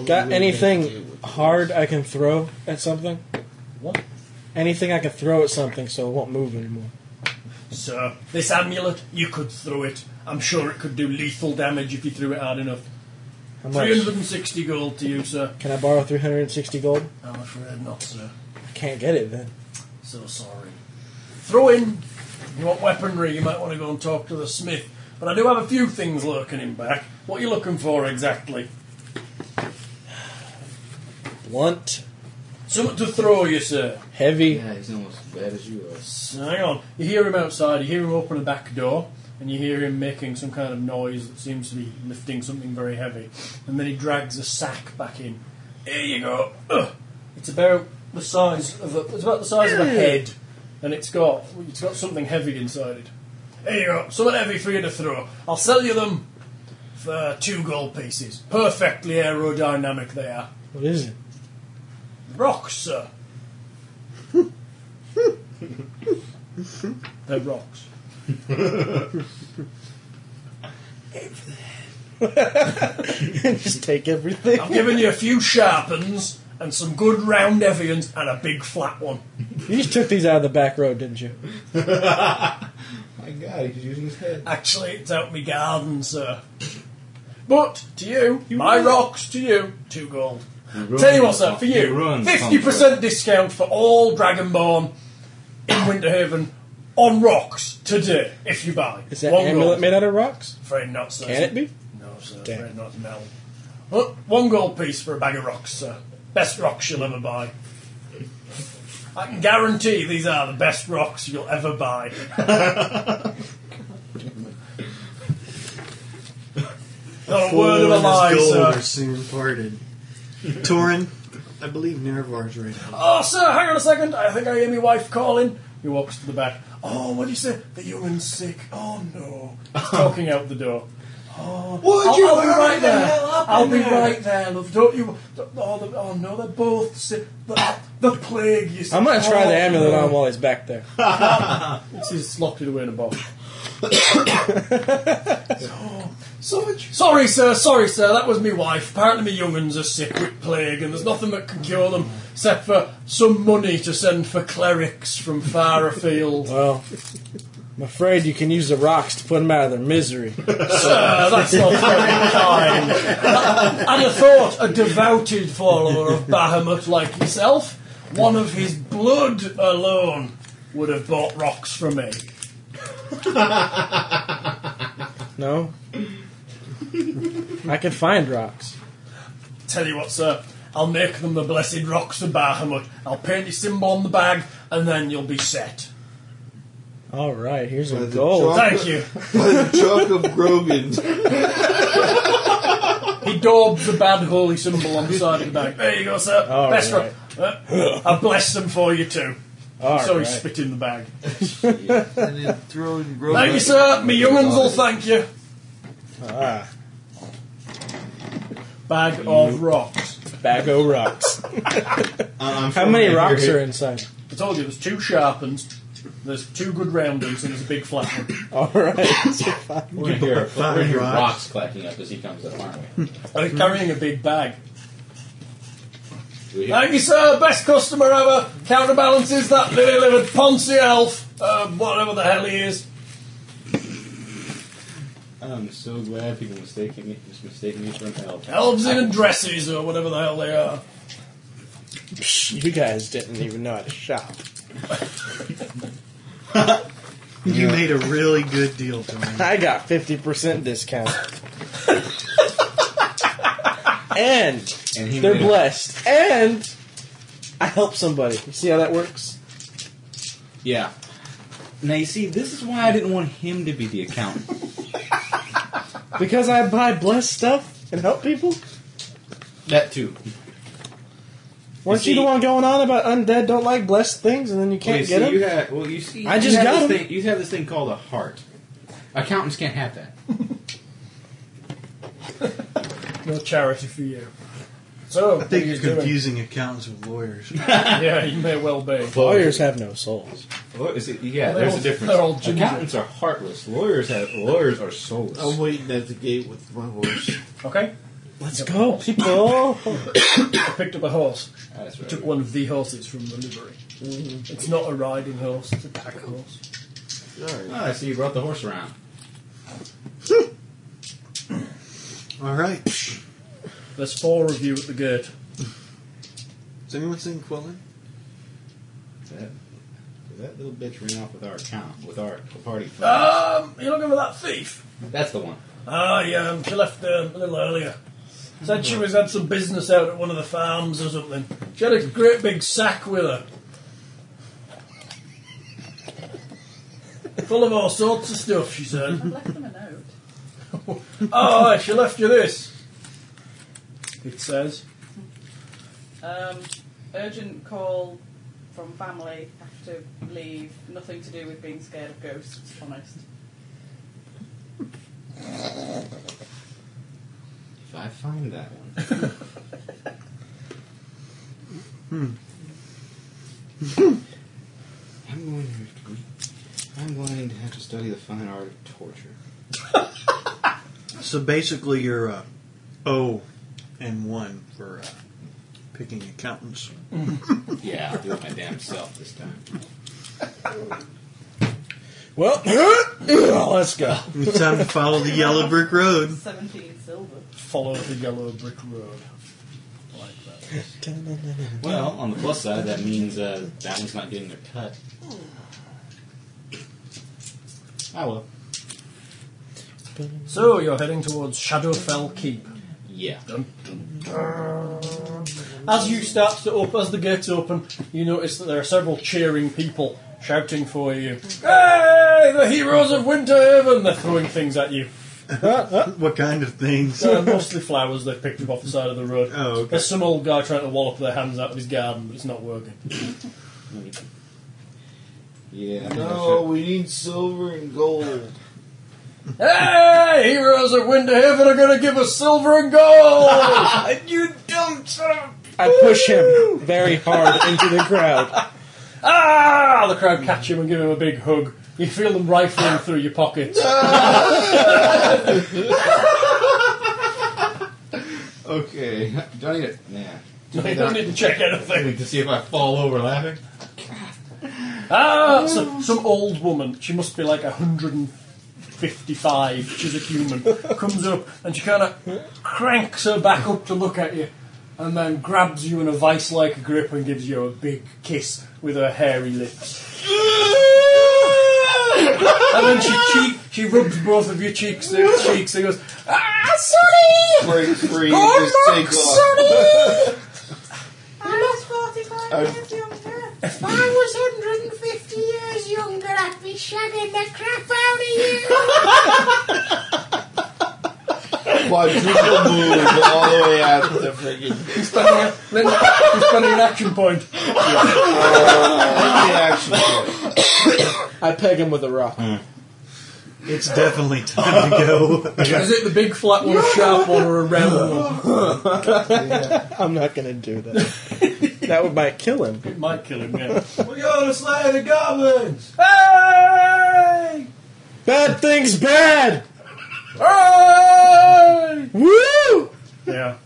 [SPEAKER 5] Got anything hard I can throw at something?
[SPEAKER 2] What?
[SPEAKER 5] Anything I can throw at something so it won't move anymore.
[SPEAKER 2] Sir, this amulet, you could throw it. I'm sure it could do lethal damage if you threw it hard enough.
[SPEAKER 5] How much?
[SPEAKER 2] 360 gold to you, sir.
[SPEAKER 5] Can I borrow 360 gold?
[SPEAKER 2] I'm afraid not, sir.
[SPEAKER 5] I can't get it then.
[SPEAKER 2] So sorry. Throw in. You want weaponry? You might want to go and talk to the smith. But I do have a few things lurking in back. What are you looking for exactly?
[SPEAKER 5] Blunt,
[SPEAKER 2] Something to throw you, sir.
[SPEAKER 5] heavy.
[SPEAKER 4] Yeah, he's almost as bad as you are.
[SPEAKER 2] So hang on. You hear him outside, you hear him open a back door, and you hear him making some kind of noise that seems to be lifting something very heavy. And then he drags a sack back in. Here you go. Ugh. It's about the size of a, it's about the size of a head, and it's got it's got something heavy inside it. Here you go, something heavy for you to throw. I'll sell you them for two gold pieces. Perfectly aerodynamic they are.
[SPEAKER 5] What is it?
[SPEAKER 2] Rocks, sir. They're rocks.
[SPEAKER 5] Just take everything.
[SPEAKER 2] I'm giving you a few sharpens and some good round evians and a big flat one.
[SPEAKER 5] You just took these out of the back road, didn't you?
[SPEAKER 4] My God, he's using his head.
[SPEAKER 2] Actually, it's out me garden, sir. But to you, my rocks to you, two gold. Tell you what, sir, for
[SPEAKER 4] He
[SPEAKER 2] you,
[SPEAKER 4] ruins
[SPEAKER 2] fifty percent discount for all Dragonborn in Winterhaven on rocks today if you buy.
[SPEAKER 5] Is that
[SPEAKER 2] One
[SPEAKER 5] amulet
[SPEAKER 2] gold.
[SPEAKER 5] made out of rocks?
[SPEAKER 2] Afraid not, sir.
[SPEAKER 5] Can it be?
[SPEAKER 2] No, sir.
[SPEAKER 5] Damn.
[SPEAKER 2] Afraid not, no. Well, Oh, one gold piece for a bag of rocks, sir. Best rocks you'll ever buy. I can guarantee these are the best rocks you'll ever buy. not a word of a lie,
[SPEAKER 6] gold are
[SPEAKER 2] sir.
[SPEAKER 6] soon parted. Torin, I believe Nervar's right out.
[SPEAKER 2] Oh, sir, hang on a second. I think I hear my wife calling. He walks to the back. Oh, what do you say? The youngin's sick. Oh, no. He's talking out the door.
[SPEAKER 8] Would
[SPEAKER 2] Oh, I'll,
[SPEAKER 8] you
[SPEAKER 2] I'll be
[SPEAKER 8] hurry
[SPEAKER 2] right
[SPEAKER 8] the
[SPEAKER 2] there.
[SPEAKER 8] hell up
[SPEAKER 2] I'll
[SPEAKER 8] in
[SPEAKER 2] be
[SPEAKER 8] there?
[SPEAKER 2] right there, love. Don't you? Oh, the, oh no, they're both sick. The, the plague. You see.
[SPEAKER 5] I'm gonna try
[SPEAKER 2] Oh,
[SPEAKER 5] the amulet
[SPEAKER 2] no.
[SPEAKER 5] on while he's back there.
[SPEAKER 2] She's locked it away in a box.
[SPEAKER 8] So much.
[SPEAKER 2] Sorry, sir. Sorry, sir. That was me wife. Apparently, me younguns are sick with plague, and there's nothing that can cure them except for some money to send for clerics from far afield.
[SPEAKER 5] Well, I'm afraid you can use the rocks to put them out of their misery.
[SPEAKER 2] sir, that's not very kind. I'd have thought a devoted follower of Bahamut like yourself, one of his blood alone would have bought rocks from me.
[SPEAKER 5] No? I can find rocks.
[SPEAKER 2] Tell you what, sir, I'll make them the blessed rocks of Bahamut. I'll paint your symbol on the bag, and then you'll be set.
[SPEAKER 5] Alright, here's a
[SPEAKER 7] the
[SPEAKER 5] gold.
[SPEAKER 7] jar-
[SPEAKER 2] Thank you.
[SPEAKER 7] By the chalk of Grogan.
[SPEAKER 2] He daubs the bad holy symbol on the side of the bag. There you go, sir.
[SPEAKER 5] All
[SPEAKER 2] Best
[SPEAKER 5] right.
[SPEAKER 2] rock. Uh, I bless them for you, too.
[SPEAKER 5] Alright.
[SPEAKER 2] so he spit in the bag.
[SPEAKER 7] and then throwing Grogan.
[SPEAKER 2] Thank you, sir. Me young'uns will thank you.
[SPEAKER 5] Ah,
[SPEAKER 2] Bag of rocks.
[SPEAKER 5] bag o' rocks.
[SPEAKER 4] I'm, I'm
[SPEAKER 5] How many rocks are inside?
[SPEAKER 2] I told you, there's two sharpens, there's two good round ones, and there's a big flat one.
[SPEAKER 5] Alright.
[SPEAKER 4] We're here. We're
[SPEAKER 6] Five
[SPEAKER 4] here.
[SPEAKER 6] rocks.
[SPEAKER 4] Rocks clacking up as he comes up, aren't we?
[SPEAKER 2] And he's carrying a big bag.
[SPEAKER 4] Do we hear-
[SPEAKER 2] Thank you, sir. Best customer ever. Counterbalances that lily livered Poncy elf, uh, whatever the hell he is.
[SPEAKER 4] I'm so glad people mistaking it, just mistaking it for an elf.
[SPEAKER 2] Elves
[SPEAKER 4] I-
[SPEAKER 2] in dresses, or whatever the hell they are.
[SPEAKER 5] Psh, you guys didn't even know how to shop.
[SPEAKER 6] You made a really good deal, Torin.
[SPEAKER 5] I got 50% discount. and
[SPEAKER 4] And he
[SPEAKER 5] they're
[SPEAKER 4] made a-
[SPEAKER 5] blessed. And I help somebody. You see how that works?
[SPEAKER 4] Yeah. Now you see, this is why I didn't want him to be the accountant.
[SPEAKER 5] Because I buy blessed stuff and help people?
[SPEAKER 4] that too.
[SPEAKER 5] Weren't you,
[SPEAKER 4] see-
[SPEAKER 5] the one going on about undead don't like blessed things and then you can't
[SPEAKER 4] Wait,
[SPEAKER 5] get
[SPEAKER 4] so
[SPEAKER 5] them?
[SPEAKER 4] you have, well, you see,
[SPEAKER 5] I
[SPEAKER 4] you
[SPEAKER 5] just
[SPEAKER 4] have
[SPEAKER 5] got
[SPEAKER 4] this
[SPEAKER 5] 'em.
[SPEAKER 4] thing, You have this thing called a heart. Accountants can't have that.
[SPEAKER 2] No charity for you. So,
[SPEAKER 6] I
[SPEAKER 2] what
[SPEAKER 6] think
[SPEAKER 2] are
[SPEAKER 6] you're
[SPEAKER 2] you doing?
[SPEAKER 6] confusing accountants with lawyers.
[SPEAKER 2] Yeah, you may well be.
[SPEAKER 5] Lawyers have no souls.
[SPEAKER 4] What is it? Yeah,
[SPEAKER 2] They're
[SPEAKER 4] there's
[SPEAKER 2] all-
[SPEAKER 4] a difference.
[SPEAKER 2] they're all ginger.
[SPEAKER 4] Accountants are heartless. Lawyers have lawyers are soulless.
[SPEAKER 7] I'm waiting at the gate with my horse.
[SPEAKER 2] Okay?
[SPEAKER 5] Let's go, people.
[SPEAKER 2] I picked up a horse.
[SPEAKER 4] That's right.
[SPEAKER 2] Took one of the horses from the livery.
[SPEAKER 5] Mm-hmm.
[SPEAKER 2] It's not a riding horse, it's a pack horse.
[SPEAKER 7] Alright.
[SPEAKER 4] Ah, I see you brought the horse around.
[SPEAKER 6] All right.
[SPEAKER 2] There's four of you at the gate.
[SPEAKER 6] Has anyone seen Quillen?
[SPEAKER 4] That- That little bitch ran off with our account, with our party funds.
[SPEAKER 7] Ah!
[SPEAKER 2] Um, you're looking for that thief?
[SPEAKER 4] That's the one.
[SPEAKER 2] Ah, yeah, um, she left um, a little earlier. Said she was had some business out at one of the farms or something. She had a great big sack with her. Full of all sorts of stuff, she said.
[SPEAKER 3] I've left them a note.
[SPEAKER 2] Oh, she left you this. It says.
[SPEAKER 3] Um, urgent call from family. Have to leave. Nothing to do with being scared of ghosts. Honest.
[SPEAKER 4] If I find that one, Hmm. I'm going to have to. I'm going to have to study the fine art of torture.
[SPEAKER 6] So basically, you're uh, O and one for uh, picking accountants.
[SPEAKER 4] Yeah, I'll do it my damn self this time.
[SPEAKER 5] Well, let's go.
[SPEAKER 6] It's time to follow the yellow brick road.
[SPEAKER 3] Seventeen silver.
[SPEAKER 2] Follow the yellow brick road. Like that.
[SPEAKER 4] Well, on the plus side, that means uh, that one's not getting their cut.
[SPEAKER 9] Oh,
[SPEAKER 4] I will.
[SPEAKER 2] So you're heading towards Shadowfell Keep.
[SPEAKER 4] Yeah.
[SPEAKER 2] As you start to open, as the gates open, you notice that there are several cheering people shouting for you. Hey, the heroes of Winterhaven! They're throwing things at you.
[SPEAKER 6] What kind of things?
[SPEAKER 2] Uh, mostly flowers they picked up off the side of the road.
[SPEAKER 6] Oh, okay.
[SPEAKER 2] There's some old guy trying to wallop their hands out of his garden, but it's not working.
[SPEAKER 4] Yeah. I think I
[SPEAKER 9] No,
[SPEAKER 4] should-
[SPEAKER 9] we need silver and gold.
[SPEAKER 2] hey, heroes of Winterhaven are going to give us silver and gold!
[SPEAKER 5] you dumb son I push him very hard into the crowd.
[SPEAKER 2] ah! The crowd catch him and give him a big hug. You feel them rifling through your pockets.
[SPEAKER 4] Okay. Do I need it? Yeah.
[SPEAKER 2] you don't need to check anything.
[SPEAKER 4] to see if I fall over laughing.
[SPEAKER 2] Ah, so, some old woman. She must be like 155. She's a human. Comes up and she kind of cranks her back up to look at you, and then grabs you in a vice-like grip and gives you a big kiss with her hairy lips. and then she cheek, she rubs both of your cheeks, their cheeks, and goes, "Ah, sorry,
[SPEAKER 7] Break free
[SPEAKER 2] Oh,
[SPEAKER 7] and just take
[SPEAKER 2] Mark,
[SPEAKER 7] off.
[SPEAKER 3] I was forty-five years younger.
[SPEAKER 2] I was 150 years younger. I'd be shagging the crap out of you."
[SPEAKER 7] Quadruple move all the way out to the freaking
[SPEAKER 2] He's spending, a, he's spending an action point.
[SPEAKER 7] action point.
[SPEAKER 5] I peg him with a rock.
[SPEAKER 6] It's definitely time to go.
[SPEAKER 2] Is it the big flat one, a sharp one, or a round one?
[SPEAKER 5] I'm not gonna do that. that would might kill him.
[SPEAKER 2] It might kill him, yeah.
[SPEAKER 9] We're gonna slay the goblins.
[SPEAKER 2] hey!
[SPEAKER 5] Bad things bad.
[SPEAKER 2] Hey!
[SPEAKER 5] Woo!
[SPEAKER 2] Yeah.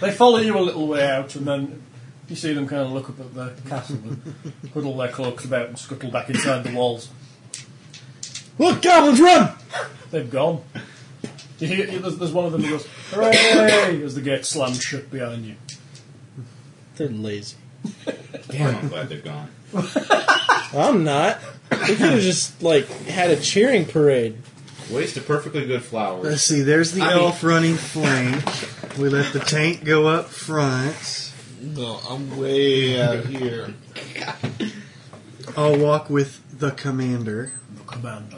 [SPEAKER 2] they follow you a little way out, and then you see them kind of look up at the castle and huddle their cloaks about and scuttle back inside the walls.
[SPEAKER 5] Look, goblins, run!
[SPEAKER 2] They've gone. You hear, you- there's, there's one of them who goes, hooray! as the gate slams shut behind you.
[SPEAKER 5] They're lazy.
[SPEAKER 4] Damn, I'm glad they're gone.
[SPEAKER 5] I'm not. We could have just like had a cheering parade.
[SPEAKER 4] Waste a perfectly good flower.
[SPEAKER 6] Let's see. There's the
[SPEAKER 4] I mean-
[SPEAKER 6] elf running flank. We let the tank go up front.
[SPEAKER 9] No, I'm way out here.
[SPEAKER 6] I'll walk with the commander.
[SPEAKER 2] The commander.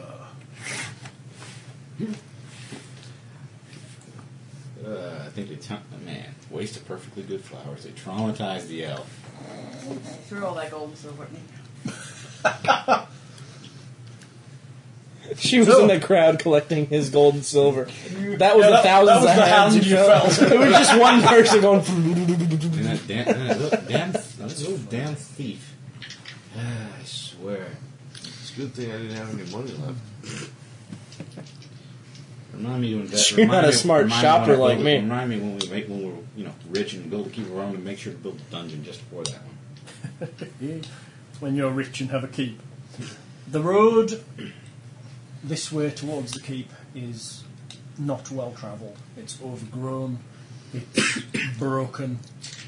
[SPEAKER 4] Uh, I think they t- man waste a perfectly good flowers. They traumatized the elf.
[SPEAKER 3] Threw all their gold and silver at me.
[SPEAKER 5] She was in the crowd collecting his gold and silver. That was the
[SPEAKER 2] Yeah, that- that
[SPEAKER 5] thousands
[SPEAKER 2] was
[SPEAKER 5] of
[SPEAKER 2] the
[SPEAKER 5] hands
[SPEAKER 2] hand
[SPEAKER 5] you
[SPEAKER 2] you
[SPEAKER 5] felt.
[SPEAKER 2] felt.
[SPEAKER 5] it was just one person going.
[SPEAKER 4] And that damn, and that little damn, that little damn thief. Ah, I swear.
[SPEAKER 9] It's a good thing I didn't have any money left.
[SPEAKER 4] Remind me to invest.
[SPEAKER 5] You're
[SPEAKER 4] remind
[SPEAKER 5] not a
[SPEAKER 4] me-
[SPEAKER 5] smart
[SPEAKER 4] remind me
[SPEAKER 5] shopper
[SPEAKER 4] when I
[SPEAKER 5] like
[SPEAKER 4] build-
[SPEAKER 5] me.
[SPEAKER 4] Remind me when we make when we're you know rich and build a keep around and make sure to build a dungeon just for that one.
[SPEAKER 2] when you're rich and have a keep. The road this way towards the keep is not well travelled. It's overgrown, it's broken.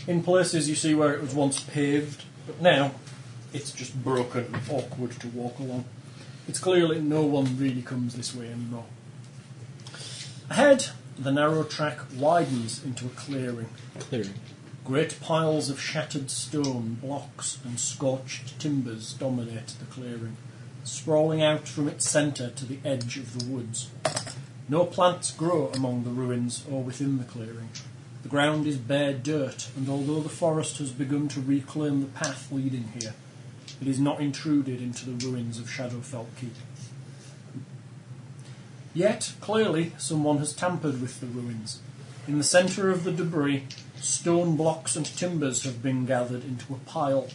[SPEAKER 2] In places you see where it was once paved, but now It's just broken and awkward to walk along. It's clear that no one really comes this way anymore. Ahead, the narrow track widens into a clearing.
[SPEAKER 5] Clearing.
[SPEAKER 2] Great piles of shattered stone, blocks, and scorched timbers dominate the clearing, sprawling out from its centre to the edge of the woods. No plants grow among the ruins or within the clearing. The ground is bare dirt, and although the forest has begun to reclaim the path leading here, it is not intruded into the ruins of Shadowfell Keep. Yet, clearly, someone has tampered with the ruins. In the centre of the debris, stone blocks and timbers have been gathered into a pile.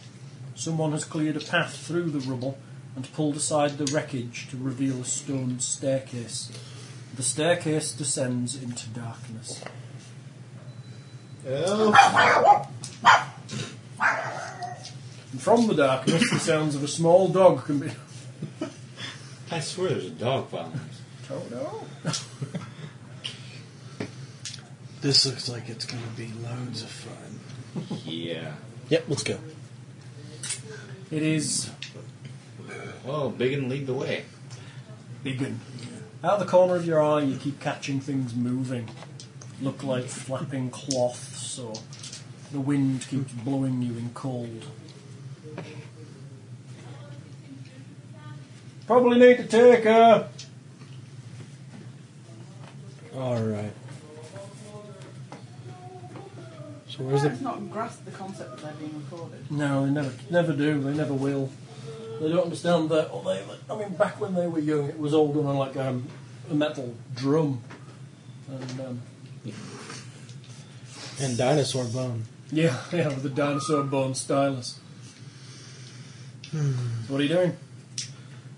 [SPEAKER 2] Someone has cleared a path through the rubble and pulled aside the wreckage to reveal a stone staircase. The staircase descends into darkness. And from the darkness, the sounds of a small dog can be.
[SPEAKER 4] I swear there's a dog following us.
[SPEAKER 2] Toto?
[SPEAKER 6] This looks like it's going to be loads of fun.
[SPEAKER 4] Yeah.
[SPEAKER 5] Yep, let's go.
[SPEAKER 2] It is
[SPEAKER 4] Well, Biggin lead the way.
[SPEAKER 2] Biggin. Out of the corner of your eye, you keep catching things moving. Look like flapping cloths, or the wind keeps blowing you in cold. Probably need to take a.
[SPEAKER 5] Alright. So where's
[SPEAKER 3] Let's
[SPEAKER 5] the.
[SPEAKER 3] not grasp the concept that they're being recorded.
[SPEAKER 2] No, they never, never do. They never will. They don't understand that. Or they, I mean, back when they were young, it was all done on like um, a metal drum, and um,
[SPEAKER 5] And dinosaur bone.
[SPEAKER 2] Yeah, yeah, with the dinosaur bone stylus. So what are you doing?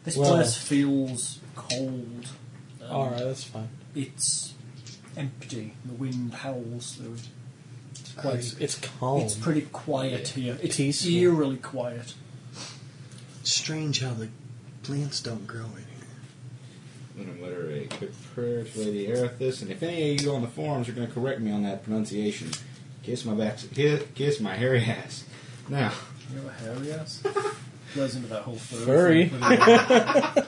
[SPEAKER 2] This
[SPEAKER 5] Well-
[SPEAKER 2] place feels cold. Um,
[SPEAKER 5] Alright, that's fine.
[SPEAKER 2] It's empty. The wind howls through it. It's quite.
[SPEAKER 5] It's, it's calm.
[SPEAKER 2] it's pretty quiet here. It's
[SPEAKER 5] Oh. Peaceful.
[SPEAKER 2] eerily quiet.
[SPEAKER 6] Strange how the plants don't grow in here.
[SPEAKER 4] I'm going to mutter a quick prayer to Lady Erithus, and if any of you on the forums are going to correct me on that pronunciation, kiss my back, kiss, kiss my hairy ass. Now,
[SPEAKER 2] You have a hairy ass. Goes into that whole
[SPEAKER 5] Furry.
[SPEAKER 2] furry. thing, doesn't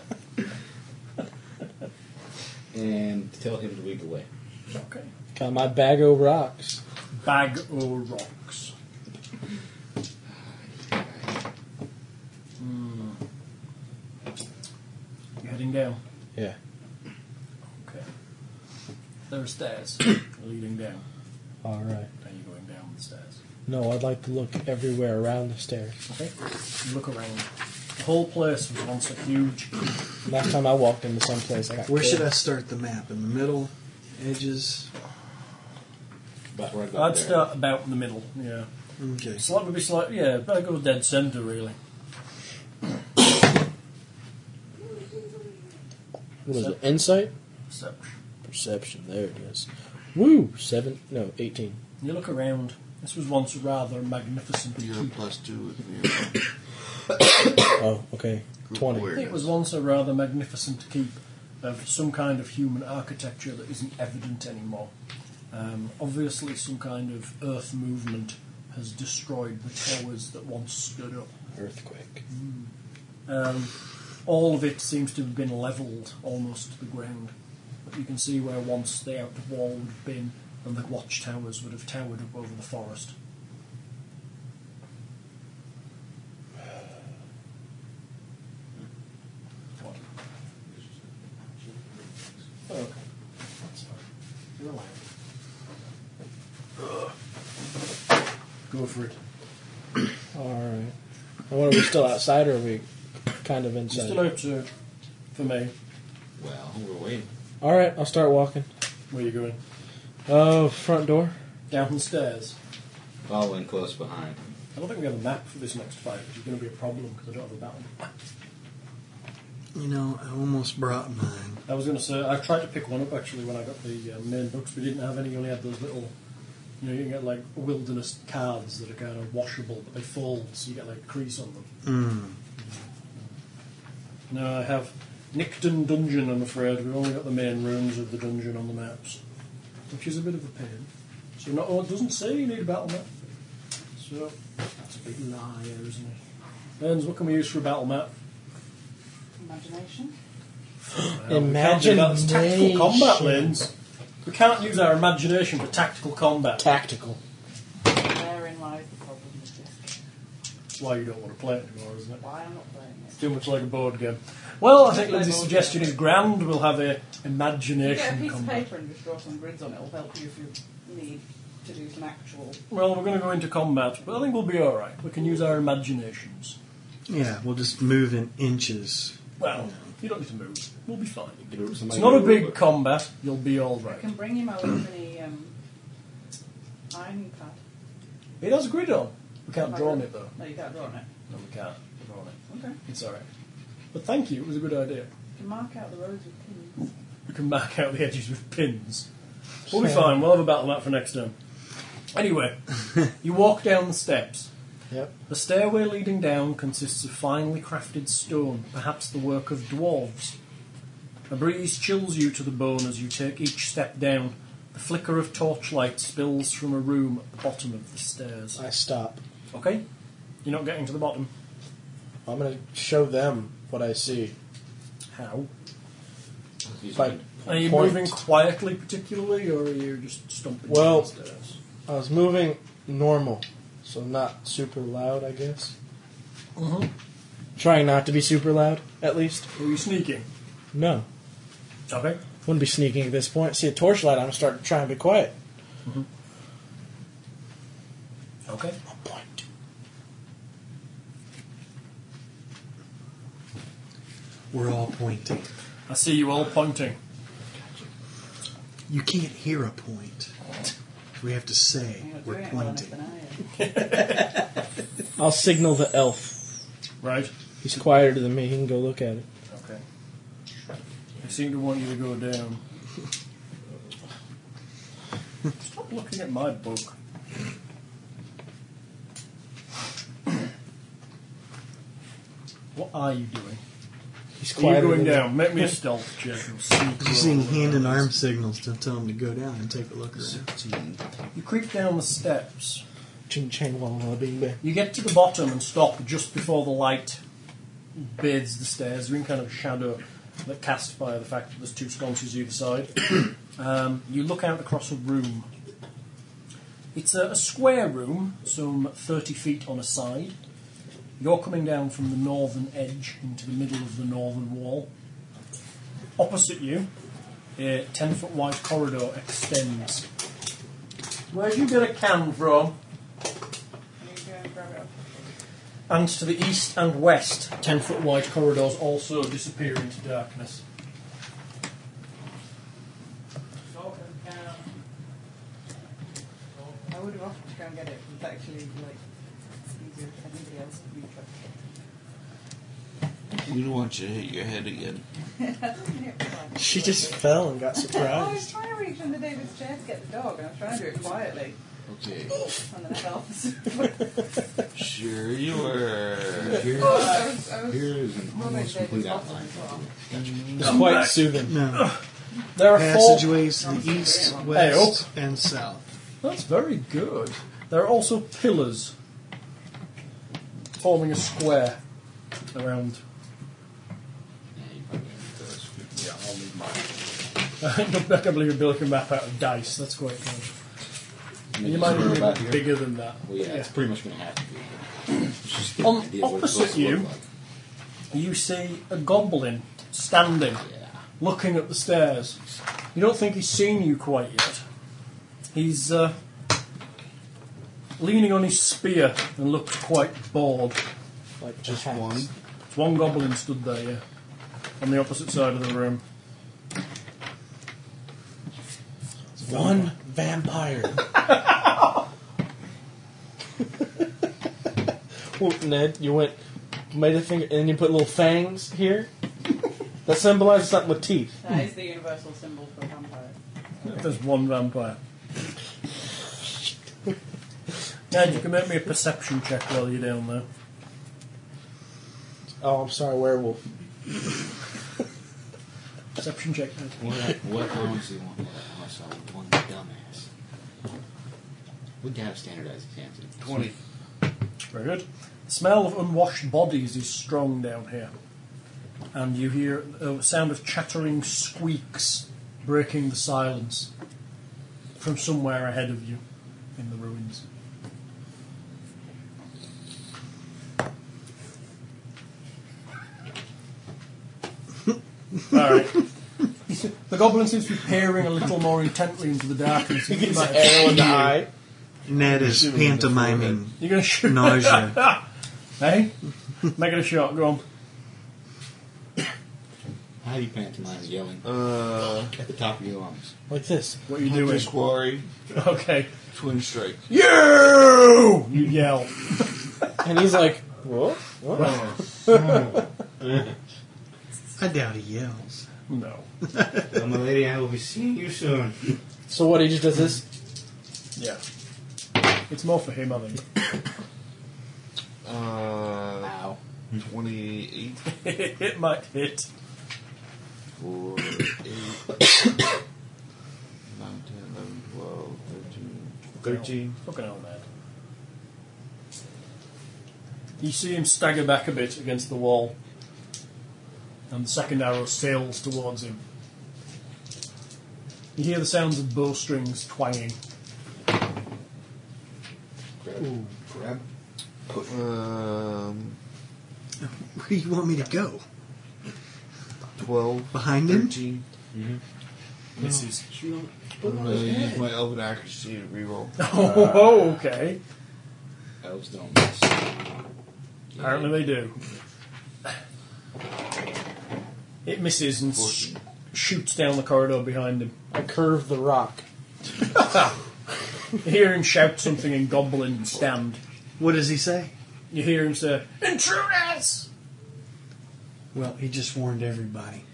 [SPEAKER 2] it?
[SPEAKER 4] and tell him to lead the way.
[SPEAKER 2] okay.
[SPEAKER 5] Got my bag o' rocks.
[SPEAKER 2] Bag o' rocks. Hmm. You heading down?
[SPEAKER 5] Yeah.
[SPEAKER 2] Okay. There are stairs leading down.
[SPEAKER 5] Alright.
[SPEAKER 2] Are you going down the stairs?
[SPEAKER 5] No, I'd like to look everywhere around the stairs.
[SPEAKER 2] Okay. You look around. The whole place was once a huge.
[SPEAKER 5] Last time I walked into some place, I got
[SPEAKER 6] Where should I
[SPEAKER 5] killed.
[SPEAKER 6] start the map? In the middle? Edges?
[SPEAKER 4] But right about
[SPEAKER 2] I'd
[SPEAKER 4] there.
[SPEAKER 2] start about in the middle. Yeah.
[SPEAKER 6] Okay.
[SPEAKER 2] Slight would be slight. Yeah. Better go dead centre really.
[SPEAKER 5] What is it? Insight?
[SPEAKER 2] So
[SPEAKER 5] Perception. There it is. Woo! Seven. No, 18.
[SPEAKER 2] you look around. This was once a rather magnificent
[SPEAKER 9] You're a
[SPEAKER 2] keep.
[SPEAKER 9] plus two with me.
[SPEAKER 5] Oh, okay. 20.
[SPEAKER 2] I think it was once a rather magnificent keep of some kind of human architecture that isn't evident anymore. Um, obviously, some kind of earth movement has destroyed the towers that once stood up.
[SPEAKER 5] Earthquake.
[SPEAKER 2] Um, all of it seems to have been levelled almost to the ground. But you can see where once the outer wall would have been and the watchtowers would have towered up over the forest. What? Oh, okay. That's fine. You're allowed. Go for it.
[SPEAKER 5] Alright. And What are we still outside or are we kind of
[SPEAKER 2] You're
[SPEAKER 5] inside?
[SPEAKER 2] still out to, for me.
[SPEAKER 4] Well, we're waiting.
[SPEAKER 5] Alright, I'll start walking.
[SPEAKER 2] Where are you going?
[SPEAKER 5] Oh, front door.
[SPEAKER 2] Down the stairs.
[SPEAKER 4] Following close behind.
[SPEAKER 2] I don't think we have a map for this next fight, which is going to be a problem because I don't have a battle.
[SPEAKER 6] You know, I almost brought mine.
[SPEAKER 2] I was going to say, I tried to pick one up actually when I got the uh, main books. We didn't have any, you only had those little, you know, you can get like wilderness cards that are kind of washable, but they fold, so you get like a crease on them.
[SPEAKER 6] Mm.
[SPEAKER 2] No, I have Nickton Dungeon, I'm afraid. We've only got the main rooms of the dungeon on the maps, which is a bit of a pain. So not, oh, it doesn't say you need a battle map. So that's a big liar, isn't it? Burns, what can we use for a battle map?
[SPEAKER 3] Imagination.
[SPEAKER 2] Um,
[SPEAKER 5] Imagine
[SPEAKER 2] That's tactical combat, Lins. We can't use our imagination for tactical combat.
[SPEAKER 5] Tactical.
[SPEAKER 3] Therein lies the problem with this. game.
[SPEAKER 2] That's why you don't want to play it anymore, isn't it?
[SPEAKER 3] Why I'm not playing
[SPEAKER 2] It's
[SPEAKER 3] it.
[SPEAKER 2] too much like a board game. Well, I think
[SPEAKER 3] Like
[SPEAKER 2] Lindsay's
[SPEAKER 3] board
[SPEAKER 2] suggestion
[SPEAKER 3] game.
[SPEAKER 2] is grand. We'll have a
[SPEAKER 3] Get a
[SPEAKER 2] imagination
[SPEAKER 3] piece of
[SPEAKER 2] combat.
[SPEAKER 3] paper and just draw some grids on it. It'll help you if you need to do some actual.
[SPEAKER 2] Well, we're going to go into combat, but I think we'll be all right. We can use our imaginations.
[SPEAKER 6] Yeah, we'll just move in inches.
[SPEAKER 2] Well, you don't need to move. We'll be fine. It's
[SPEAKER 9] It's
[SPEAKER 2] not a big combat. You'll be all
[SPEAKER 3] I
[SPEAKER 2] right.
[SPEAKER 3] can bring you my weapon um, iron pad.
[SPEAKER 2] It has a grid on. We can't draw on it though.
[SPEAKER 3] No, you can't draw on it.
[SPEAKER 2] No, we can't draw on it.
[SPEAKER 3] Okay.
[SPEAKER 2] It's all right. But thank you. It was a good idea.
[SPEAKER 3] You can mark out the roads with pins.
[SPEAKER 2] We can mark out the edges with pins. We'll be fine. We'll have a battle map for next turn. Anyway, you walk down the steps.
[SPEAKER 5] Yep.
[SPEAKER 2] The stairway leading down consists of finely crafted stone, perhaps the work of dwarves. A breeze chills you to the bone as you take each step down. The flicker of torchlight spills from a room at the bottom of the stairs.
[SPEAKER 5] I stop.
[SPEAKER 2] Okay? You're not getting to the bottom.
[SPEAKER 5] I'm gonna show them what I see.
[SPEAKER 2] How?
[SPEAKER 5] By,
[SPEAKER 2] Are you
[SPEAKER 5] Point.
[SPEAKER 2] moving quietly, particularly, or are you just stumping
[SPEAKER 5] Well-
[SPEAKER 2] down the stairs?
[SPEAKER 5] I was moving normal, so not super loud, I guess.
[SPEAKER 2] Mhm.
[SPEAKER 5] Trying not to be super loud, at least.
[SPEAKER 2] Are you sneaking?
[SPEAKER 5] No,
[SPEAKER 2] Okay.
[SPEAKER 5] wouldn't be sneaking at this point. See a torchlight, I'm gonna start trying to be quiet.
[SPEAKER 2] Okay.
[SPEAKER 5] I'll point.
[SPEAKER 6] We're all pointing.
[SPEAKER 2] I see you all pointing.
[SPEAKER 6] You can't hear a point. We have to say
[SPEAKER 3] I'm not
[SPEAKER 6] we're
[SPEAKER 3] doing it well enough,
[SPEAKER 6] pointing.
[SPEAKER 3] and I am.
[SPEAKER 5] I'll signal the elf.
[SPEAKER 2] Right.
[SPEAKER 5] He's quieter than me. He can go look at it.
[SPEAKER 2] Okay. They seem to want you to go down. Stop looking at my book. What are you doing?
[SPEAKER 5] He's
[SPEAKER 2] Are you
[SPEAKER 5] quieter
[SPEAKER 2] going
[SPEAKER 5] than
[SPEAKER 2] down? Make me a stealth check. and sneak
[SPEAKER 6] Using
[SPEAKER 2] roll.
[SPEAKER 6] hand and arm signals to tell them to go down and take a look around.
[SPEAKER 2] You creep down the steps.
[SPEAKER 5] me. Ching chang walla walla bing bang.
[SPEAKER 2] You get to the bottom and stop just before the light bathes the stairs. You're in kind of a shadow that cast by the fact that there's two sconces either side. um, you look out across a room. It's a, a square room, some 30 feet on a side. You're coming down from the northern edge into the middle of the northern wall. Opposite you, a 10 foot wide corridor extends. Where'd you get a can from?
[SPEAKER 3] You can go and grab it off.
[SPEAKER 2] And to the east and west, 10 foot wide corridors also disappear into darkness.
[SPEAKER 3] I would have offered to go and get it, but it's actually like easier for anybody else to reach up.
[SPEAKER 9] We don't want you to hit your head again.
[SPEAKER 5] She just fell and got
[SPEAKER 3] I was
[SPEAKER 5] surprised.
[SPEAKER 3] trying to reach under David's chair to get the dog, and I was trying to do it quietly.
[SPEAKER 9] Okay.
[SPEAKER 3] And then I fell. I
[SPEAKER 9] Sure you were.
[SPEAKER 4] Here,
[SPEAKER 3] was, Oh, I was
[SPEAKER 4] here is an
[SPEAKER 3] holding
[SPEAKER 4] almost complete
[SPEAKER 3] David's bottom
[SPEAKER 4] outline.
[SPEAKER 3] as well.
[SPEAKER 5] It's quite soothing.
[SPEAKER 6] No.
[SPEAKER 2] There are four.
[SPEAKER 6] Passageways to the east,
[SPEAKER 5] oh.
[SPEAKER 6] west, and south.
[SPEAKER 2] That's very good. There are also pillars forming a square around. Yeah, I'll leave mine. I can't believe you built a map out of dice. That's quite good. You might
[SPEAKER 4] Somewhere about
[SPEAKER 2] even
[SPEAKER 4] here.
[SPEAKER 2] be bigger than that.
[SPEAKER 4] Well, yeah, it's pretty much going to have to be. It's just get
[SPEAKER 2] On
[SPEAKER 4] an idea of what it's
[SPEAKER 2] opposite
[SPEAKER 4] supposed to look
[SPEAKER 2] you-
[SPEAKER 4] like.
[SPEAKER 2] You see a goblin standing.
[SPEAKER 4] Yeah.
[SPEAKER 2] looking at the stairs. You don't think he's seen you quite yet. He's uh, leaning on his spear and looks quite bored.
[SPEAKER 5] Like just one.
[SPEAKER 2] One goblin stood there, yeah, on the opposite side of the room.
[SPEAKER 5] One vampire. well, Ned, you went made a finger, and then you put little fangs here. That symbolizes something with teeth.
[SPEAKER 3] That is the universal symbol for a vampire.
[SPEAKER 2] There's one vampire. Ned, you can make me a perception check while you're down there.
[SPEAKER 5] Oh, I'm sorry, werewolf.
[SPEAKER 2] Perception check. Ned.
[SPEAKER 4] What, what honestly want that unless I was one dumbass? We can have standardized exams.
[SPEAKER 2] Very good. smell of unwashed bodies is strong down here. And you hear a sound of chattering squeaks breaking the silence from somewhere ahead of you in the ruins. Alright. The goblin seems to be peering a little more intently into the darkness. You think he might-
[SPEAKER 5] Arrow in the eye.
[SPEAKER 6] Ned is pantomiming
[SPEAKER 2] You're going to shoot.
[SPEAKER 6] nausea.
[SPEAKER 2] Hey? Make it a shot, go on.
[SPEAKER 4] How do you pantomime yelling
[SPEAKER 9] Uh,
[SPEAKER 4] at the top of your lungs?
[SPEAKER 5] Like this.
[SPEAKER 2] What are you doing?
[SPEAKER 9] Hunter's Quarry,
[SPEAKER 2] Okay.
[SPEAKER 9] Twin Strike.
[SPEAKER 2] You! You yell.
[SPEAKER 5] And he's like, whoa, what?
[SPEAKER 6] I doubt he yells.
[SPEAKER 2] No.
[SPEAKER 4] well, my lady, I will be seeing you soon.
[SPEAKER 5] So what, he just does this?
[SPEAKER 2] Yeah. It's more for him, I think.
[SPEAKER 9] Uh,
[SPEAKER 5] Ow.
[SPEAKER 9] 28
[SPEAKER 2] it might hit.
[SPEAKER 9] for 8, 9, 10, 11, 12, 13, 13.
[SPEAKER 2] Fucking hell, man. You see him stagger back a bit against the wall, and the second arrow sails towards him. You hear the sounds of bowstrings twanging.
[SPEAKER 4] Ooh, grab.
[SPEAKER 9] Um,
[SPEAKER 6] Where do you want me to go?
[SPEAKER 9] 12,
[SPEAKER 6] Behind him?
[SPEAKER 9] 13.
[SPEAKER 2] Misses.
[SPEAKER 9] I'm going to use my elven accuracy to reroll.
[SPEAKER 2] Oh, okay.
[SPEAKER 4] Elves don't miss.
[SPEAKER 2] Apparently they do. It misses and sh- shoots down the corridor behind him.
[SPEAKER 5] I curve the rock.
[SPEAKER 2] You hear him shout something in goblin stand.
[SPEAKER 6] What does he say?
[SPEAKER 2] You hear him say, Intruders!
[SPEAKER 6] Well, he just warned everybody.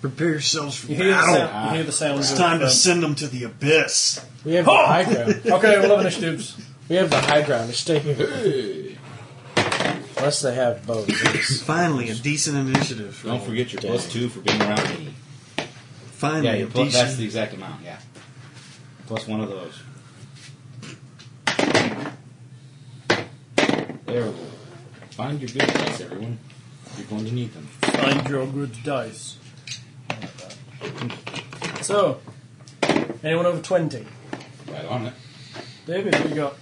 [SPEAKER 6] Prepare yourselves for
[SPEAKER 2] You hear the,
[SPEAKER 6] battle.
[SPEAKER 2] sound, you hear the sound
[SPEAKER 6] It's
[SPEAKER 2] of,
[SPEAKER 6] time to
[SPEAKER 2] um,
[SPEAKER 6] send them to the abyss.
[SPEAKER 5] We have the high ground.
[SPEAKER 2] Okay, we'll have initiatives.
[SPEAKER 5] We have the high ground. It's taking. Unless they have bows.
[SPEAKER 6] Finally, a decent initiative.
[SPEAKER 4] Don't forget your
[SPEAKER 5] Dang.
[SPEAKER 4] plus two for being around me.
[SPEAKER 6] Finally,
[SPEAKER 4] Yeah, your
[SPEAKER 6] a
[SPEAKER 4] plus,
[SPEAKER 6] decent.
[SPEAKER 4] that's the exact amount, yeah. Plus one of those. There we go. Find your good dice, everyone. You're going to need them.
[SPEAKER 2] Find your good dice. So, anyone over 20?
[SPEAKER 4] Right on it.
[SPEAKER 2] David, what you got?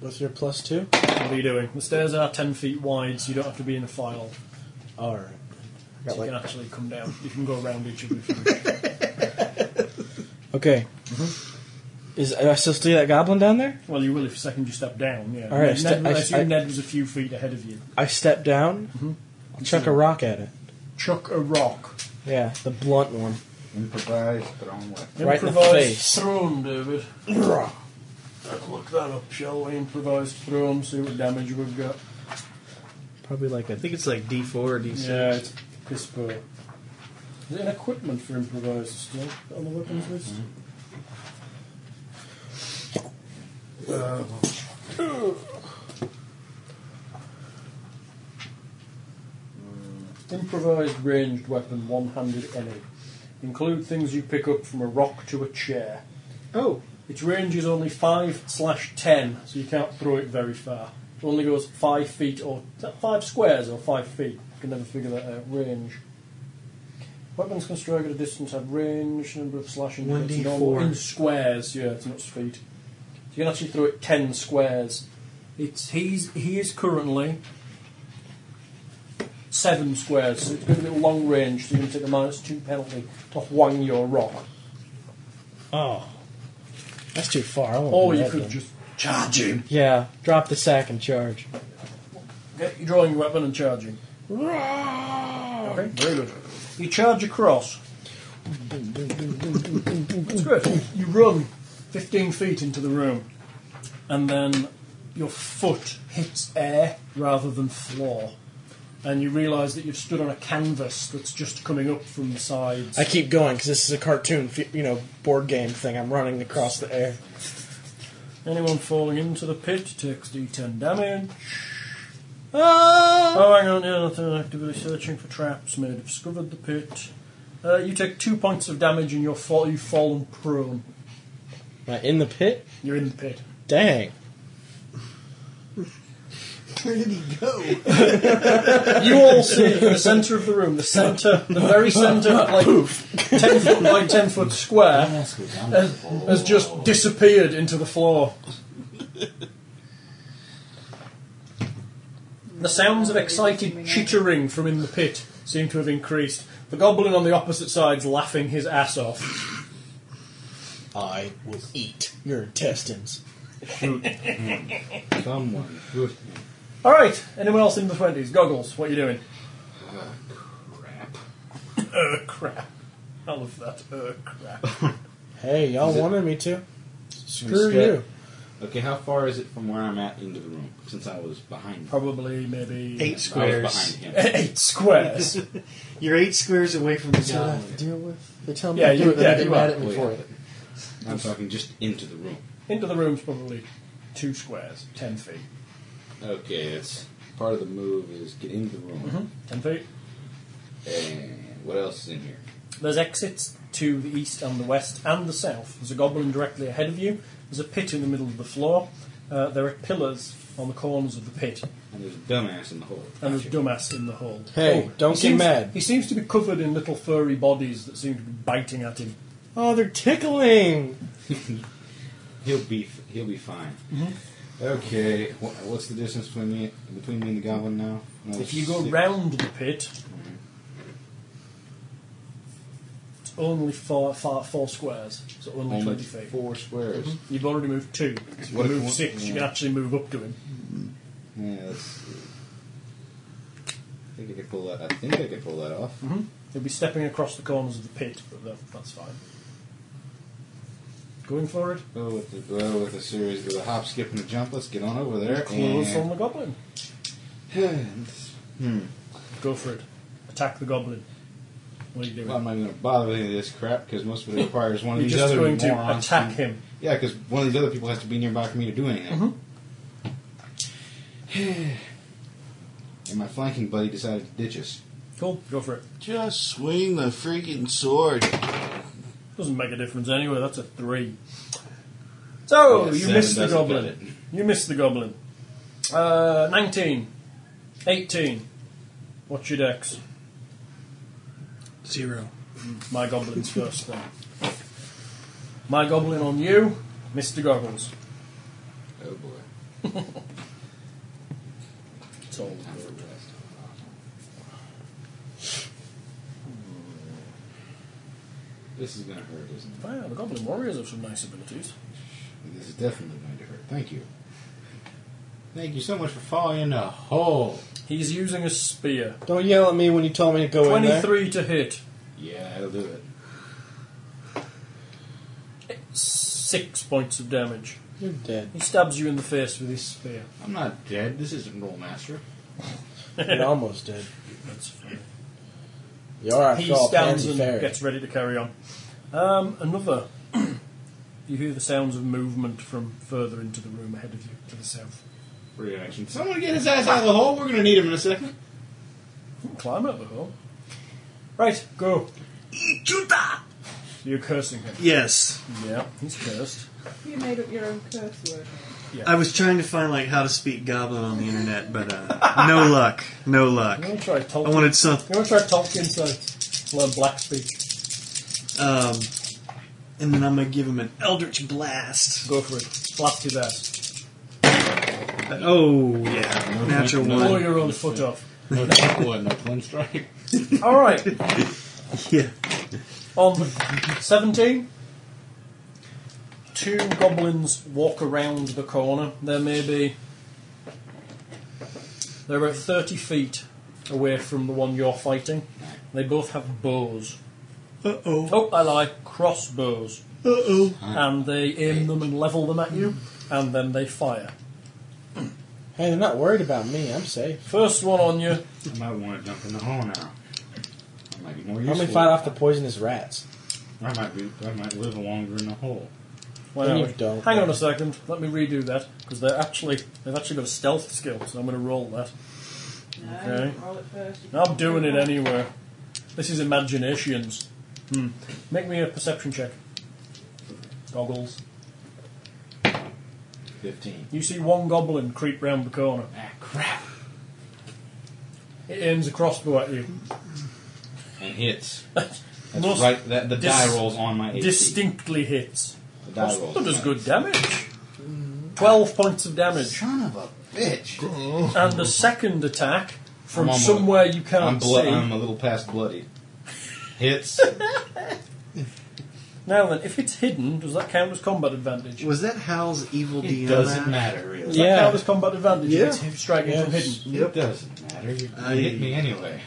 [SPEAKER 5] With your plus two?
[SPEAKER 2] What are you doing? The stairs are 10 feet wide, so you don't have to be in a file.
[SPEAKER 5] Alright. I got
[SPEAKER 2] So you can
[SPEAKER 5] like.
[SPEAKER 2] actually come down. You can go around each of you. if you wish.
[SPEAKER 5] Okay. Is do I still see that goblin down there?
[SPEAKER 2] well, you will if the second you step down, yeah.
[SPEAKER 5] All right, I
[SPEAKER 2] Ned,
[SPEAKER 5] ste-
[SPEAKER 2] I
[SPEAKER 5] I-
[SPEAKER 2] assume
[SPEAKER 5] I-
[SPEAKER 2] Ned was a few feet ahead of you.
[SPEAKER 5] I step down. I'll chuck a rock at it.
[SPEAKER 2] Chuck a rock.
[SPEAKER 5] Yeah, the blunt one.
[SPEAKER 4] Improvise, thrown weapon.
[SPEAKER 5] Right in the
[SPEAKER 2] Improvised
[SPEAKER 5] face.
[SPEAKER 2] Thrown, David. Let's look that up, shall we? Improvised thrown, see what damage we've got.
[SPEAKER 5] Probably like a.
[SPEAKER 8] I think it's like D4 or D6.
[SPEAKER 2] Yeah, it's piss poor. Is it an equipment for improvisers still on the weapons list? Uh, improvised ranged weapon, one-handed any. Include things you pick up from a rock to a chair.
[SPEAKER 8] Oh,
[SPEAKER 2] Its range is only five slash ten, so you can't throw it very far. It only goes five feet or is that five squares or five feet. I can never figure that out. Range. Weapons can strike at a distance have range, number of slashing hits, and
[SPEAKER 6] 1d4.
[SPEAKER 2] all- in squares. Yeah, it's not feet. So you can actually throw it ten squares. It's he's he is currently seven squares, so it's going to be a long range. So you're going to take a minus two penalty off wang your rock,
[SPEAKER 5] Oh. That's too far. I won't
[SPEAKER 2] or
[SPEAKER 5] do
[SPEAKER 2] Oh, you
[SPEAKER 5] that
[SPEAKER 2] could
[SPEAKER 5] then.
[SPEAKER 2] just
[SPEAKER 8] charging.
[SPEAKER 5] Yeah, drop the sack and charge.
[SPEAKER 2] Get your drawing weapon and charging. Okay, very good. You charge across. That's good. You run 15 feet into the room, and then your foot hits air rather than floor. And you realise that you've stood on a canvas that's just coming up from the sides.
[SPEAKER 5] I keep going because this is a cartoon, f- you know, board game thing. I'm running across the air.
[SPEAKER 2] Anyone falling into the pit takes d10 damage.
[SPEAKER 5] Ah!
[SPEAKER 2] Oh, hang on, yeah, nothing actively searching for traps may have discovered the pit. Uh, you take two points of damage and you're fall- you've fallen prone.
[SPEAKER 5] Am I in the pit?
[SPEAKER 2] You're in the pit.
[SPEAKER 5] Dang.
[SPEAKER 6] Trinity go?
[SPEAKER 2] You all see in the centre of the room, the centre, the very centre, like ten foot by ten foot square, has, has just disappeared into the floor. The sounds of excited chittering from in the pit seem to have increased. The goblin on the opposite side's laughing his ass off.
[SPEAKER 5] I will eat your intestines.
[SPEAKER 4] Someone. Good.
[SPEAKER 2] All right, anyone else in the twenties? Goggles, what are you doing?
[SPEAKER 4] Crap.
[SPEAKER 2] Uh, crap. I love that. Uh, crap.
[SPEAKER 5] Hey, y'all
[SPEAKER 4] Is it-
[SPEAKER 5] wanted me to.
[SPEAKER 4] Just
[SPEAKER 5] Screw
[SPEAKER 4] get-
[SPEAKER 5] you.
[SPEAKER 4] Okay, how far is it from where I'm at into the room? Since I was behind.
[SPEAKER 2] Probably maybe
[SPEAKER 6] Eight
[SPEAKER 4] I was behind
[SPEAKER 6] squares.
[SPEAKER 4] him.
[SPEAKER 2] eight squares.
[SPEAKER 6] You're eight squares away from the
[SPEAKER 5] That's what I have
[SPEAKER 6] goblin.
[SPEAKER 5] to deal with. They tell me
[SPEAKER 2] Yeah,
[SPEAKER 5] to do
[SPEAKER 2] you-
[SPEAKER 5] it, then
[SPEAKER 2] yeah,
[SPEAKER 5] they
[SPEAKER 2] you
[SPEAKER 5] get mad
[SPEAKER 2] are.
[SPEAKER 5] at me
[SPEAKER 4] Oh, yeah.
[SPEAKER 5] for it.
[SPEAKER 4] I'm talking just into the room.
[SPEAKER 2] Into the room's probably two squares, ten feet.
[SPEAKER 4] Okay, that's part of the move is get into the room.
[SPEAKER 2] Ten feet.
[SPEAKER 4] And what else is in here?
[SPEAKER 2] There's exits to the east and the west and the south. There's a goblin directly ahead of you. There's a pit in the middle of the floor. Uh, there are pillars on the corners of the pit,
[SPEAKER 4] And there's a dumbass in the hole.
[SPEAKER 2] and there's dumbass in the hall. Oh,
[SPEAKER 5] Hey, don't get
[SPEAKER 2] he seems-
[SPEAKER 5] mad.
[SPEAKER 2] He seems to be covered in little furry bodies that seem to be biting at him.
[SPEAKER 5] Oh, they're tickling.
[SPEAKER 4] He'll be he'll be fine.
[SPEAKER 2] Mm-hmm.
[SPEAKER 4] Okay, wha- what's the distance between me between me and the goblin now? No,
[SPEAKER 2] If you go
[SPEAKER 4] six.
[SPEAKER 2] round the pit, it's only four, four, four squares, so only,
[SPEAKER 4] Only
[SPEAKER 2] 20 feet.
[SPEAKER 4] four squares.
[SPEAKER 2] You've already moved two. So you
[SPEAKER 4] What if
[SPEAKER 2] move
[SPEAKER 4] one-
[SPEAKER 2] six, you
[SPEAKER 4] yeah.
[SPEAKER 2] can actually move up to him. Mm-hmm.
[SPEAKER 4] Yeah, let's see. I think I could pull that. I think I could pull that off.
[SPEAKER 2] Mm-hmm. He'll be stepping across the corners of the pit, but tha- that's fine. Going for it?
[SPEAKER 4] Go with the go with a series with a hop, skip, and a jump. Let's get on over there.
[SPEAKER 2] Close on
[SPEAKER 4] and-
[SPEAKER 2] the goblin.
[SPEAKER 4] hmm.
[SPEAKER 2] Go for it. Attack the goblin. What are you doing?
[SPEAKER 4] Well, I'm not going to bother with any of this crap because most of it requires one of
[SPEAKER 2] You're
[SPEAKER 4] these
[SPEAKER 2] just
[SPEAKER 4] other
[SPEAKER 2] going to
[SPEAKER 4] morons
[SPEAKER 2] attack him.
[SPEAKER 4] Yeah, because one of these other people has to be nearby for me to do anything.
[SPEAKER 2] Mm-hmm.
[SPEAKER 4] and my flanking buddy decided to ditch us.
[SPEAKER 2] Cool, go for it.
[SPEAKER 7] Just swing the freaking sword.
[SPEAKER 2] Doesn't make a difference anyway, that's a three. So,
[SPEAKER 4] Yeah,
[SPEAKER 2] you
[SPEAKER 4] seven
[SPEAKER 2] missed the
[SPEAKER 4] doesn't
[SPEAKER 2] goblin.
[SPEAKER 4] cut it.
[SPEAKER 2] You missed the goblin. Uh, 19. 18. What's your dex?
[SPEAKER 6] Zero.
[SPEAKER 2] My goblin's first then. My goblin on you, Mr. Goggles.
[SPEAKER 4] Oh boy.
[SPEAKER 2] It's all
[SPEAKER 4] Time for a rest. This is going to hurt, isn't it?
[SPEAKER 2] Wow, the Goblin Warriors have some nice abilities.
[SPEAKER 4] This is definitely going to hurt. Thank you. Thank you so much for falling in the hole.
[SPEAKER 2] He's using a spear.
[SPEAKER 5] Don't yell at me when you told me to go in there.
[SPEAKER 2] 23 to hit.
[SPEAKER 4] Yeah, that'll do it.
[SPEAKER 2] Six points of damage.
[SPEAKER 5] You're dead.
[SPEAKER 2] He stabs you in the face with his spear.
[SPEAKER 4] I'm not dead. This isn't Rollmaster.
[SPEAKER 5] You're almost dead.
[SPEAKER 2] That's fine.
[SPEAKER 5] You are
[SPEAKER 2] He
[SPEAKER 5] after all
[SPEAKER 2] stands
[SPEAKER 5] fancy
[SPEAKER 2] and
[SPEAKER 5] fair.
[SPEAKER 2] gets ready to carry on. Um, another. you hear the sounds of movement from further into the room ahead of you to the south.
[SPEAKER 4] Reaction. Someone get his ass out of the hole. We're going to need him in a second.
[SPEAKER 2] Climb up the hole. Right, go. You're cursing him.
[SPEAKER 6] Yes.
[SPEAKER 2] Yeah, he's cursed.
[SPEAKER 3] You made up your own curse word.
[SPEAKER 6] I was trying to find like how to speak goblin on the internet, but uh, no luck. No luck.
[SPEAKER 2] You want to try Tolkien?
[SPEAKER 6] I wanted some.
[SPEAKER 2] You want to try Tolkien to learn black speech?
[SPEAKER 6] Um, and then I'm gonna give him an eldritch blast.
[SPEAKER 2] Go for it. Blast his ass.
[SPEAKER 6] Oh yeah, natural
[SPEAKER 4] no.
[SPEAKER 2] Blow
[SPEAKER 6] one.
[SPEAKER 2] your own foot off.
[SPEAKER 4] No tackle and no clean strike.
[SPEAKER 2] All right.
[SPEAKER 6] Yeah.
[SPEAKER 2] On 17, two goblins walk around the corner. There may be. They're about 30 feet away from the one you're fighting. They both have bows.
[SPEAKER 6] Uh oh.
[SPEAKER 2] Oh, I lie. Crossbows.
[SPEAKER 6] Uh oh.
[SPEAKER 2] And they aim them and level them at you, and then they fire.
[SPEAKER 5] Hey, they're not worried about me. I'm safe.
[SPEAKER 2] First one on you.
[SPEAKER 4] I might want to jump in the hole now. I might be more
[SPEAKER 5] Let
[SPEAKER 4] useful.
[SPEAKER 5] me fight off the poisonous rats.
[SPEAKER 4] I might be. I might live longer in the hole.
[SPEAKER 2] Why
[SPEAKER 5] No,
[SPEAKER 2] are
[SPEAKER 5] you
[SPEAKER 2] we?
[SPEAKER 5] don't.
[SPEAKER 2] Hang on a second. Let me redo that because they're actually they've actually got a stealth skill, so I'm going to roll that.
[SPEAKER 3] No,
[SPEAKER 2] Okay.
[SPEAKER 3] roll it first.
[SPEAKER 2] I'm doing it anyway. This is imaginations. Hmm. Make me a perception check. Goggles.
[SPEAKER 4] Fifteen.
[SPEAKER 2] You see one goblin creep round the corner.
[SPEAKER 4] Ah, crap.
[SPEAKER 2] It aims a crossbow at you.
[SPEAKER 4] And hits. That's
[SPEAKER 2] Most
[SPEAKER 4] right. That the
[SPEAKER 2] dis-
[SPEAKER 4] die rolls on my AC.
[SPEAKER 2] distinctly hits.
[SPEAKER 4] the die rolls.
[SPEAKER 2] That does good damage. 12 points of damage.
[SPEAKER 4] Son of a bitch.
[SPEAKER 2] And the second attack from
[SPEAKER 4] I'm almost-
[SPEAKER 2] somewhere you
[SPEAKER 4] I'm,
[SPEAKER 2] can't
[SPEAKER 4] blo-
[SPEAKER 2] see.
[SPEAKER 4] I'm a little past bloody. Hits.
[SPEAKER 2] Now then, if it's hidden, does that count as combat advantage?
[SPEAKER 6] Was that Hal's evil DM?
[SPEAKER 4] it doesn't
[SPEAKER 6] act?
[SPEAKER 4] matter really.
[SPEAKER 2] Does that
[SPEAKER 5] Yeah.
[SPEAKER 2] count as combat advantage
[SPEAKER 6] Yeah.
[SPEAKER 2] if it's striking from hidden?
[SPEAKER 4] It doesn't matter. You
[SPEAKER 6] I-
[SPEAKER 4] hit me anyway.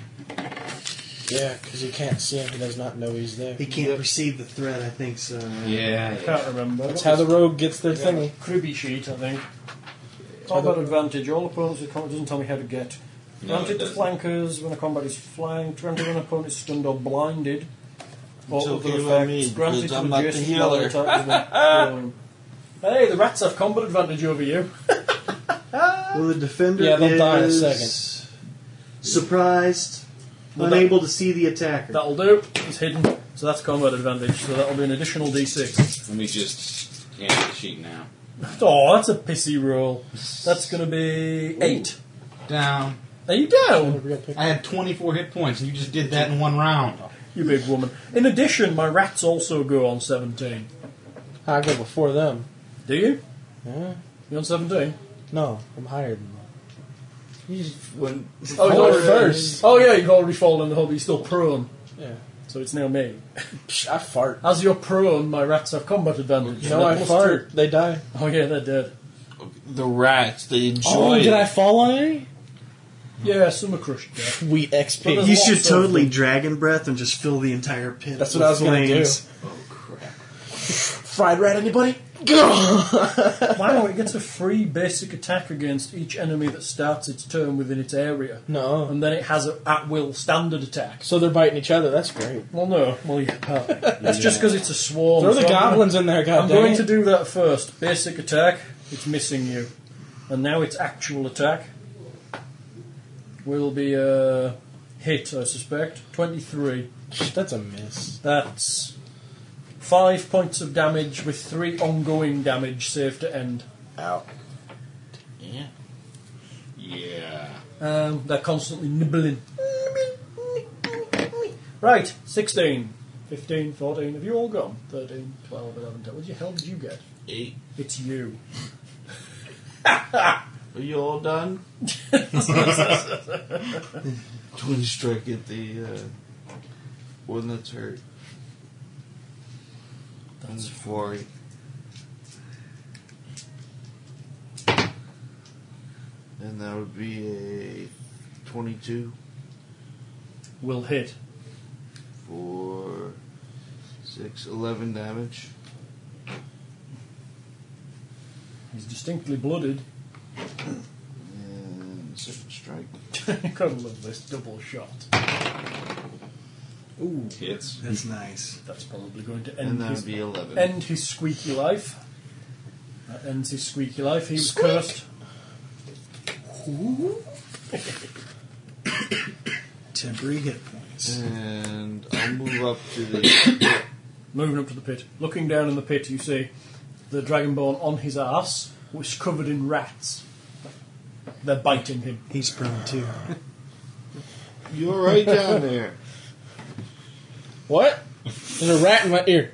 [SPEAKER 5] Yeah, because he can't see him. He does not know he's there.
[SPEAKER 6] He can't perceive the threat, I think, so.
[SPEAKER 2] I
[SPEAKER 4] Yeah. yeah.
[SPEAKER 2] can't remember.
[SPEAKER 5] That's how the rogue gets their thingy.
[SPEAKER 2] Cribby sheet, I think. Combat advantage. All opponents with combat doesn't tell me how to get.
[SPEAKER 4] No, it
[SPEAKER 2] Granted to
[SPEAKER 4] doesn't.
[SPEAKER 2] flankers when a combat is flanked. Granted when an opponent is stunned or blinded. Or
[SPEAKER 5] It's
[SPEAKER 2] other
[SPEAKER 5] okay with
[SPEAKER 2] effects.
[SPEAKER 5] me,
[SPEAKER 2] Granted
[SPEAKER 5] because
[SPEAKER 2] to
[SPEAKER 5] I'm not the
[SPEAKER 2] adjacent
[SPEAKER 5] healer.
[SPEAKER 2] attacks when healing. Hey, the rats have combat advantage over you.
[SPEAKER 6] Well, the defender
[SPEAKER 5] Yeah, they'll
[SPEAKER 6] is
[SPEAKER 5] die in a
[SPEAKER 6] surprised,
[SPEAKER 2] Well, that-
[SPEAKER 6] unable to see the attacker.
[SPEAKER 2] That'll do. It's hidden, so that's combat advantage. So that'll be an additional d6.
[SPEAKER 4] Let me just hand the sheet now.
[SPEAKER 2] Oh, that's a pissy roll. That's going to be eight.
[SPEAKER 4] Down.
[SPEAKER 2] Are you down?
[SPEAKER 4] I had 24 hit points, and you just did that in one round.
[SPEAKER 2] You big woman. In addition, my rats also go on 17.
[SPEAKER 5] I go before them.
[SPEAKER 2] Do you?
[SPEAKER 5] Yeah.
[SPEAKER 2] You on 17?
[SPEAKER 5] No, I'm higher than them.
[SPEAKER 7] When
[SPEAKER 2] Oh,
[SPEAKER 5] Fall
[SPEAKER 2] already-
[SPEAKER 5] first.
[SPEAKER 2] Oh, yeah, you've already fallen in the hole, but you're still prone.
[SPEAKER 5] Yeah.
[SPEAKER 2] So it's now me.
[SPEAKER 5] Psh, I fart.
[SPEAKER 2] As you're prone, my rats have combat advantage.
[SPEAKER 5] No, I
[SPEAKER 2] Plus
[SPEAKER 5] fart. They die.
[SPEAKER 2] two. Oh, yeah, they're dead.
[SPEAKER 9] The rats, they enjoy
[SPEAKER 5] Oh,
[SPEAKER 9] it.
[SPEAKER 5] did I fall on any?
[SPEAKER 2] Yeah, some are crushed dead.
[SPEAKER 5] We XP.
[SPEAKER 2] there's
[SPEAKER 6] You
[SPEAKER 2] lots
[SPEAKER 6] should
[SPEAKER 2] of
[SPEAKER 6] totally
[SPEAKER 2] them.
[SPEAKER 6] dragon breath and just fill the entire pit.
[SPEAKER 5] That's
[SPEAKER 6] with
[SPEAKER 5] what I was gonna do.
[SPEAKER 6] flames.
[SPEAKER 5] Fried rat, anybody?
[SPEAKER 2] Wow, it gets a free basic attack against each enemy that starts its turn within its area.
[SPEAKER 5] No.
[SPEAKER 2] And then it has a at will standard attack.
[SPEAKER 5] So they're biting each other. That's great.
[SPEAKER 2] Well, no. Well, yeah, partly. That's just because it's a swarm.
[SPEAKER 5] Throw the
[SPEAKER 2] so I'm gonna-
[SPEAKER 5] goblins in there,
[SPEAKER 2] I'm
[SPEAKER 5] goddamn.
[SPEAKER 2] going to do that first. Basic attack. It's missing you. And now its actual attack will be a hit, I suspect. 23.
[SPEAKER 5] That's a miss.
[SPEAKER 2] That's five points of damage with three ongoing damage saved to end.
[SPEAKER 5] Out.
[SPEAKER 4] Yeah. Yeah.
[SPEAKER 2] Um, they're constantly nibbling. Right, 16, 15, 14. Have you all gone? 13, 12, 11, 10. What the hell did you get?
[SPEAKER 9] Eight.
[SPEAKER 2] It's you.
[SPEAKER 9] Are you all done? Twin strike at the uh, one that's hurt. That's four. And that would be a 22
[SPEAKER 2] Will hit.
[SPEAKER 9] for 6, 11 damage.
[SPEAKER 2] He's distinctly blooded.
[SPEAKER 9] And second strike.
[SPEAKER 2] Gotta love this double shot. Ooh,
[SPEAKER 4] Hits.
[SPEAKER 6] That's nice.
[SPEAKER 2] that's probably going to
[SPEAKER 9] And
[SPEAKER 2] end
[SPEAKER 9] that
[SPEAKER 2] his
[SPEAKER 9] would be 11.
[SPEAKER 2] end his squeaky life. That ends his squeaky life. He was cursed.
[SPEAKER 6] Temporary hit points.
[SPEAKER 9] And I'll move up to the.
[SPEAKER 2] Moving up to the pit, looking down in the pit, you see the dragonborn on his ass, which is covered in rats. They're biting him.
[SPEAKER 6] He's prone too.
[SPEAKER 7] you're right down there.
[SPEAKER 5] What? There's a rat in my ear.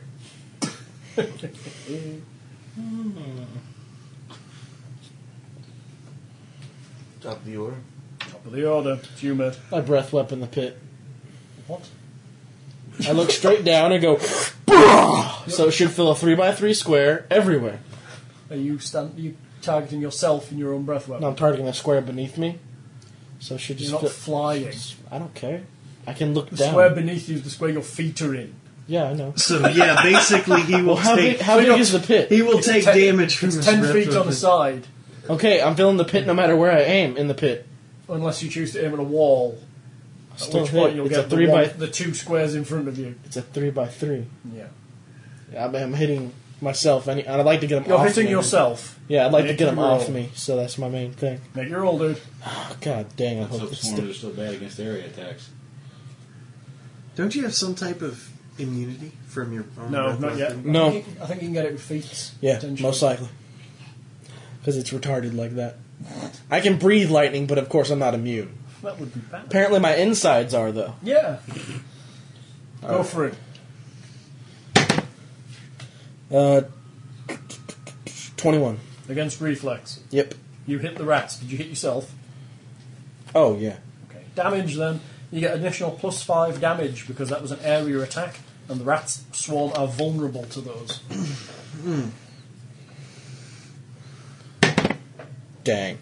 [SPEAKER 9] Top of the order.
[SPEAKER 2] Top of the order, Juma.
[SPEAKER 5] I breath weapon the pit.
[SPEAKER 2] What?
[SPEAKER 5] I look straight down and go, "Bruh!" so it should fill a three by three square everywhere.
[SPEAKER 2] Are you stand? Are you targeting yourself in your own breath weapon?
[SPEAKER 5] And I'm targeting a square beneath me, so it should just.
[SPEAKER 2] You're not
[SPEAKER 5] fill-
[SPEAKER 2] flying.
[SPEAKER 5] I don't care. I can look
[SPEAKER 2] The
[SPEAKER 5] down.
[SPEAKER 2] square beneath you is the square your feet are in.
[SPEAKER 5] Yeah, I know.
[SPEAKER 6] So yeah, basically he
[SPEAKER 5] Well,
[SPEAKER 6] will
[SPEAKER 5] how
[SPEAKER 6] take
[SPEAKER 5] big, how big is the pit?
[SPEAKER 6] he will
[SPEAKER 2] It's
[SPEAKER 6] take
[SPEAKER 2] ten-
[SPEAKER 6] damage from
[SPEAKER 2] It's
[SPEAKER 6] this
[SPEAKER 2] ten
[SPEAKER 6] breath
[SPEAKER 2] feet on
[SPEAKER 6] weapon.
[SPEAKER 2] the side,
[SPEAKER 5] Okay, I'm filling the pit no matter where I aim in the pit.
[SPEAKER 2] unless you choose to aim at a wall. At
[SPEAKER 5] Still
[SPEAKER 2] which
[SPEAKER 5] hit.
[SPEAKER 2] point you'll
[SPEAKER 5] It's
[SPEAKER 2] get
[SPEAKER 5] a three
[SPEAKER 2] the, one-
[SPEAKER 5] by-
[SPEAKER 2] the two squares in front of you.
[SPEAKER 5] It's a three by three.
[SPEAKER 2] Yeah,
[SPEAKER 5] Yeah, I'm, I'm hitting myself, and I'd like to get them.
[SPEAKER 2] you're
[SPEAKER 5] off
[SPEAKER 2] hitting
[SPEAKER 5] me.
[SPEAKER 2] yourself.
[SPEAKER 5] Yeah, I'd like
[SPEAKER 2] Make
[SPEAKER 5] to get them
[SPEAKER 2] your roll.
[SPEAKER 5] off me. So that's my main thing.
[SPEAKER 2] Make your roll, dude.
[SPEAKER 5] Oh, God dang! I
[SPEAKER 4] Let's
[SPEAKER 5] hope
[SPEAKER 4] hope
[SPEAKER 5] it's
[SPEAKER 4] swarms are still bad against area attacks.
[SPEAKER 6] Don't you have some type of immunity from your own
[SPEAKER 2] No,
[SPEAKER 6] breath
[SPEAKER 2] not yet.
[SPEAKER 6] weapon?
[SPEAKER 5] No.
[SPEAKER 2] I think, you- I think you can get it with feet.
[SPEAKER 5] yeah,
[SPEAKER 2] potentially.
[SPEAKER 5] most likely. because it's retarded like that. I can breathe lightning, but of course I'm not immune.
[SPEAKER 2] That would be bad.
[SPEAKER 5] Apparently my insides are though.
[SPEAKER 2] Yeah. Go for it.
[SPEAKER 5] Uh, twenty-one.
[SPEAKER 2] Against reflex.
[SPEAKER 5] Yep.
[SPEAKER 2] You hit the rats. Did you hit yourself?
[SPEAKER 5] Oh yeah.
[SPEAKER 2] Okay. Damage then. You get additional plus five damage because that was an area attack, and the rats swarm are vulnerable to those.
[SPEAKER 5] Dang.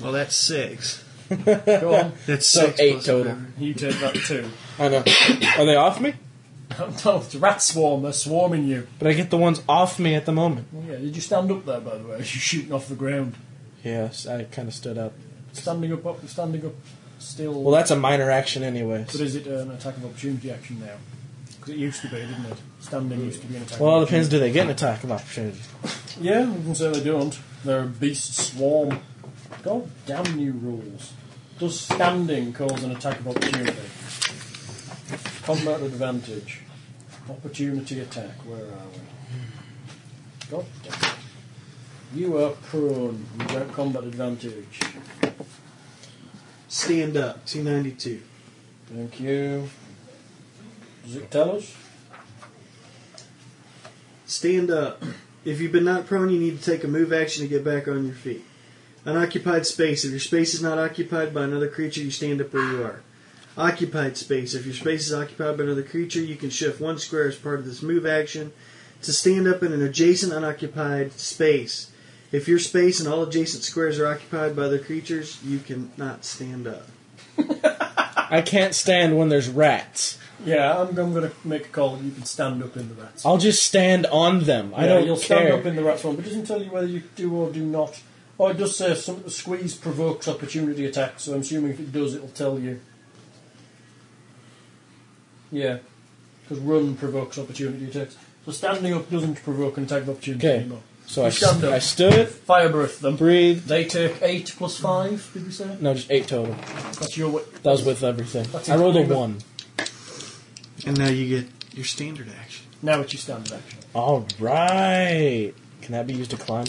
[SPEAKER 6] Well, that's six.
[SPEAKER 2] Go on.
[SPEAKER 6] That's
[SPEAKER 5] So
[SPEAKER 6] six.
[SPEAKER 5] eight
[SPEAKER 6] plus
[SPEAKER 5] total.
[SPEAKER 6] whatever.
[SPEAKER 2] You take that too.
[SPEAKER 5] I know. Are they off me?
[SPEAKER 2] no, it's a rat swarm. They're swarming you.
[SPEAKER 5] But I get the ones off me at the moment.
[SPEAKER 2] Oh, yeah. Did you stand up there, by the way? You're shooting off the ground.
[SPEAKER 5] Yes, I kind of stood up.
[SPEAKER 2] Standing up, up standing up still.
[SPEAKER 5] Well, that's a minor action, anyways.
[SPEAKER 2] But is it an attack of opportunity action now? Because it used to be, didn't it? Standing used to be an attack.
[SPEAKER 5] Well, it
[SPEAKER 2] of
[SPEAKER 5] depends. Do they get an attack of opportunity?
[SPEAKER 2] opportunity. Yeah, you can say they don't. They're a beast swarm. God damn new rules. Does standing cause an attack of opportunity? Combat advantage. Opportunity attack. Where are we? God damn it. You are prone. You don't combat advantage.
[SPEAKER 6] Stand up. Two ninety two.
[SPEAKER 2] Thank you. Does it tell us?
[SPEAKER 6] Stand up. If you've been not prone, you need to take a move action to get back on your feet. Unoccupied space. If your space is not occupied by another creature, you stand up where you are. Occupied space. If your space is occupied by another creature, you can shift one square as part of this move action to stand up in an adjacent unoccupied space. If your space and all adjacent squares are occupied by other creatures, you cannot stand up.
[SPEAKER 5] I can't stand when there's rats.
[SPEAKER 2] Yeah, I'm, I'm going to make a call. You can stand up in the rats.
[SPEAKER 5] I'll just stand on them. Oh, I
[SPEAKER 2] Yeah,
[SPEAKER 5] don't
[SPEAKER 2] you'll
[SPEAKER 5] care.
[SPEAKER 2] stand up in the rat's one, but it doesn't tell you whether you do or do not. Oh, it does say some, the squeeze provokes opportunity attack, so I'm assuming if it does, it'll tell you. Yeah, because run provokes opportunity attacks. So standing up doesn't provoke an attack of opportunity
[SPEAKER 5] Okay.
[SPEAKER 2] anymore.
[SPEAKER 5] so I,
[SPEAKER 2] You stand up.
[SPEAKER 5] I stood,
[SPEAKER 2] Fire breath them.
[SPEAKER 5] breathed.
[SPEAKER 2] They take 8 plus 5, did we say?
[SPEAKER 5] No, just eight total.
[SPEAKER 2] That's your wi-
[SPEAKER 5] That was with everything.
[SPEAKER 2] That's
[SPEAKER 5] I rolled a
[SPEAKER 2] incredible.
[SPEAKER 5] one.
[SPEAKER 6] And now you get your standard action.
[SPEAKER 2] Now it's your standard action.
[SPEAKER 5] All right. Can that be used to climb?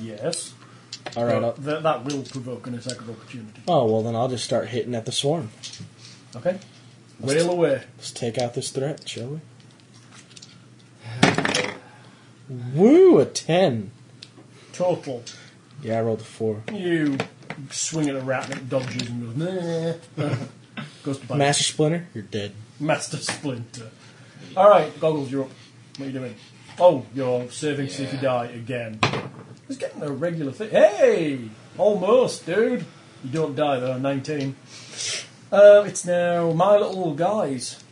[SPEAKER 2] Yes.
[SPEAKER 5] All right.
[SPEAKER 2] Uh,
[SPEAKER 5] I'll,
[SPEAKER 2] th- that will provoke an attack of opportunity.
[SPEAKER 5] oh well, then I'll just start hitting at the swarm.
[SPEAKER 2] Okay? Rail away.
[SPEAKER 5] Let's take out this threat, shall we? Woo, a ten.
[SPEAKER 2] Total.
[SPEAKER 5] Yeah, I rolled a four.
[SPEAKER 2] You swing at a rat and it dodges and goes, nah. goes to bite.
[SPEAKER 5] Master Splinter, you're dead.
[SPEAKER 2] Master Splinter. Alright, Goggles, you're up. What are you doing? Oh, you're saving to see if you die again. It's getting a regular thing. Hey! Almost, dude. You don't die though, 19. Uh, it's now my little guys.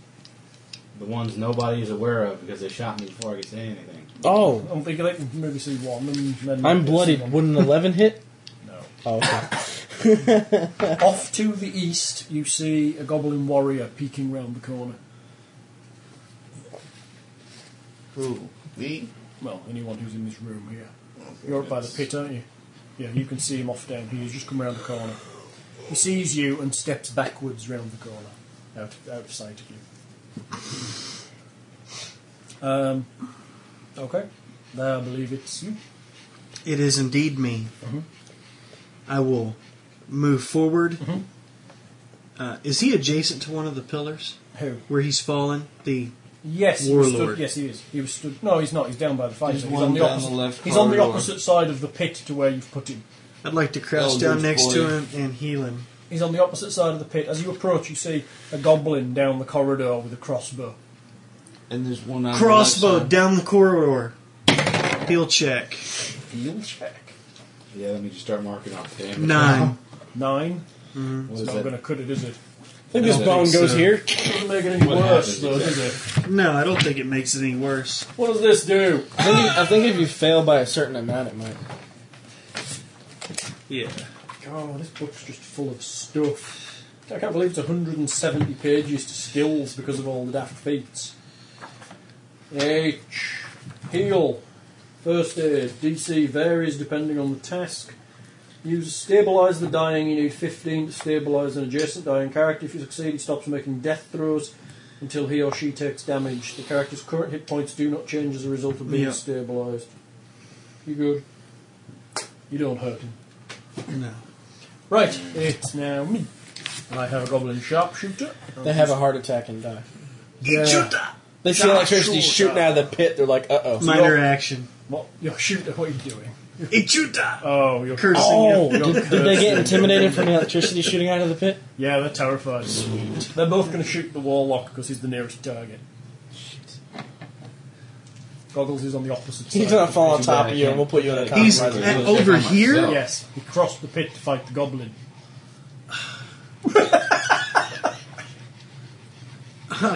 [SPEAKER 4] The ones nobody's aware of because they shot me before I could say anything.
[SPEAKER 5] Oh,
[SPEAKER 2] I'm thinking they can maybe see one and then.
[SPEAKER 5] I'm bloodied. Would an eleven hit?
[SPEAKER 2] No.
[SPEAKER 5] Oh, okay.
[SPEAKER 2] Off to the east, you see a goblin warrior peeking round the corner.
[SPEAKER 7] Who? Me?
[SPEAKER 2] Well, anyone who's in this room here. You're up by the pit, aren't you? Yeah, you can see him off down here. He's just come round the corner. He sees you and steps backwards round the corner, out of, out of sight of you. Um, okay. Now I believe it's you.
[SPEAKER 6] It is indeed me.
[SPEAKER 2] Mm-hmm.
[SPEAKER 6] I will move forward. Uh, is he adjacent to one of the pillars
[SPEAKER 2] Mm-hmm. Who?
[SPEAKER 6] where he's fallen? The
[SPEAKER 2] Yes, he was stood,
[SPEAKER 6] Warlord.
[SPEAKER 2] yes, he is. He was stood. No, he's not. He's down by the fire.
[SPEAKER 9] There's
[SPEAKER 2] He's,
[SPEAKER 9] one
[SPEAKER 2] on the
[SPEAKER 9] down
[SPEAKER 2] opposite.
[SPEAKER 9] the left
[SPEAKER 2] he's on the
[SPEAKER 9] corridor.
[SPEAKER 2] opposite side of the pit to where you've put him.
[SPEAKER 6] I'd like to crouch
[SPEAKER 9] Elder's
[SPEAKER 6] down next to
[SPEAKER 9] boy.
[SPEAKER 6] him and heal him.
[SPEAKER 2] He's on the opposite side of the pit. As you approach, you see a goblin down the corridor with a crossbow.
[SPEAKER 9] And there's one on the
[SPEAKER 6] Crossbow
[SPEAKER 9] left
[SPEAKER 6] down the corridor. Heal check
[SPEAKER 2] Field check.
[SPEAKER 4] Yeah, let me just start marking off the damage.
[SPEAKER 2] Uh-huh.
[SPEAKER 6] nine.
[SPEAKER 2] Nine.
[SPEAKER 4] What
[SPEAKER 2] It's
[SPEAKER 4] is
[SPEAKER 2] not
[SPEAKER 4] that?
[SPEAKER 2] going to cut it, is it?
[SPEAKER 5] I think this
[SPEAKER 4] I don't
[SPEAKER 5] bone
[SPEAKER 4] think
[SPEAKER 5] goes
[SPEAKER 6] uh,
[SPEAKER 4] so.
[SPEAKER 5] here.
[SPEAKER 2] Doesn't make it any
[SPEAKER 4] What
[SPEAKER 2] worse,
[SPEAKER 4] happens
[SPEAKER 2] though, does it?
[SPEAKER 6] No, I don't think it makes it any worse.
[SPEAKER 2] What does this do?
[SPEAKER 5] I think, if- I think if you fail by a certain amount, it might.
[SPEAKER 6] Yeah.
[SPEAKER 2] God, this book's just full of stuff. I can't believe it's 170 pages to skills because of all the daft feats. H. Heal. First aid. DC varies depending on the task. Use stabilize the dying. You need 15 to stabilize an adjacent dying character. If you succeed, he stops making death throws until he or she takes damage. The character's current hit points do not change as a result of being
[SPEAKER 6] Yeah.
[SPEAKER 2] stabilized. You good? You don't hurt him.
[SPEAKER 6] No.
[SPEAKER 2] Right, it's now me. And I have a goblin sharpshooter.
[SPEAKER 6] Oh,
[SPEAKER 5] They have a heart attack and die.
[SPEAKER 2] Yeah.
[SPEAKER 5] They see
[SPEAKER 2] Die,
[SPEAKER 5] electricity
[SPEAKER 2] sure,
[SPEAKER 5] shooting
[SPEAKER 2] die.
[SPEAKER 5] out of the pit. They're like, uh oh.
[SPEAKER 6] Minor action.
[SPEAKER 2] What? Your shooter, what are you doing?
[SPEAKER 6] Ichuta!
[SPEAKER 2] Oh, you're
[SPEAKER 6] Cursing.
[SPEAKER 5] Oh,
[SPEAKER 2] You're
[SPEAKER 5] did, did they get intimidated from the electricity shooting out of the pit?
[SPEAKER 2] Yeah, they're terrified. Sweet. They're both going to shoot the warlock because he's the nearest target. Goggles is on the opposite side.
[SPEAKER 5] He's gonna fall on top of you, and we'll put you in a
[SPEAKER 6] He's
[SPEAKER 5] compromising
[SPEAKER 6] at-
[SPEAKER 5] position.
[SPEAKER 6] over here?
[SPEAKER 2] Yes, he crossed the pit to fight the goblin.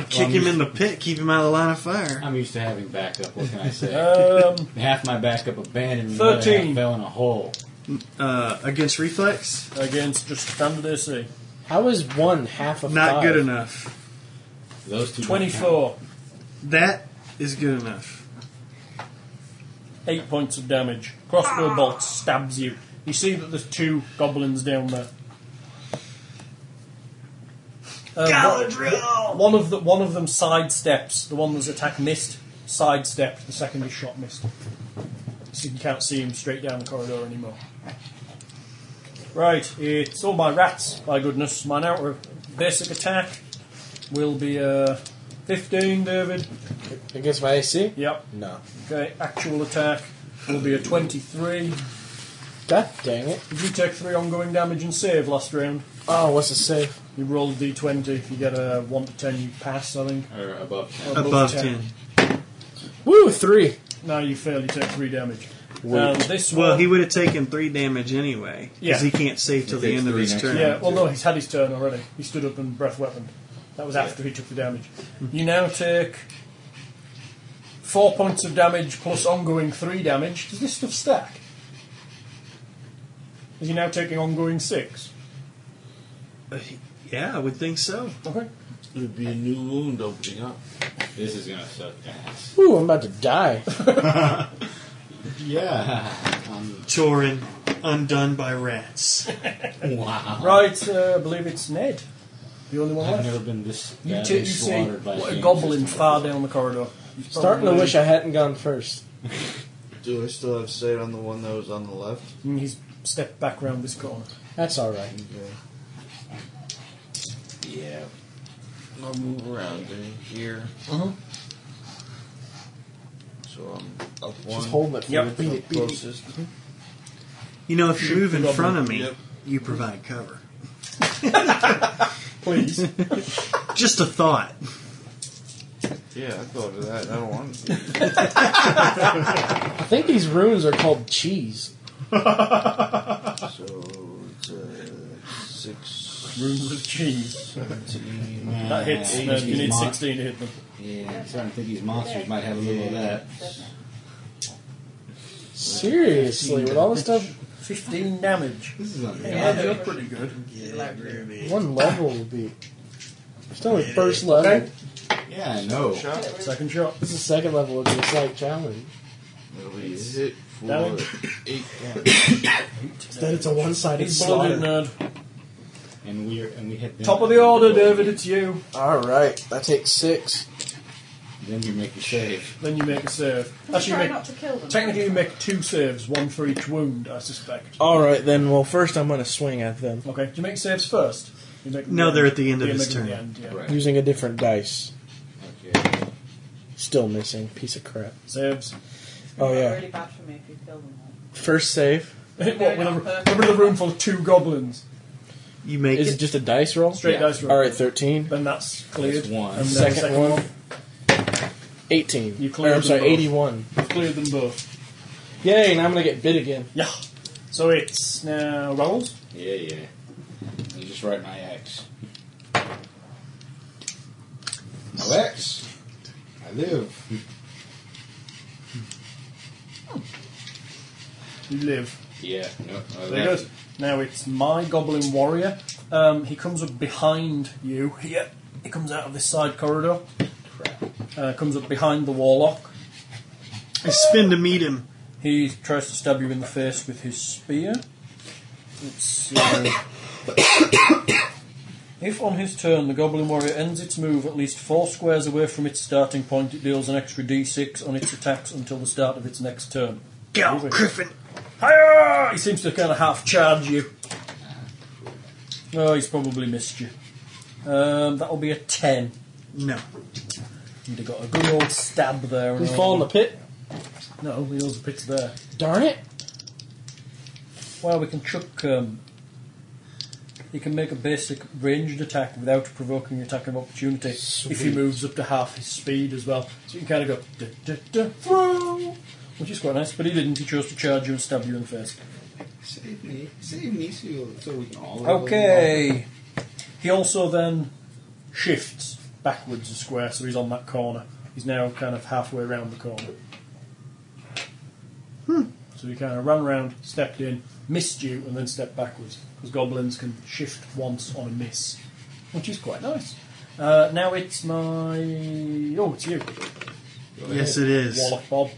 [SPEAKER 6] Kick him in the pit, keep him out of the line of fire.
[SPEAKER 4] I'm used to having backup. What can I say?
[SPEAKER 2] Um,
[SPEAKER 4] half my backup abandoned. and the other half
[SPEAKER 2] 13.
[SPEAKER 4] fell in a hole.
[SPEAKER 6] Uh, against reflex?
[SPEAKER 2] against just standard AC.
[SPEAKER 5] How is one half of
[SPEAKER 6] Not
[SPEAKER 5] five?
[SPEAKER 6] good enough.
[SPEAKER 4] Those two. don't count.
[SPEAKER 2] 24.
[SPEAKER 6] That is good enough.
[SPEAKER 2] 8 points of damage. Crossbow bolt stabs you. You see that there's two goblins down there. Uh, one, one of the one of them sidesteps. The one that was attacked missed. Sidestepped. The second he shot missed. So you can't see him straight down the corridor anymore. Right, it's all my rats. By goodness, my now basic attack will be uh, 15, David.
[SPEAKER 5] Against my AC?
[SPEAKER 2] Yep.
[SPEAKER 5] No.
[SPEAKER 2] Okay, actual attack will be a 23.
[SPEAKER 5] God dang it.
[SPEAKER 2] Did you take 3 ongoing damage and save last round?
[SPEAKER 5] Oh, what's the save?
[SPEAKER 2] You roll a d20. If you get a 1 to 10, you pass, I think.
[SPEAKER 4] Or above.
[SPEAKER 2] Or
[SPEAKER 6] Above 10.
[SPEAKER 5] Woo, three.
[SPEAKER 2] No, you fail. You take 3 damage.
[SPEAKER 5] Whoa.
[SPEAKER 2] Um, this
[SPEAKER 6] Well,
[SPEAKER 2] one.
[SPEAKER 6] he would have taken 3 damage anyway.
[SPEAKER 2] Yeah.
[SPEAKER 6] Because he can't save till
[SPEAKER 4] He
[SPEAKER 6] the
[SPEAKER 4] takes
[SPEAKER 6] end of
[SPEAKER 4] three
[SPEAKER 6] his
[SPEAKER 4] next
[SPEAKER 6] turn.
[SPEAKER 4] round.
[SPEAKER 2] yeah, well, no, he's had his turn already. He stood up and breath weapon. That was after he took the damage. You now take. Four points of damage plus ongoing three damage. Does this stuff stack? Is he now taking ongoing six?
[SPEAKER 6] Uh, Yeah, I would think so.
[SPEAKER 2] Okay.
[SPEAKER 9] There'd be a new wound opening up.
[SPEAKER 4] This is gonna suck ass.
[SPEAKER 5] Woo, I'm about to die.
[SPEAKER 4] Yeah.
[SPEAKER 6] Chorin, undone by rats.
[SPEAKER 4] wow.
[SPEAKER 2] Right, uh, I believe it's Ned. The only one
[SPEAKER 4] I've
[SPEAKER 2] left.
[SPEAKER 4] never been this
[SPEAKER 2] You,
[SPEAKER 4] badly
[SPEAKER 2] t- you see
[SPEAKER 4] slaughtered by
[SPEAKER 2] what a
[SPEAKER 4] things.
[SPEAKER 2] goblin far down the corridor. He's
[SPEAKER 5] Starting to
[SPEAKER 6] Oh,
[SPEAKER 2] probably-
[SPEAKER 5] wish I hadn't gone first.
[SPEAKER 9] Do I still have sight on the one that was on the left?
[SPEAKER 2] Mm, He's stepped back round this corner.
[SPEAKER 5] That's alright.
[SPEAKER 9] Yeah. I'll move around in here.
[SPEAKER 2] Uh-huh.
[SPEAKER 9] So I'm up one.
[SPEAKER 5] Just holding it for
[SPEAKER 2] Yep.
[SPEAKER 5] me. Beat
[SPEAKER 9] Up
[SPEAKER 5] it, Mm-hmm. beat it.
[SPEAKER 9] closest.
[SPEAKER 6] You know, if you move in
[SPEAKER 2] goblin.
[SPEAKER 6] front of me,
[SPEAKER 9] Yep.
[SPEAKER 6] you provide cover.
[SPEAKER 2] Please.
[SPEAKER 6] Just a thought.
[SPEAKER 9] Yeah, I thought of that. I don't want to.
[SPEAKER 5] I think these runes are called cheese.
[SPEAKER 9] So it's uh, six.
[SPEAKER 2] Room with cheese.
[SPEAKER 9] 17.
[SPEAKER 2] That hits.
[SPEAKER 4] Yeah,
[SPEAKER 2] No, you need
[SPEAKER 4] he's mon-
[SPEAKER 2] 16 to hit them.
[SPEAKER 4] Yeah, I'm starting to think these monsters might have a little of that.
[SPEAKER 5] Seriously, with all this stuff,
[SPEAKER 2] 15 damage.
[SPEAKER 4] This is unreal.
[SPEAKER 2] Yeah, they're pretty good.
[SPEAKER 5] one level would be. It's only first level.
[SPEAKER 4] Yeah, I know.
[SPEAKER 9] Shot.
[SPEAKER 2] Second shot.
[SPEAKER 5] This is second level of the slight challenge.
[SPEAKER 9] It'll be hit for
[SPEAKER 2] Damage.
[SPEAKER 9] eight damage.
[SPEAKER 5] Instead, it's a one-sided
[SPEAKER 2] He's blooded,
[SPEAKER 5] slaughter.
[SPEAKER 2] nerd.
[SPEAKER 4] And we are, and we hit them.
[SPEAKER 2] Top of the order, David, it's you.
[SPEAKER 5] All right, I take six.
[SPEAKER 4] Then you make the save.
[SPEAKER 2] Then you make a save.
[SPEAKER 3] try
[SPEAKER 2] Actually, you
[SPEAKER 3] not
[SPEAKER 2] make,
[SPEAKER 3] to kill them.
[SPEAKER 2] technically, you make two saves, one for each wound, I suspect.
[SPEAKER 5] All right, then. Well, first I'm going to swing at them
[SPEAKER 2] Okay, do you make saves first? You make them
[SPEAKER 6] No, they're at the end of
[SPEAKER 2] Yeah,
[SPEAKER 6] his
[SPEAKER 2] make them at
[SPEAKER 6] turn.
[SPEAKER 2] the end, yeah.
[SPEAKER 4] Right.
[SPEAKER 5] using a different dice.
[SPEAKER 4] Okay.
[SPEAKER 5] Still missing. Piece of crap.
[SPEAKER 2] Saves.
[SPEAKER 5] Oh yeah.
[SPEAKER 3] Really bad for me if you kill them.
[SPEAKER 5] First save
[SPEAKER 2] Hit what? With a, remember the room full of two goblins?
[SPEAKER 6] You make
[SPEAKER 5] is it
[SPEAKER 6] it.
[SPEAKER 5] just a dice roll.
[SPEAKER 2] Straight
[SPEAKER 4] Yeah.
[SPEAKER 2] dice roll.
[SPEAKER 5] All right, thirteen.
[SPEAKER 2] Then that's cleared.
[SPEAKER 4] That's one.
[SPEAKER 2] And then
[SPEAKER 5] Second,
[SPEAKER 2] the
[SPEAKER 5] one. 18.
[SPEAKER 2] You cleared
[SPEAKER 5] Or, I'm
[SPEAKER 2] them
[SPEAKER 5] sorry,
[SPEAKER 2] both.
[SPEAKER 5] 81.
[SPEAKER 2] You've cleared them both.
[SPEAKER 5] Yay, now I'm going to get bit again.
[SPEAKER 2] Yeah. So it's uh, now rolls.
[SPEAKER 4] Yeah, yeah. You just write my ex. No ex. I live.
[SPEAKER 2] You live.
[SPEAKER 4] Yeah. No. no
[SPEAKER 2] Very good. Now it's my goblin warrior. Um, he comes up behind you here. He comes out of this side corridor. Uh, comes up behind the warlock.
[SPEAKER 6] I spin to meet him.
[SPEAKER 2] He tries to stab you in the face with his spear. It's, uh, if on his turn the Goblin Warrior ends its move at least four squares away from its starting point, it deals an extra d6 on its attacks until the start of its next turn.
[SPEAKER 6] Gal
[SPEAKER 2] Move it.
[SPEAKER 6] Griffin.
[SPEAKER 2] Hiya! He seems to kind of half charge you. Oh, he's probably missed you. Um, that'll be a 10.
[SPEAKER 6] No.
[SPEAKER 2] You'd have got a good old stab there. and
[SPEAKER 5] Did he
[SPEAKER 2] all
[SPEAKER 5] fall in the pit?
[SPEAKER 2] that. No, he knows the pit's there.
[SPEAKER 5] Darn it.
[SPEAKER 2] Well, we can chuck. Um, he can make a basic ranged attack without provoking an attack of opportunity if he moves up to half his speed as well. So you can kind of go, duh, duh, duh, throw, which is quite nice, but he didn't. He chose to charge you and stab you in the face.
[SPEAKER 4] Save me. Save me so, so we can all have a little
[SPEAKER 2] Okay. He also then shifts backwards a square, so he's on that corner. He's now kind of halfway around the corner. So he kind of ran round, stepped in, missed you, and then stepped backwards. Because goblins can shift once on a miss, which is quite nice. Uh, now it's my. Oh, it's you.
[SPEAKER 6] Yes, it is.
[SPEAKER 2] Wallach Bob.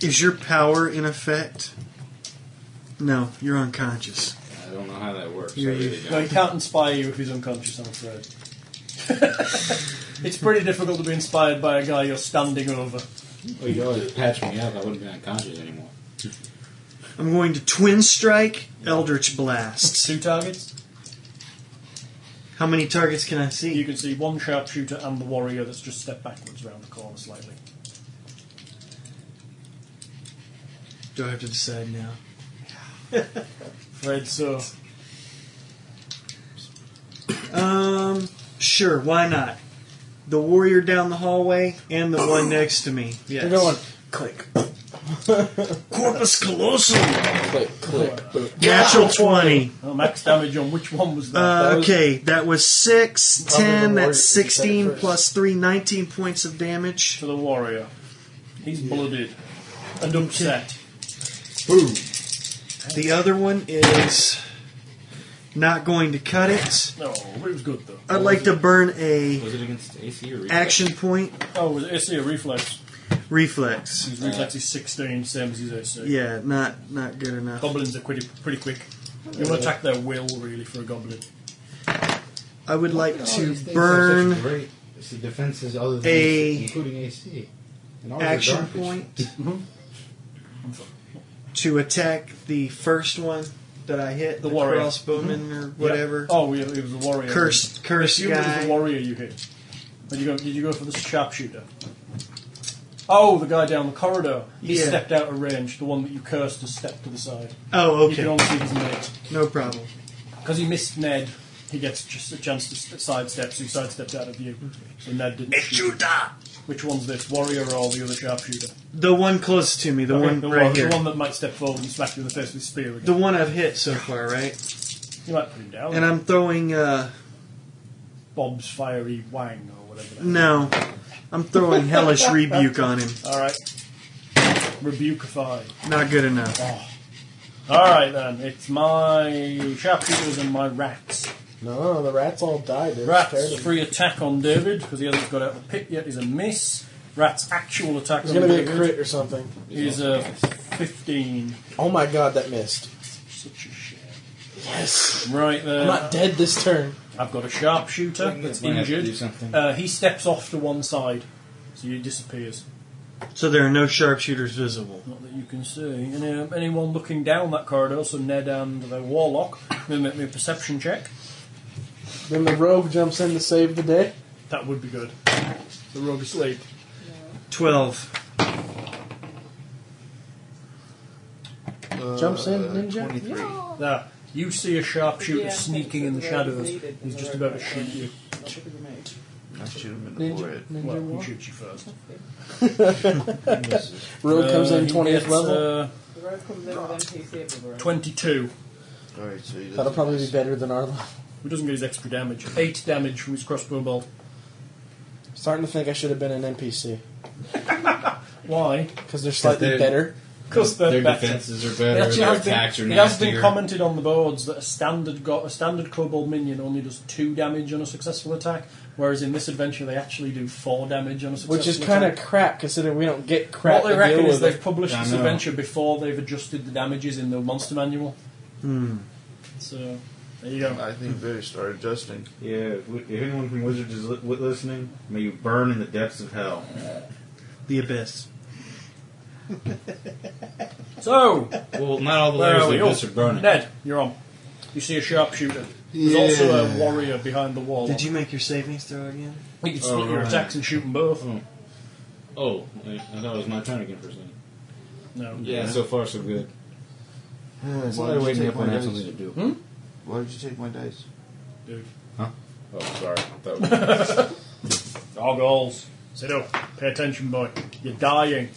[SPEAKER 6] Is your power in effect? No, you're unconscious.
[SPEAKER 4] I don't know how that works.
[SPEAKER 6] Yeah,
[SPEAKER 4] I really
[SPEAKER 2] No,
[SPEAKER 4] don't.
[SPEAKER 2] he can't inspire you if he's unconscious, I'm afraid. it's pretty difficult to be inspired by a guy you're standing over.
[SPEAKER 4] Well, you Oh, always patch me up. I wouldn't be unconscious anymore.
[SPEAKER 6] I'm going to twin strike, eldritch blast.
[SPEAKER 2] Two targets?
[SPEAKER 6] How many targets can I see?
[SPEAKER 2] You can see one sharpshooter and the warrior that's just stepped backwards around the corner slightly.
[SPEAKER 6] Do I have to decide now?
[SPEAKER 2] Right, so
[SPEAKER 6] Um, sure, why not? The warrior down the hallway and the one next to me.
[SPEAKER 5] They're
[SPEAKER 6] Yes.
[SPEAKER 5] going click,
[SPEAKER 6] Corpus callosum.
[SPEAKER 5] click, click. click.
[SPEAKER 6] Natural 20.
[SPEAKER 2] oh, max damage on which one was that?
[SPEAKER 6] Uh,
[SPEAKER 5] That was-
[SPEAKER 6] okay, that was 6,
[SPEAKER 5] Probably the
[SPEAKER 6] 10,
[SPEAKER 5] warrior
[SPEAKER 6] that's
[SPEAKER 5] that you said
[SPEAKER 6] 16
[SPEAKER 5] first.
[SPEAKER 6] plus 3, 19 points of damage.
[SPEAKER 2] to the warrior. He's blooded and upset.
[SPEAKER 6] The other one is not going to cut it.
[SPEAKER 2] No, but Oh, it was good though.
[SPEAKER 6] I'd like to burn a
[SPEAKER 4] Was it against AC or reflex?
[SPEAKER 6] action point
[SPEAKER 2] Oh, was it AC or reflex?
[SPEAKER 6] reflex.
[SPEAKER 2] His reflex is 16, same as his AC.
[SPEAKER 6] Uh, Yeah, not not good enough.
[SPEAKER 2] Goblins are pretty, pretty quick. You want to attack their will, really, for a goblin.
[SPEAKER 6] I would like
[SPEAKER 4] All
[SPEAKER 6] to
[SPEAKER 4] these things are
[SPEAKER 6] burn
[SPEAKER 4] such Great see, defenses other than
[SPEAKER 6] a-
[SPEAKER 4] including AC. And all these are
[SPEAKER 6] action
[SPEAKER 4] garbage. Mm-hmm.
[SPEAKER 6] point to attack the first one that I hit,
[SPEAKER 2] The
[SPEAKER 6] the,
[SPEAKER 2] warrior.
[SPEAKER 6] crossbowman or whatever.
[SPEAKER 2] Yep. Oh, yeah, it was a warrior.
[SPEAKER 6] Cursed, cursed
[SPEAKER 2] Assume it was
[SPEAKER 6] guy.
[SPEAKER 2] a warrior you hit. Did you go? Did you go for the sharpshooter? Oh, the guy down the corridor. He
[SPEAKER 6] Yeah.
[SPEAKER 2] stepped out of range. The one that you cursed has stepped to the side.
[SPEAKER 6] Oh,
[SPEAKER 2] You can
[SPEAKER 6] okay,
[SPEAKER 2] only see his mate
[SPEAKER 6] no problem.
[SPEAKER 2] because he missed Ned. He gets just a chance to s- sidestep, so he sidestepped out of view. So Ned didn't. shoot. Which one's this, warrior or the other sharpshooter?
[SPEAKER 6] The one close to me, the
[SPEAKER 2] Okay,
[SPEAKER 6] one
[SPEAKER 2] the,
[SPEAKER 6] right
[SPEAKER 2] one
[SPEAKER 6] here,
[SPEAKER 2] the one that might step forward and smack you in the face with his spear. Again.
[SPEAKER 6] the one I've hit so far, right?
[SPEAKER 2] you might put him down.
[SPEAKER 6] And I'm throwing. Uh,
[SPEAKER 2] Bob's fiery wang or whatever. that is.
[SPEAKER 6] no, I'm throwing hellish rebuke on him.
[SPEAKER 2] All right. Rebukeify.
[SPEAKER 6] Not good enough.
[SPEAKER 2] All right then, it's my sharpshooters and my rats.
[SPEAKER 5] No, the rats all died. It's
[SPEAKER 2] Rats
[SPEAKER 5] terrible.
[SPEAKER 2] free attack on David because he hasn't got out of the pit yet. Is a miss. Rat's actual attack
[SPEAKER 5] It's
[SPEAKER 2] on
[SPEAKER 5] gonna be a
[SPEAKER 2] David
[SPEAKER 5] crit or something.
[SPEAKER 2] is a fifteen.
[SPEAKER 5] Oh my god, that missed.
[SPEAKER 2] Such a shit.
[SPEAKER 5] Yes.
[SPEAKER 2] Right there.
[SPEAKER 5] I'm not dead this turn.
[SPEAKER 2] I've got a sharpshooter
[SPEAKER 4] Might have
[SPEAKER 2] that's
[SPEAKER 4] to do
[SPEAKER 2] injured.
[SPEAKER 4] something.
[SPEAKER 2] Uh, he steps off to one side, so he disappears.
[SPEAKER 6] So there are no sharpshooters visible.
[SPEAKER 2] Not that you can see. And, um, anyone looking down that corridor, so Ned and the Warlock, may make me a perception check.
[SPEAKER 5] Then the rogue jumps in to save the day.
[SPEAKER 2] That would be good. The rogue asleep.
[SPEAKER 6] Twelve.
[SPEAKER 5] Jumps
[SPEAKER 2] Uh,
[SPEAKER 5] in, ninja.
[SPEAKER 7] 23.
[SPEAKER 2] There. You see a sharpshooter
[SPEAKER 3] Yeah, I think
[SPEAKER 2] sneaking
[SPEAKER 3] that
[SPEAKER 2] in the
[SPEAKER 3] the
[SPEAKER 2] shadows.
[SPEAKER 3] rogue's needed.
[SPEAKER 2] He's just about to shoot you.
[SPEAKER 7] I shoot him in the
[SPEAKER 5] Ninja,
[SPEAKER 7] forehead.
[SPEAKER 5] ninja
[SPEAKER 2] Well, he
[SPEAKER 5] walk.
[SPEAKER 2] shoots you first.
[SPEAKER 5] Rogue comes
[SPEAKER 2] Uh,
[SPEAKER 5] in
[SPEAKER 2] he
[SPEAKER 5] 20th
[SPEAKER 2] gets,
[SPEAKER 5] level.
[SPEAKER 2] uh,
[SPEAKER 3] The road comes in with NPC everywhere.
[SPEAKER 2] 22.
[SPEAKER 7] Alright, so he doesn't-
[SPEAKER 5] That'll probably be better than our level.
[SPEAKER 2] He doesn't get his extra damage. 8 damage from his crossbow bolt.
[SPEAKER 5] Starting to think I should have been an NPC.
[SPEAKER 2] Why?
[SPEAKER 5] Because they're slightly
[SPEAKER 4] they're-
[SPEAKER 5] better.
[SPEAKER 2] Because they're
[SPEAKER 4] Their
[SPEAKER 2] better.
[SPEAKER 4] defenses are
[SPEAKER 2] It
[SPEAKER 4] better.
[SPEAKER 2] actually
[SPEAKER 4] Their
[SPEAKER 2] has
[SPEAKER 4] attacks
[SPEAKER 2] been,
[SPEAKER 4] are
[SPEAKER 2] it has been
[SPEAKER 4] nastier.
[SPEAKER 2] commented on the boards that a standard go- a standard kobold minion only does two damage on a successful attack, whereas in this adventure they actually do four damage on a successful
[SPEAKER 5] Which is
[SPEAKER 2] attack.
[SPEAKER 5] kind of crap, considering we don't get crap
[SPEAKER 2] What they
[SPEAKER 5] to deal
[SPEAKER 2] reckon is
[SPEAKER 5] with.
[SPEAKER 2] they've
[SPEAKER 5] it.
[SPEAKER 2] published
[SPEAKER 4] I
[SPEAKER 2] this
[SPEAKER 4] know.
[SPEAKER 2] adventure before they've adjusted the damages in the monster manual. Hmm. So there you go.
[SPEAKER 7] I think they start adjusting.
[SPEAKER 4] Yeah, if, we- if anyone from Wizards is li- wi- listening, may you burn in the depths of hell.
[SPEAKER 6] The abyss.
[SPEAKER 2] So,
[SPEAKER 4] Well, not all the
[SPEAKER 2] where
[SPEAKER 4] layers
[SPEAKER 2] are we?
[SPEAKER 4] like
[SPEAKER 2] Oh,
[SPEAKER 4] this are burning.
[SPEAKER 2] Ned, you're on. You see a sharpshooter. There's also a warrior behind the wall.
[SPEAKER 6] Did you make your savings throw again?
[SPEAKER 2] You can split your
[SPEAKER 4] Oh, right.
[SPEAKER 2] attacks and shoot them both.
[SPEAKER 4] Oh, I I thought it was my turn again for a second.
[SPEAKER 2] No.
[SPEAKER 4] Yeah, so far so good.
[SPEAKER 7] Yeah,
[SPEAKER 4] Why are
[SPEAKER 7] why did
[SPEAKER 4] you
[SPEAKER 7] you
[SPEAKER 4] waiting
[SPEAKER 7] take
[SPEAKER 4] up
[SPEAKER 7] my
[SPEAKER 4] when I have
[SPEAKER 7] dice?
[SPEAKER 4] something to do?
[SPEAKER 7] Why did you take my dice?
[SPEAKER 4] Oh, sorry. That was
[SPEAKER 2] Dog goals. Sit up. Pay attention, boy. You're dying.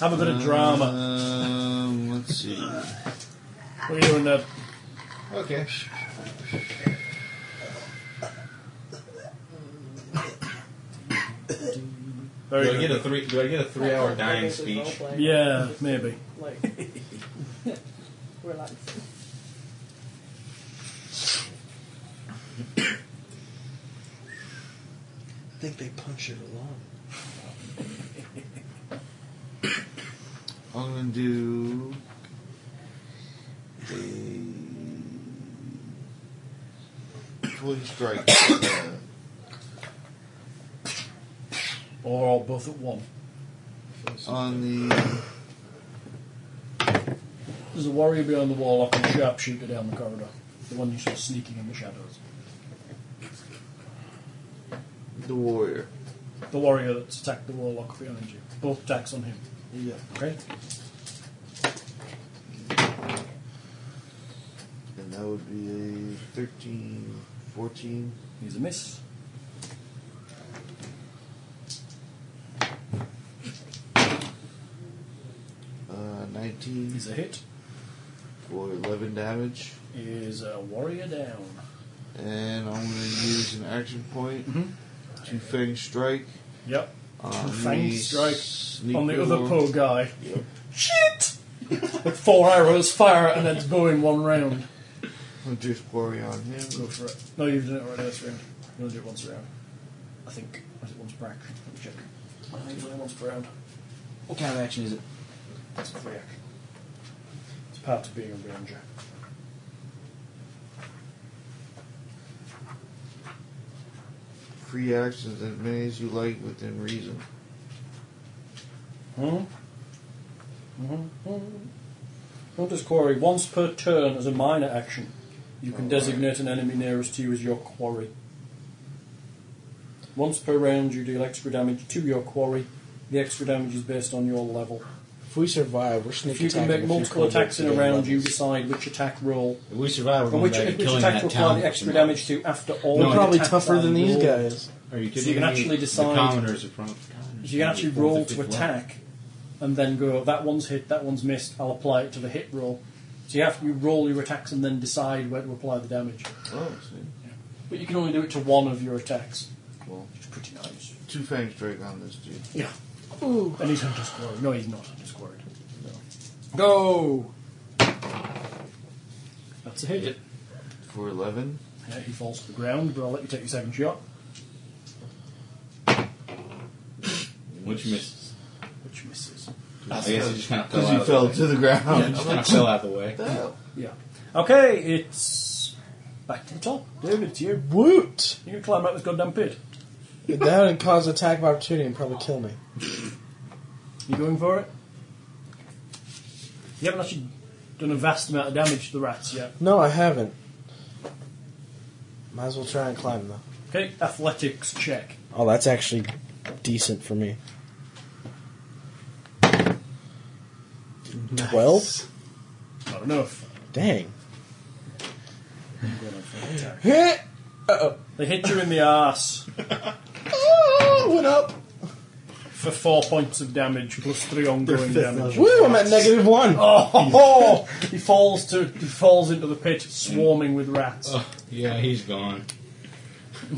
[SPEAKER 2] Have a bit
[SPEAKER 4] Uh,
[SPEAKER 2] of drama.
[SPEAKER 7] Um, let's see.
[SPEAKER 2] What are you doing, Ned?
[SPEAKER 7] Okay.
[SPEAKER 2] Very
[SPEAKER 4] do I
[SPEAKER 2] good.
[SPEAKER 4] get a three? Do I get a three-hour dying
[SPEAKER 3] This is role
[SPEAKER 4] speech?
[SPEAKER 3] playing.
[SPEAKER 2] Yeah, maybe.
[SPEAKER 3] Like, relax.
[SPEAKER 6] I think they punctured a lung.
[SPEAKER 7] I'm gonna do a twin strike. uh,
[SPEAKER 2] Or all both at one.
[SPEAKER 7] on the
[SPEAKER 2] There's a warrior behind the wall locking a sharpshooter down the corridor. The one you saw sneaking in the shadows.
[SPEAKER 7] the warrior.
[SPEAKER 2] The warrior that's attacked the warlock behind you. Both attacks on him.
[SPEAKER 7] Yeah.
[SPEAKER 2] Okay?
[SPEAKER 7] And that would be a 13, 14.
[SPEAKER 2] He's a miss.
[SPEAKER 7] Uh, 19
[SPEAKER 2] He's a hit.
[SPEAKER 7] for 11 damage.
[SPEAKER 2] Is a warrior down.
[SPEAKER 7] And I'm going to use an action point
[SPEAKER 2] Mhm.
[SPEAKER 7] to Fang Strike.
[SPEAKER 2] Yep.
[SPEAKER 7] on
[SPEAKER 2] Fang
[SPEAKER 7] the
[SPEAKER 2] Strike
[SPEAKER 7] sneaky
[SPEAKER 2] on the other
[SPEAKER 7] one.
[SPEAKER 2] poor guy.
[SPEAKER 7] Yep.
[SPEAKER 2] Shit! With four arrows, fire it, and it's going one round.
[SPEAKER 7] Hunter's Quarry on him.
[SPEAKER 2] Go for it. No, you've done it already this round. You only do it once a round. I think. Or is it once per action? Let me check. I think it's only once per round.
[SPEAKER 4] What kind of action is it?
[SPEAKER 2] That's a free action. It's part of being a ranger.
[SPEAKER 7] Free actions as many as you like within reason.
[SPEAKER 2] Hmm? Mm-hmm. Hunter's Quarry. Once per turn as a minor action, you can designate an enemy nearest to you as your quarry. Once per round, you deal extra damage to your quarry. The extra damage is based on your level.
[SPEAKER 5] If we survive, we're sneaking.
[SPEAKER 2] If you can make multiple attacks in a round, you decide which attack roll,
[SPEAKER 4] If we survive, we're
[SPEAKER 2] from
[SPEAKER 4] going
[SPEAKER 2] which,
[SPEAKER 4] back and
[SPEAKER 2] which
[SPEAKER 4] killing
[SPEAKER 2] attack to
[SPEAKER 4] that
[SPEAKER 2] apply
[SPEAKER 4] town.
[SPEAKER 2] the extra damage to after all.
[SPEAKER 5] We're
[SPEAKER 2] the
[SPEAKER 5] probably
[SPEAKER 2] attack
[SPEAKER 5] tougher than these
[SPEAKER 2] roll.
[SPEAKER 5] guys.
[SPEAKER 4] Are you kidding
[SPEAKER 2] So you can
[SPEAKER 4] me?
[SPEAKER 2] actually
[SPEAKER 4] The
[SPEAKER 2] decide-
[SPEAKER 4] commoners are from.
[SPEAKER 2] So you can actually roll to attack, and then go that one's hit, that one's missed. I'll apply it to the hit roll. So you have you roll your attacks and then decide where to apply the damage.
[SPEAKER 7] Oh, see.
[SPEAKER 2] But you can only do it to one of your attacks,
[SPEAKER 7] Well,
[SPEAKER 2] which is pretty nice.
[SPEAKER 7] two Fang Strike on this dude.
[SPEAKER 2] Yeah. Ooh. And he's hunter's quarry. No, he's not hunter's quarry. No. Go. That's a hit.
[SPEAKER 7] For 11.
[SPEAKER 2] Yeah, he falls to the ground, but I'll let you take your second shot.
[SPEAKER 4] Which misses.
[SPEAKER 2] Which misses.
[SPEAKER 4] I guess it just kind of fell
[SPEAKER 7] Because
[SPEAKER 4] out.
[SPEAKER 7] you
[SPEAKER 4] of the
[SPEAKER 7] fell
[SPEAKER 4] way.
[SPEAKER 7] to the ground.
[SPEAKER 4] Yeah, just kind of fell out of the way.
[SPEAKER 2] Yeah. Okay, it's back to the top. David, it's you.
[SPEAKER 5] Woot!
[SPEAKER 2] You can climb out this goddamn pit.
[SPEAKER 5] That would cause attack of opportunity and probably kill me.
[SPEAKER 2] You going for it? You haven't actually done a vast amount of damage to the rats yet.
[SPEAKER 5] No, I haven't. Might as well try and climb though.
[SPEAKER 2] Okay, athletics check.
[SPEAKER 5] Oh, that's actually decent for me. Twelve.
[SPEAKER 2] Not enough.
[SPEAKER 5] Dang.
[SPEAKER 2] Attack.
[SPEAKER 5] Hit.
[SPEAKER 2] They hit you in the arse
[SPEAKER 5] Oh, went up.
[SPEAKER 2] for four points of damage plus three ongoing damage.
[SPEAKER 5] Woo! I'm at negative one.
[SPEAKER 2] Oh, ho, ho! he falls to he falls into the pit, swarming with rats.
[SPEAKER 4] Oh, yeah, he's gone.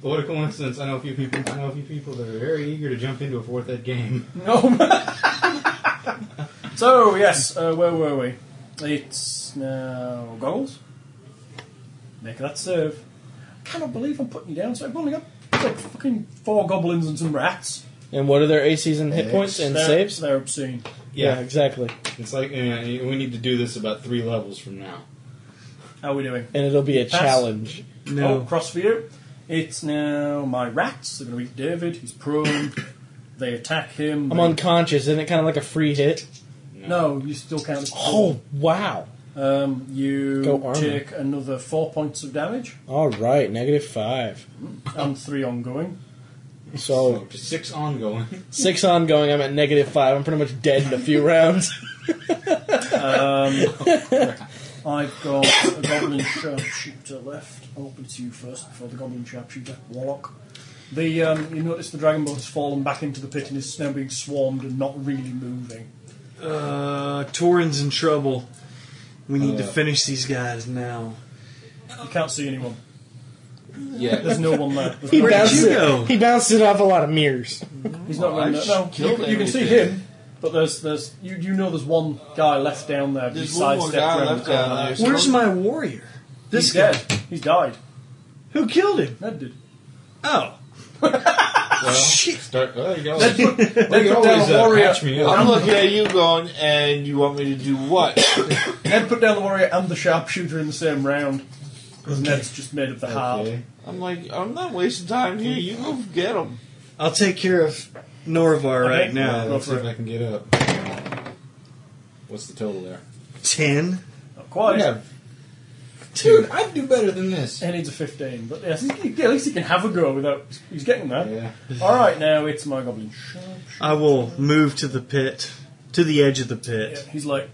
[SPEAKER 4] what a coincidence! I know a few people. I know a few people that are very eager to jump into a fourth ed game.
[SPEAKER 2] No. so yes, uh, where were we? It's now goggles. Make that serve. I cannot believe I'm putting you down. So I've only got like fucking four goblins and some rats.
[SPEAKER 5] And what are their ACs and hit points and
[SPEAKER 2] They're-
[SPEAKER 5] saves?
[SPEAKER 2] They're obscene.
[SPEAKER 5] Yeah, exactly.
[SPEAKER 4] it's like uh, we need to do this about three levels from now.
[SPEAKER 2] How are we doing?
[SPEAKER 5] And it'll be a
[SPEAKER 2] Pass.
[SPEAKER 5] challenge.
[SPEAKER 2] Oh, cross for you. It's now my rats. They're going to eat David. He's prone. They attack him.
[SPEAKER 5] I'm
[SPEAKER 2] they-
[SPEAKER 5] unconscious. Isn't it kind of like a free hit?
[SPEAKER 2] No, you still count as
[SPEAKER 5] Oh wow!
[SPEAKER 2] Um, you
[SPEAKER 5] Go armor.
[SPEAKER 2] take another four points of damage
[SPEAKER 5] All right, negative five.
[SPEAKER 2] and three ongoing.
[SPEAKER 5] So
[SPEAKER 4] Six ongoing.
[SPEAKER 5] six ongoing. I'm at negative five. I'm pretty much dead in a few rounds.
[SPEAKER 2] Um, I've got a goblin sharpshooter left. I'll open to you first before the goblin sharpshooter. Warlock. The um, you notice the dragonborn has fallen back into the pit and is now being swarmed and not really moving.
[SPEAKER 6] Uh, Torin's in trouble. We need to finish these guys now.
[SPEAKER 2] You can't see anyone.
[SPEAKER 4] Yeah.
[SPEAKER 2] There's no one there. There's
[SPEAKER 5] He
[SPEAKER 2] no-
[SPEAKER 6] Where'd
[SPEAKER 5] bounced
[SPEAKER 6] you
[SPEAKER 5] it-
[SPEAKER 6] go?
[SPEAKER 5] He bounced it off a lot of mirrors.
[SPEAKER 2] He's not
[SPEAKER 4] Well,
[SPEAKER 2] running
[SPEAKER 4] I've
[SPEAKER 2] there. No,
[SPEAKER 4] killed
[SPEAKER 2] you, you can see
[SPEAKER 4] everything.
[SPEAKER 2] him, but there's there's you, you know there's one guy left down there.
[SPEAKER 9] There's
[SPEAKER 2] You
[SPEAKER 9] one more
[SPEAKER 2] sidestepped
[SPEAKER 9] guy
[SPEAKER 2] around the
[SPEAKER 9] left
[SPEAKER 2] corner
[SPEAKER 9] down there.
[SPEAKER 2] He's
[SPEAKER 6] Where's my warrior? This guy.
[SPEAKER 2] dead. He's died.
[SPEAKER 6] Who killed him?
[SPEAKER 2] Ned did.
[SPEAKER 6] Oh.
[SPEAKER 9] Well, start,
[SPEAKER 4] oh,
[SPEAKER 9] there you go. They put,
[SPEAKER 4] They
[SPEAKER 9] down
[SPEAKER 4] always
[SPEAKER 9] a
[SPEAKER 4] uh,
[SPEAKER 9] warrior.
[SPEAKER 4] patch me up.
[SPEAKER 7] I'm looking at you going, and you want me to do what?
[SPEAKER 2] Ned put down the warrior and the sharpshooter in the same round. Because Ned's just made of the heart.
[SPEAKER 4] Okay.
[SPEAKER 7] I'm like, I'm not wasting time here. You go get them.
[SPEAKER 6] I'll take care of Norvar
[SPEAKER 2] Okay.
[SPEAKER 6] right now.
[SPEAKER 4] Yeah,
[SPEAKER 2] Go
[SPEAKER 4] let's see
[SPEAKER 2] for
[SPEAKER 4] if
[SPEAKER 2] it.
[SPEAKER 4] I can get up. What's the total there?
[SPEAKER 6] Ten.
[SPEAKER 2] Not quite.
[SPEAKER 4] Dude, I'd do better than this.
[SPEAKER 2] He needs a 15, but yes, he, he- at least he can have a go without. He's getting there.
[SPEAKER 4] Yeah.
[SPEAKER 2] Alright, now it's my goblin.
[SPEAKER 6] I will move to the pit, to the edge of the
[SPEAKER 2] Yeah,
[SPEAKER 6] pit.
[SPEAKER 2] he's like,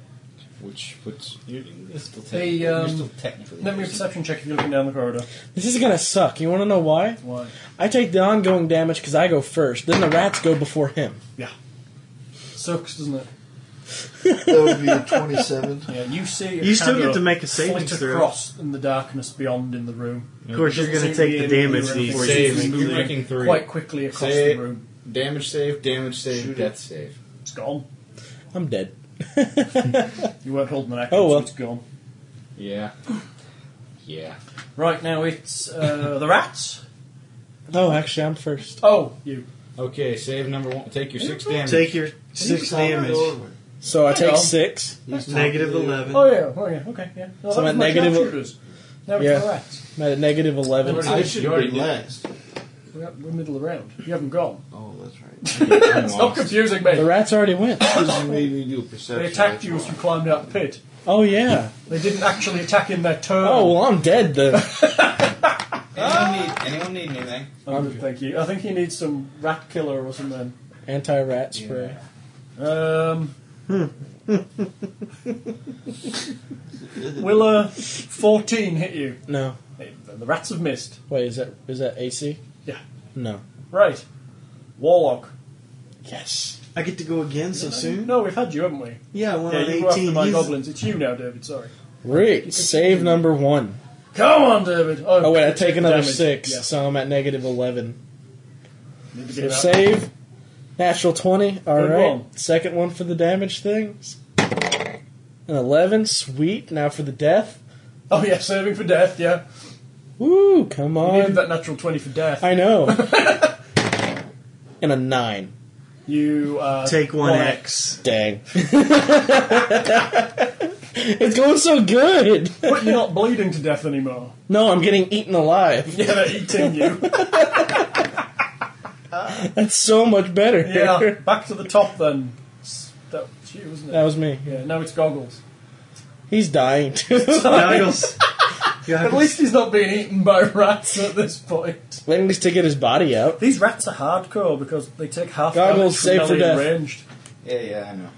[SPEAKER 4] Which puts you. You're still, tech-
[SPEAKER 2] Hey,
[SPEAKER 4] you're
[SPEAKER 2] um,
[SPEAKER 4] still technically.
[SPEAKER 2] let me a perception check if you're looking down the corridor.
[SPEAKER 5] This is gonna suck. You want to know why?
[SPEAKER 2] Why?
[SPEAKER 5] I take the ongoing damage because I go first. Then the rats go before him.
[SPEAKER 2] Yeah. Sucks, doesn't it?
[SPEAKER 8] That would be a 27.
[SPEAKER 2] Yeah, you see. A
[SPEAKER 6] You still
[SPEAKER 2] shadow
[SPEAKER 6] get to make a saving
[SPEAKER 2] flit
[SPEAKER 6] throw.
[SPEAKER 2] across in the darkness beyond in the room.
[SPEAKER 6] Of course, you're going
[SPEAKER 2] Doesn't
[SPEAKER 6] to
[SPEAKER 2] seem
[SPEAKER 6] take the
[SPEAKER 2] be in
[SPEAKER 6] damage
[SPEAKER 2] room.
[SPEAKER 6] before
[SPEAKER 2] It
[SPEAKER 6] you
[SPEAKER 4] Save.
[SPEAKER 2] seems
[SPEAKER 6] can
[SPEAKER 2] to be
[SPEAKER 4] You're
[SPEAKER 2] moving
[SPEAKER 4] making three.
[SPEAKER 2] Quite quickly across
[SPEAKER 4] Save.
[SPEAKER 2] the room.
[SPEAKER 4] Damage save, damage save, death save.
[SPEAKER 2] It's gone.
[SPEAKER 5] I'm dead.
[SPEAKER 2] You weren't holding an axe,
[SPEAKER 5] Oh, well.
[SPEAKER 2] it's gone.
[SPEAKER 4] Yeah. Yeah.
[SPEAKER 2] Right, now it's uh, the rats.
[SPEAKER 5] Oh, actually, I'm first.
[SPEAKER 2] Oh, you.
[SPEAKER 4] Okay, save number one. Take your six damage.
[SPEAKER 6] Take your six damage.
[SPEAKER 5] So I take
[SPEAKER 2] on.
[SPEAKER 5] six.
[SPEAKER 6] Negative eleven.
[SPEAKER 2] Oh yeah, oh yeah, okay, yeah. No,
[SPEAKER 5] So
[SPEAKER 2] that
[SPEAKER 5] I'm at
[SPEAKER 2] was my
[SPEAKER 5] negative-
[SPEAKER 2] sharpshooters. Now it's
[SPEAKER 5] Yeah.
[SPEAKER 2] the rats.
[SPEAKER 5] I'm at a negative eleven.
[SPEAKER 4] I should
[SPEAKER 7] You
[SPEAKER 4] have
[SPEAKER 7] already
[SPEAKER 4] been
[SPEAKER 7] last.
[SPEAKER 2] We're, we're middle of the round. You haven't gone.
[SPEAKER 7] Oh, that's right.
[SPEAKER 4] I'm
[SPEAKER 2] Stop
[SPEAKER 4] lost.
[SPEAKER 2] confusing
[SPEAKER 5] The
[SPEAKER 2] me.
[SPEAKER 5] rats already went.
[SPEAKER 7] You made me do a perception.
[SPEAKER 2] They attacked you as you climbed out the pit.
[SPEAKER 5] Oh yeah.
[SPEAKER 2] They didn't actually attack in their turn.
[SPEAKER 5] Oh well, I'm dead then.
[SPEAKER 4] Anyone need, anyone need anything?
[SPEAKER 2] I'm good, thank you. I think he needs some rat killer or something.
[SPEAKER 5] Anti-rat spray.
[SPEAKER 2] Um, will a 14 hit you?
[SPEAKER 5] No.
[SPEAKER 2] Hey, The rats have missed.
[SPEAKER 5] Wait, is that is that AC?
[SPEAKER 2] Yeah.
[SPEAKER 5] No.
[SPEAKER 2] Right. Warlock.
[SPEAKER 5] Yes.
[SPEAKER 6] I get to go again so soon.
[SPEAKER 2] No, we've had you, haven't we?
[SPEAKER 6] Yeah, I went
[SPEAKER 2] Yeah,
[SPEAKER 6] on
[SPEAKER 2] you go after
[SPEAKER 6] eighteen.
[SPEAKER 2] my
[SPEAKER 6] He's-
[SPEAKER 2] goblins. It's you now, David, sorry.
[SPEAKER 5] Great. Save number one.
[SPEAKER 2] Come on, David. Oh,
[SPEAKER 5] Oh wait, I take another
[SPEAKER 2] damage.
[SPEAKER 5] six,
[SPEAKER 2] Yeah.
[SPEAKER 5] so I'm at negative eleven.
[SPEAKER 2] Need to
[SPEAKER 5] So
[SPEAKER 2] get out.
[SPEAKER 5] save. Natural twenty. All
[SPEAKER 2] Good
[SPEAKER 5] right.
[SPEAKER 2] one.
[SPEAKER 5] Second one for the damage things. An eleven. Sweet. Now for the death.
[SPEAKER 2] Oh yeah, saving for death. Yeah,
[SPEAKER 5] Woo! Come
[SPEAKER 2] you needed
[SPEAKER 5] on.
[SPEAKER 2] that natural twenty for death.
[SPEAKER 5] I know. and a nine.
[SPEAKER 2] You uh,
[SPEAKER 6] Take one X.
[SPEAKER 5] Dang. it's going so good.
[SPEAKER 2] But you're not bleeding to death anymore.
[SPEAKER 5] No, I'm getting eaten alive.
[SPEAKER 2] Yeah, they're eating you.
[SPEAKER 5] That's so much better.
[SPEAKER 2] yeah, back to the top then. S- That was you, wasn't it?
[SPEAKER 5] That was me.
[SPEAKER 2] yeah, now it's goggles.
[SPEAKER 5] He's dying too.
[SPEAKER 6] Goggles.
[SPEAKER 2] At
[SPEAKER 6] Goggles.
[SPEAKER 2] least he's not being eaten by rats at this point.
[SPEAKER 5] At least to get his body out.
[SPEAKER 2] These rats are hardcore because they take half
[SPEAKER 5] Goggles,
[SPEAKER 2] damage
[SPEAKER 5] save
[SPEAKER 2] from
[SPEAKER 5] for
[SPEAKER 2] melee and
[SPEAKER 5] death.
[SPEAKER 2] ranged.
[SPEAKER 4] Yeah, yeah, I know.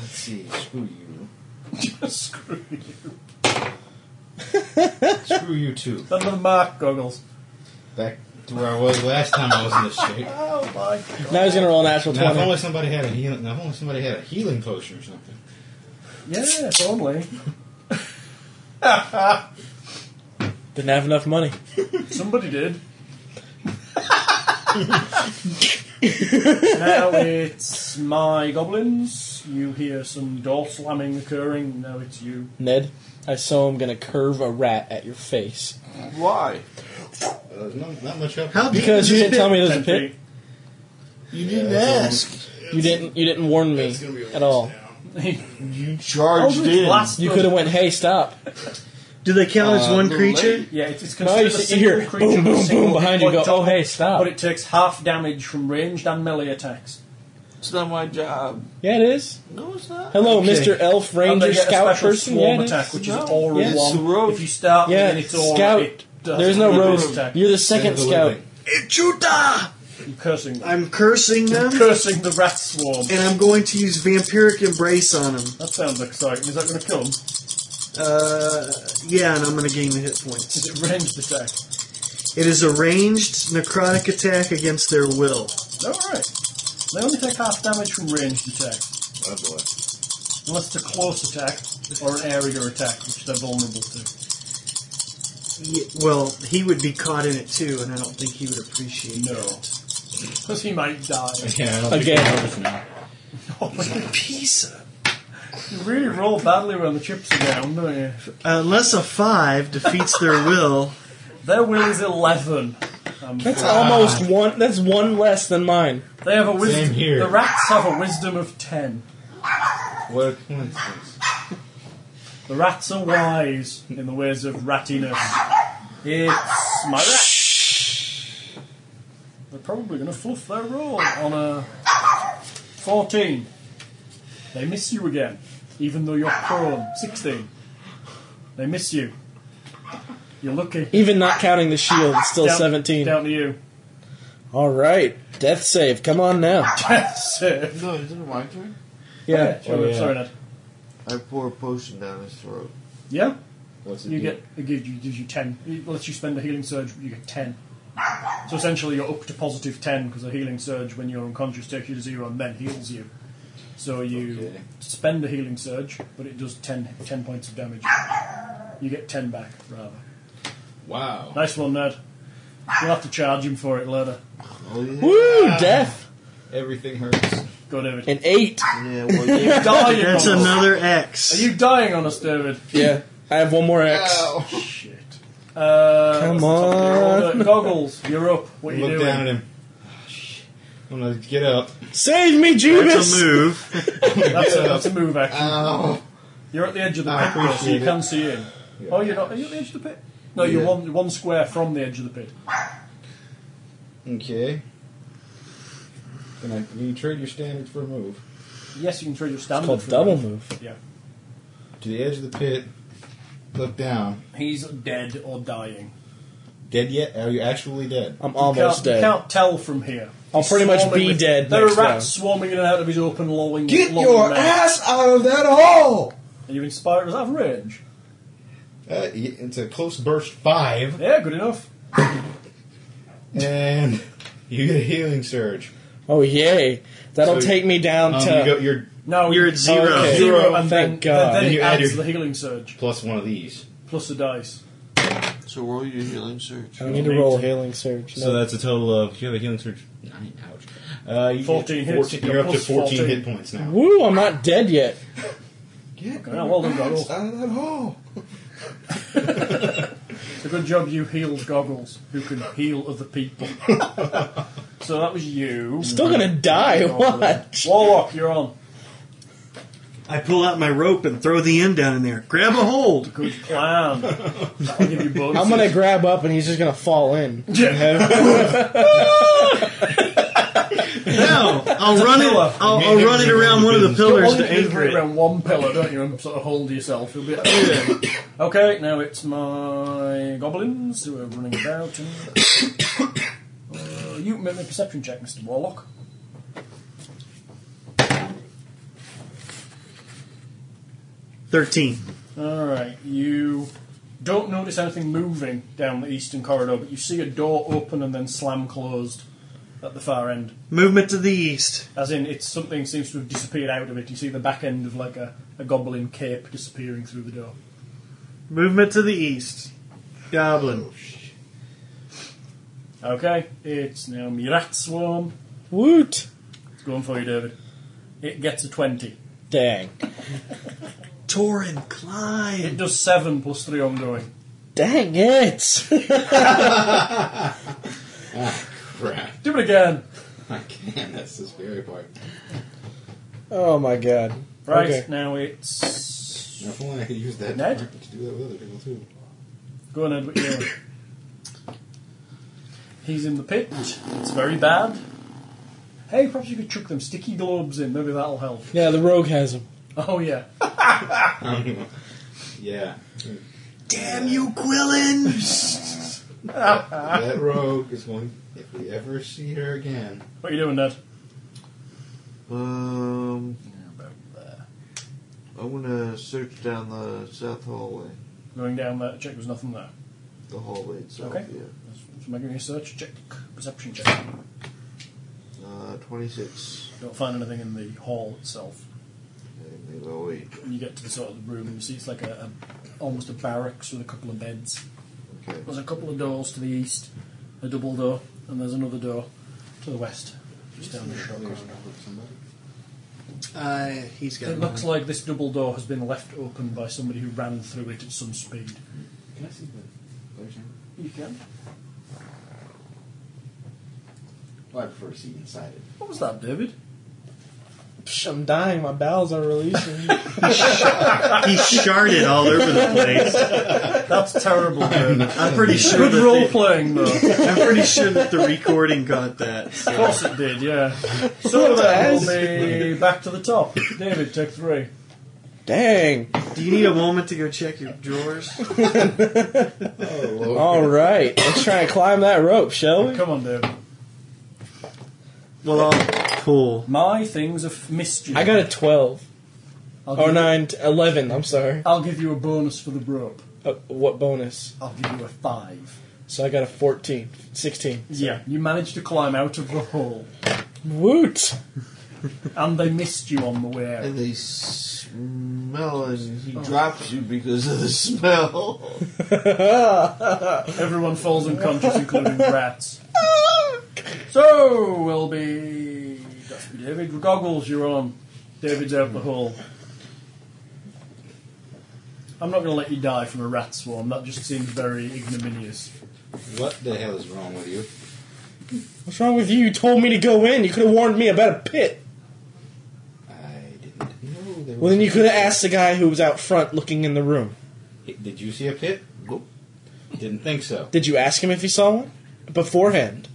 [SPEAKER 4] Let's see. Screw you.
[SPEAKER 2] Screw you.
[SPEAKER 4] Screw you too.
[SPEAKER 2] Another mark goggles.
[SPEAKER 4] Back to where I was last time I was in this shape.
[SPEAKER 2] Oh my god.
[SPEAKER 5] Now he's gonna roll a natural
[SPEAKER 4] Now if
[SPEAKER 5] twenty.
[SPEAKER 4] only somebody had a healing. Now if only somebody had a healing potion or something.
[SPEAKER 2] Yeah, if only.
[SPEAKER 5] Didn't have enough money.
[SPEAKER 2] Somebody did. now it's my goblins. You hear some door slamming occurring. Now it's you.
[SPEAKER 5] Ned, I so am gonna curve a rat at your face
[SPEAKER 7] Why?
[SPEAKER 4] Uh, there's not, not much help.
[SPEAKER 6] How deep
[SPEAKER 5] because
[SPEAKER 6] is
[SPEAKER 5] you didn't
[SPEAKER 6] this pit?
[SPEAKER 5] tell me there's a
[SPEAKER 2] Ten
[SPEAKER 5] pit.
[SPEAKER 2] feet.
[SPEAKER 7] You didn't ask.
[SPEAKER 5] You didn't. You didn't warn me at all.
[SPEAKER 2] He
[SPEAKER 7] You
[SPEAKER 2] Eldritch
[SPEAKER 7] charged in.
[SPEAKER 2] blast
[SPEAKER 5] You
[SPEAKER 2] does-
[SPEAKER 5] could have went, "Hey, stop."
[SPEAKER 6] Do they count as
[SPEAKER 7] Uh,
[SPEAKER 6] one
[SPEAKER 7] little
[SPEAKER 6] creature?
[SPEAKER 7] lady.
[SPEAKER 2] Yeah, it's, it's
[SPEAKER 5] No,
[SPEAKER 2] considered
[SPEAKER 5] you
[SPEAKER 2] a
[SPEAKER 5] see
[SPEAKER 2] single
[SPEAKER 5] here,
[SPEAKER 2] creature.
[SPEAKER 5] boom,
[SPEAKER 2] with a
[SPEAKER 5] boom,
[SPEAKER 2] single
[SPEAKER 5] boom, behind
[SPEAKER 2] hit,
[SPEAKER 5] you. Go,
[SPEAKER 2] but it
[SPEAKER 5] oh
[SPEAKER 2] ta-
[SPEAKER 5] hey, stop!
[SPEAKER 2] But it takes half damage from ranged and melee attacks.
[SPEAKER 7] It's not my job.
[SPEAKER 5] yeah, it is.
[SPEAKER 7] No, it's not.
[SPEAKER 5] Hello,
[SPEAKER 6] Okay.
[SPEAKER 5] Mr. Elf
[SPEAKER 2] And
[SPEAKER 5] Ranger
[SPEAKER 2] they get a
[SPEAKER 5] Scout
[SPEAKER 2] special
[SPEAKER 5] person.
[SPEAKER 2] swarm
[SPEAKER 5] Yeah, it is.
[SPEAKER 2] attack, which is
[SPEAKER 7] No.
[SPEAKER 2] aura
[SPEAKER 5] Yes.
[SPEAKER 2] one.
[SPEAKER 7] It's a rogue.
[SPEAKER 2] If you start with
[SPEAKER 5] Yeah,
[SPEAKER 2] it, it's aura.
[SPEAKER 5] scout.
[SPEAKER 2] It does
[SPEAKER 5] There's no
[SPEAKER 2] a
[SPEAKER 5] road.
[SPEAKER 2] boost attack.
[SPEAKER 5] You're the second
[SPEAKER 4] Send the
[SPEAKER 5] scout.
[SPEAKER 4] living.
[SPEAKER 2] I'm cursing them.
[SPEAKER 6] I'm cursing
[SPEAKER 2] I'm
[SPEAKER 6] them,
[SPEAKER 2] cursing the rat swarm.
[SPEAKER 6] and I'm going to use vampiric embrace on them.
[SPEAKER 2] That sounds exciting. Is that going to kill 'em?
[SPEAKER 6] Uh, yeah, and I'm going to gain the hit points.
[SPEAKER 2] Is it ranged attack?
[SPEAKER 6] It is a ranged necrotic attack against their will.
[SPEAKER 2] Alright. They only take half damage from ranged attacks,
[SPEAKER 4] Oh boy.
[SPEAKER 2] unless it's a close attack or an area attack, which they're vulnerable to.
[SPEAKER 6] Ye- Well, he would be caught in it too, and I don't think he would appreciate
[SPEAKER 2] No. Because he might die.
[SPEAKER 4] Yeah, I don't
[SPEAKER 5] Again.
[SPEAKER 4] think we're listening.
[SPEAKER 6] it. Piece of-
[SPEAKER 2] You really roll badly when the chips are down, don't you?
[SPEAKER 6] Uh, Unless a five defeats their will,
[SPEAKER 2] Their will is 11. Um,
[SPEAKER 5] That's almost one. That's one less than mine.
[SPEAKER 2] they have a
[SPEAKER 4] Same
[SPEAKER 2] wisdom.
[SPEAKER 4] here.
[SPEAKER 2] The rats have a wisdom of 10.
[SPEAKER 4] What a coincidence.
[SPEAKER 2] The rats are wise in the ways of rattiness. It's my rat. They're probably going to fluff their roll on a 14. They miss you again, even though you're prone. 16. They miss you. You're lucky.
[SPEAKER 5] Even not counting the shield, it's still
[SPEAKER 2] Down-
[SPEAKER 5] 17.
[SPEAKER 2] Down to you.
[SPEAKER 5] All right, death save. Come on now.
[SPEAKER 2] Save.
[SPEAKER 7] No, is it my turn?
[SPEAKER 5] Yeah.
[SPEAKER 2] Sorry, sorry, Ned.
[SPEAKER 7] I pour a potion down his throat.
[SPEAKER 2] Yeah?
[SPEAKER 4] What's it
[SPEAKER 2] You
[SPEAKER 4] do?
[SPEAKER 2] get it gives you, gives you ten. It lets you spend a healing surge. You get ten. So essentially, you're up to positive ten because a healing surge when you're unconscious takes you to zero and then heals you. So you
[SPEAKER 4] Okay.
[SPEAKER 2] spend a healing surge, but it does 10, 10 points of damage. You get ten back rather.
[SPEAKER 4] Wow.
[SPEAKER 2] Nice one, Ned. You'll have to charge him for it later.
[SPEAKER 7] Oh, yeah.
[SPEAKER 5] Woo!
[SPEAKER 2] Ah.
[SPEAKER 5] Death.
[SPEAKER 4] Everything hurts.
[SPEAKER 2] Go, David.
[SPEAKER 5] An eight.
[SPEAKER 7] Yeah, well, you
[SPEAKER 2] You're dying on
[SPEAKER 6] that's
[SPEAKER 2] us.
[SPEAKER 6] another
[SPEAKER 2] Are
[SPEAKER 6] X.
[SPEAKER 2] you dying on us, David?
[SPEAKER 5] Yeah. I have one more X.
[SPEAKER 2] Uh,
[SPEAKER 5] Come
[SPEAKER 2] what's the top of your
[SPEAKER 5] on.
[SPEAKER 2] order? goggles. You're up. What are you
[SPEAKER 4] Look
[SPEAKER 2] doing?
[SPEAKER 4] down at him. Ah, I'm gonna get up.
[SPEAKER 5] Save me,
[SPEAKER 6] That's a
[SPEAKER 5] Jeebus.
[SPEAKER 6] move.
[SPEAKER 2] That's, a, that's a move action.
[SPEAKER 5] Oh.
[SPEAKER 4] Ow.
[SPEAKER 2] You're at the edge of the
[SPEAKER 4] I
[SPEAKER 2] pit, though, so you
[SPEAKER 4] appreciate it.
[SPEAKER 2] can see in. Oh, you're not. Are you at the edge of the pit? No, you're
[SPEAKER 4] Yeah.
[SPEAKER 2] one one square from the edge of the pit.
[SPEAKER 4] Okay. Can I? Can you trade your standard for a move
[SPEAKER 2] Yes, you can trade your
[SPEAKER 5] It's
[SPEAKER 2] standard.
[SPEAKER 5] called
[SPEAKER 2] for
[SPEAKER 5] double
[SPEAKER 2] that.
[SPEAKER 5] move.
[SPEAKER 2] Yeah,
[SPEAKER 4] to the edge of the pit? Look down.
[SPEAKER 2] he's dead or dying.
[SPEAKER 4] Dead yet? Are you actually dead?
[SPEAKER 5] I'm
[SPEAKER 2] You
[SPEAKER 5] almost
[SPEAKER 2] can't,
[SPEAKER 5] dead.
[SPEAKER 2] You can't tell from here.
[SPEAKER 5] I'll
[SPEAKER 2] He's
[SPEAKER 5] pretty much
[SPEAKER 2] swarming
[SPEAKER 5] be
[SPEAKER 2] with-
[SPEAKER 5] dead
[SPEAKER 2] There are
[SPEAKER 5] next round.
[SPEAKER 2] rats swarming in and out of his open lolling.
[SPEAKER 4] Get
[SPEAKER 2] lolling
[SPEAKER 4] your
[SPEAKER 2] mouth.
[SPEAKER 4] ass out of that hole!
[SPEAKER 2] Are you inspired us out of range?
[SPEAKER 4] Uh, y- it's a close burst five,
[SPEAKER 2] Yeah, good enough.
[SPEAKER 4] and you get a healing surge.
[SPEAKER 5] Oh yay! That'll
[SPEAKER 4] So-
[SPEAKER 5] take me down
[SPEAKER 4] Um, you
[SPEAKER 5] to.
[SPEAKER 4] go, you're
[SPEAKER 2] No,
[SPEAKER 6] You're at zero.
[SPEAKER 5] Okay.
[SPEAKER 2] Zero,
[SPEAKER 5] Zero,
[SPEAKER 2] and then,
[SPEAKER 5] thank God.
[SPEAKER 2] then,
[SPEAKER 4] Then
[SPEAKER 2] it
[SPEAKER 4] you add
[SPEAKER 2] adds
[SPEAKER 4] your-
[SPEAKER 2] the healing surge
[SPEAKER 4] plus one of these,
[SPEAKER 2] plus the dice.
[SPEAKER 7] So roll your healing surge.
[SPEAKER 5] I need to roll a healing surge. No.
[SPEAKER 4] so that's a total of. You have a healing surge. Nine. Ouch. Uh, you get
[SPEAKER 2] 14 hits.
[SPEAKER 4] 14 You're up to
[SPEAKER 2] Plus
[SPEAKER 4] 14,
[SPEAKER 2] 14.
[SPEAKER 4] hit points now.
[SPEAKER 5] Woo! I'm not dead yet.
[SPEAKER 4] Get
[SPEAKER 2] Okay, well done,
[SPEAKER 4] your ass
[SPEAKER 2] Goggles.
[SPEAKER 4] out of that hole.
[SPEAKER 2] It's a good job you healed goggles, who can heal other people. so that was you.
[SPEAKER 5] Still gonna die. Watch.
[SPEAKER 2] Warlock, you're on.
[SPEAKER 6] I pull out my rope and throw the end down in there. Grab a hold.
[SPEAKER 2] Good plan. I'll give you bonuses.
[SPEAKER 5] I'm gonna grab up and he's just gonna fall in.
[SPEAKER 6] No, I'll run it.
[SPEAKER 2] pillar.
[SPEAKER 6] I'll, I'll run it around one of the pillars
[SPEAKER 2] Only
[SPEAKER 6] to
[SPEAKER 2] just
[SPEAKER 6] anchor
[SPEAKER 2] wrap
[SPEAKER 6] it.
[SPEAKER 2] around one pillar, don't you, and sort of hold yourself. You'll be okay. Now it's my goblins who are running about. And, uh, you make me a perception check, Mister Warlock.
[SPEAKER 6] Thirteen.
[SPEAKER 2] All right, you don't notice anything moving down the eastern corridor, but you see a door open and then slam closed at the far end.
[SPEAKER 6] Movement to the east.
[SPEAKER 2] As in, it's something seems to have disappeared out of it. You see the back end of like a, a goblin cape disappearing through the door.
[SPEAKER 6] Movement to the east. Goblin.
[SPEAKER 2] Okay, it's now Mirat Swarm.
[SPEAKER 5] Woot!
[SPEAKER 2] It's going for you, David. It gets a 20.
[SPEAKER 5] Dang.
[SPEAKER 6] Torin
[SPEAKER 2] It
[SPEAKER 6] Klein.
[SPEAKER 2] does 7 plus 3 ongoing.
[SPEAKER 5] Dang it!
[SPEAKER 4] Crap.
[SPEAKER 2] Do it again!
[SPEAKER 4] I can't. That's the scary part.
[SPEAKER 5] oh my god.
[SPEAKER 2] Right,
[SPEAKER 5] Okay.
[SPEAKER 2] now it's.
[SPEAKER 4] If only I could use that
[SPEAKER 2] Ned?
[SPEAKER 4] to do that with other people too.
[SPEAKER 2] Go on, Ed, what you doing? He's in the pit. It's very bad. Hey, perhaps you could chuck them sticky globes in. Maybe that'll help.
[SPEAKER 5] Yeah, the rogue has him.
[SPEAKER 2] Oh, yeah.
[SPEAKER 4] Yeah.
[SPEAKER 6] Damn you, Quillen!
[SPEAKER 4] that rogue is going. If we ever see her again,
[SPEAKER 2] What you doing, Ned?
[SPEAKER 7] Um, I want to search down the south hallway.
[SPEAKER 2] Going down there to check there's nothing there.
[SPEAKER 7] The hallway itself,
[SPEAKER 2] Okay.
[SPEAKER 7] yeah.
[SPEAKER 2] So making a search check, perception check.
[SPEAKER 7] Uh, 26.
[SPEAKER 2] Don't find anything in the hall itself.
[SPEAKER 7] And oh, maybe I'll wait.
[SPEAKER 2] When you get to the sort of the room, you see it's like a, a almost a barracks with a couple of beds.
[SPEAKER 7] Okay.
[SPEAKER 2] There's a couple of doors to the east, a double door, and there's another door to the west, just down the short corridor.
[SPEAKER 6] Uh, he's got.
[SPEAKER 2] It looks like this double door has been left open by somebody who ran through it at some speed.
[SPEAKER 4] can I see the player chamber?
[SPEAKER 2] You can.
[SPEAKER 4] Well, Oh, I prefer to see inside it.
[SPEAKER 2] What was that, David?
[SPEAKER 5] Psh, I'm dying. My bowels are releasing.
[SPEAKER 6] he sharded all over the place.
[SPEAKER 2] That's terrible, David.
[SPEAKER 6] I'm pretty sure.
[SPEAKER 2] Good
[SPEAKER 6] That
[SPEAKER 2] role
[SPEAKER 6] the,
[SPEAKER 2] playing, though. of
[SPEAKER 6] I'm pretty sure that the recording got that. so-
[SPEAKER 2] course it did, yeah. So then we'll be back to the top. David, take three.
[SPEAKER 5] Dang.
[SPEAKER 6] Do you need a moment to go check your drawers?
[SPEAKER 5] All right. Let's try and climb that rope, shall we?
[SPEAKER 2] Come on, David.
[SPEAKER 6] Well, I'll pull.
[SPEAKER 2] My things have missed you.
[SPEAKER 5] I got a 12.
[SPEAKER 2] I'll
[SPEAKER 5] Or
[SPEAKER 2] give,
[SPEAKER 5] 9, Oh, t- 11, I'm sorry.
[SPEAKER 2] I'll give you a bonus for the rope.
[SPEAKER 5] Uh, what bonus?
[SPEAKER 2] I'll give you a five.
[SPEAKER 5] So I got a 14. 16.
[SPEAKER 2] Yeah, you managed to climb out of the hole,
[SPEAKER 5] Woot!
[SPEAKER 2] and they missed you on the way out.
[SPEAKER 7] And they smell, and he
[SPEAKER 2] Oh.
[SPEAKER 7] drops you because of the smell.
[SPEAKER 2] Everyone falls unconscious, including rats. So we'll be that's David goggles. You're on. David's out the hole. I'm not going to let you die from a rat swarm. That just seems very ignominious.
[SPEAKER 4] What the hell is wrong with you?
[SPEAKER 5] What's wrong with you? You told me to go in. You could have warned me about a pit.
[SPEAKER 4] I didn't know there was.
[SPEAKER 5] Well, then you could have asked the guy who was out front looking in the room.
[SPEAKER 4] Did you see a pit? Nope. Didn't think so.
[SPEAKER 5] Did you ask him if he saw one? Beforehand.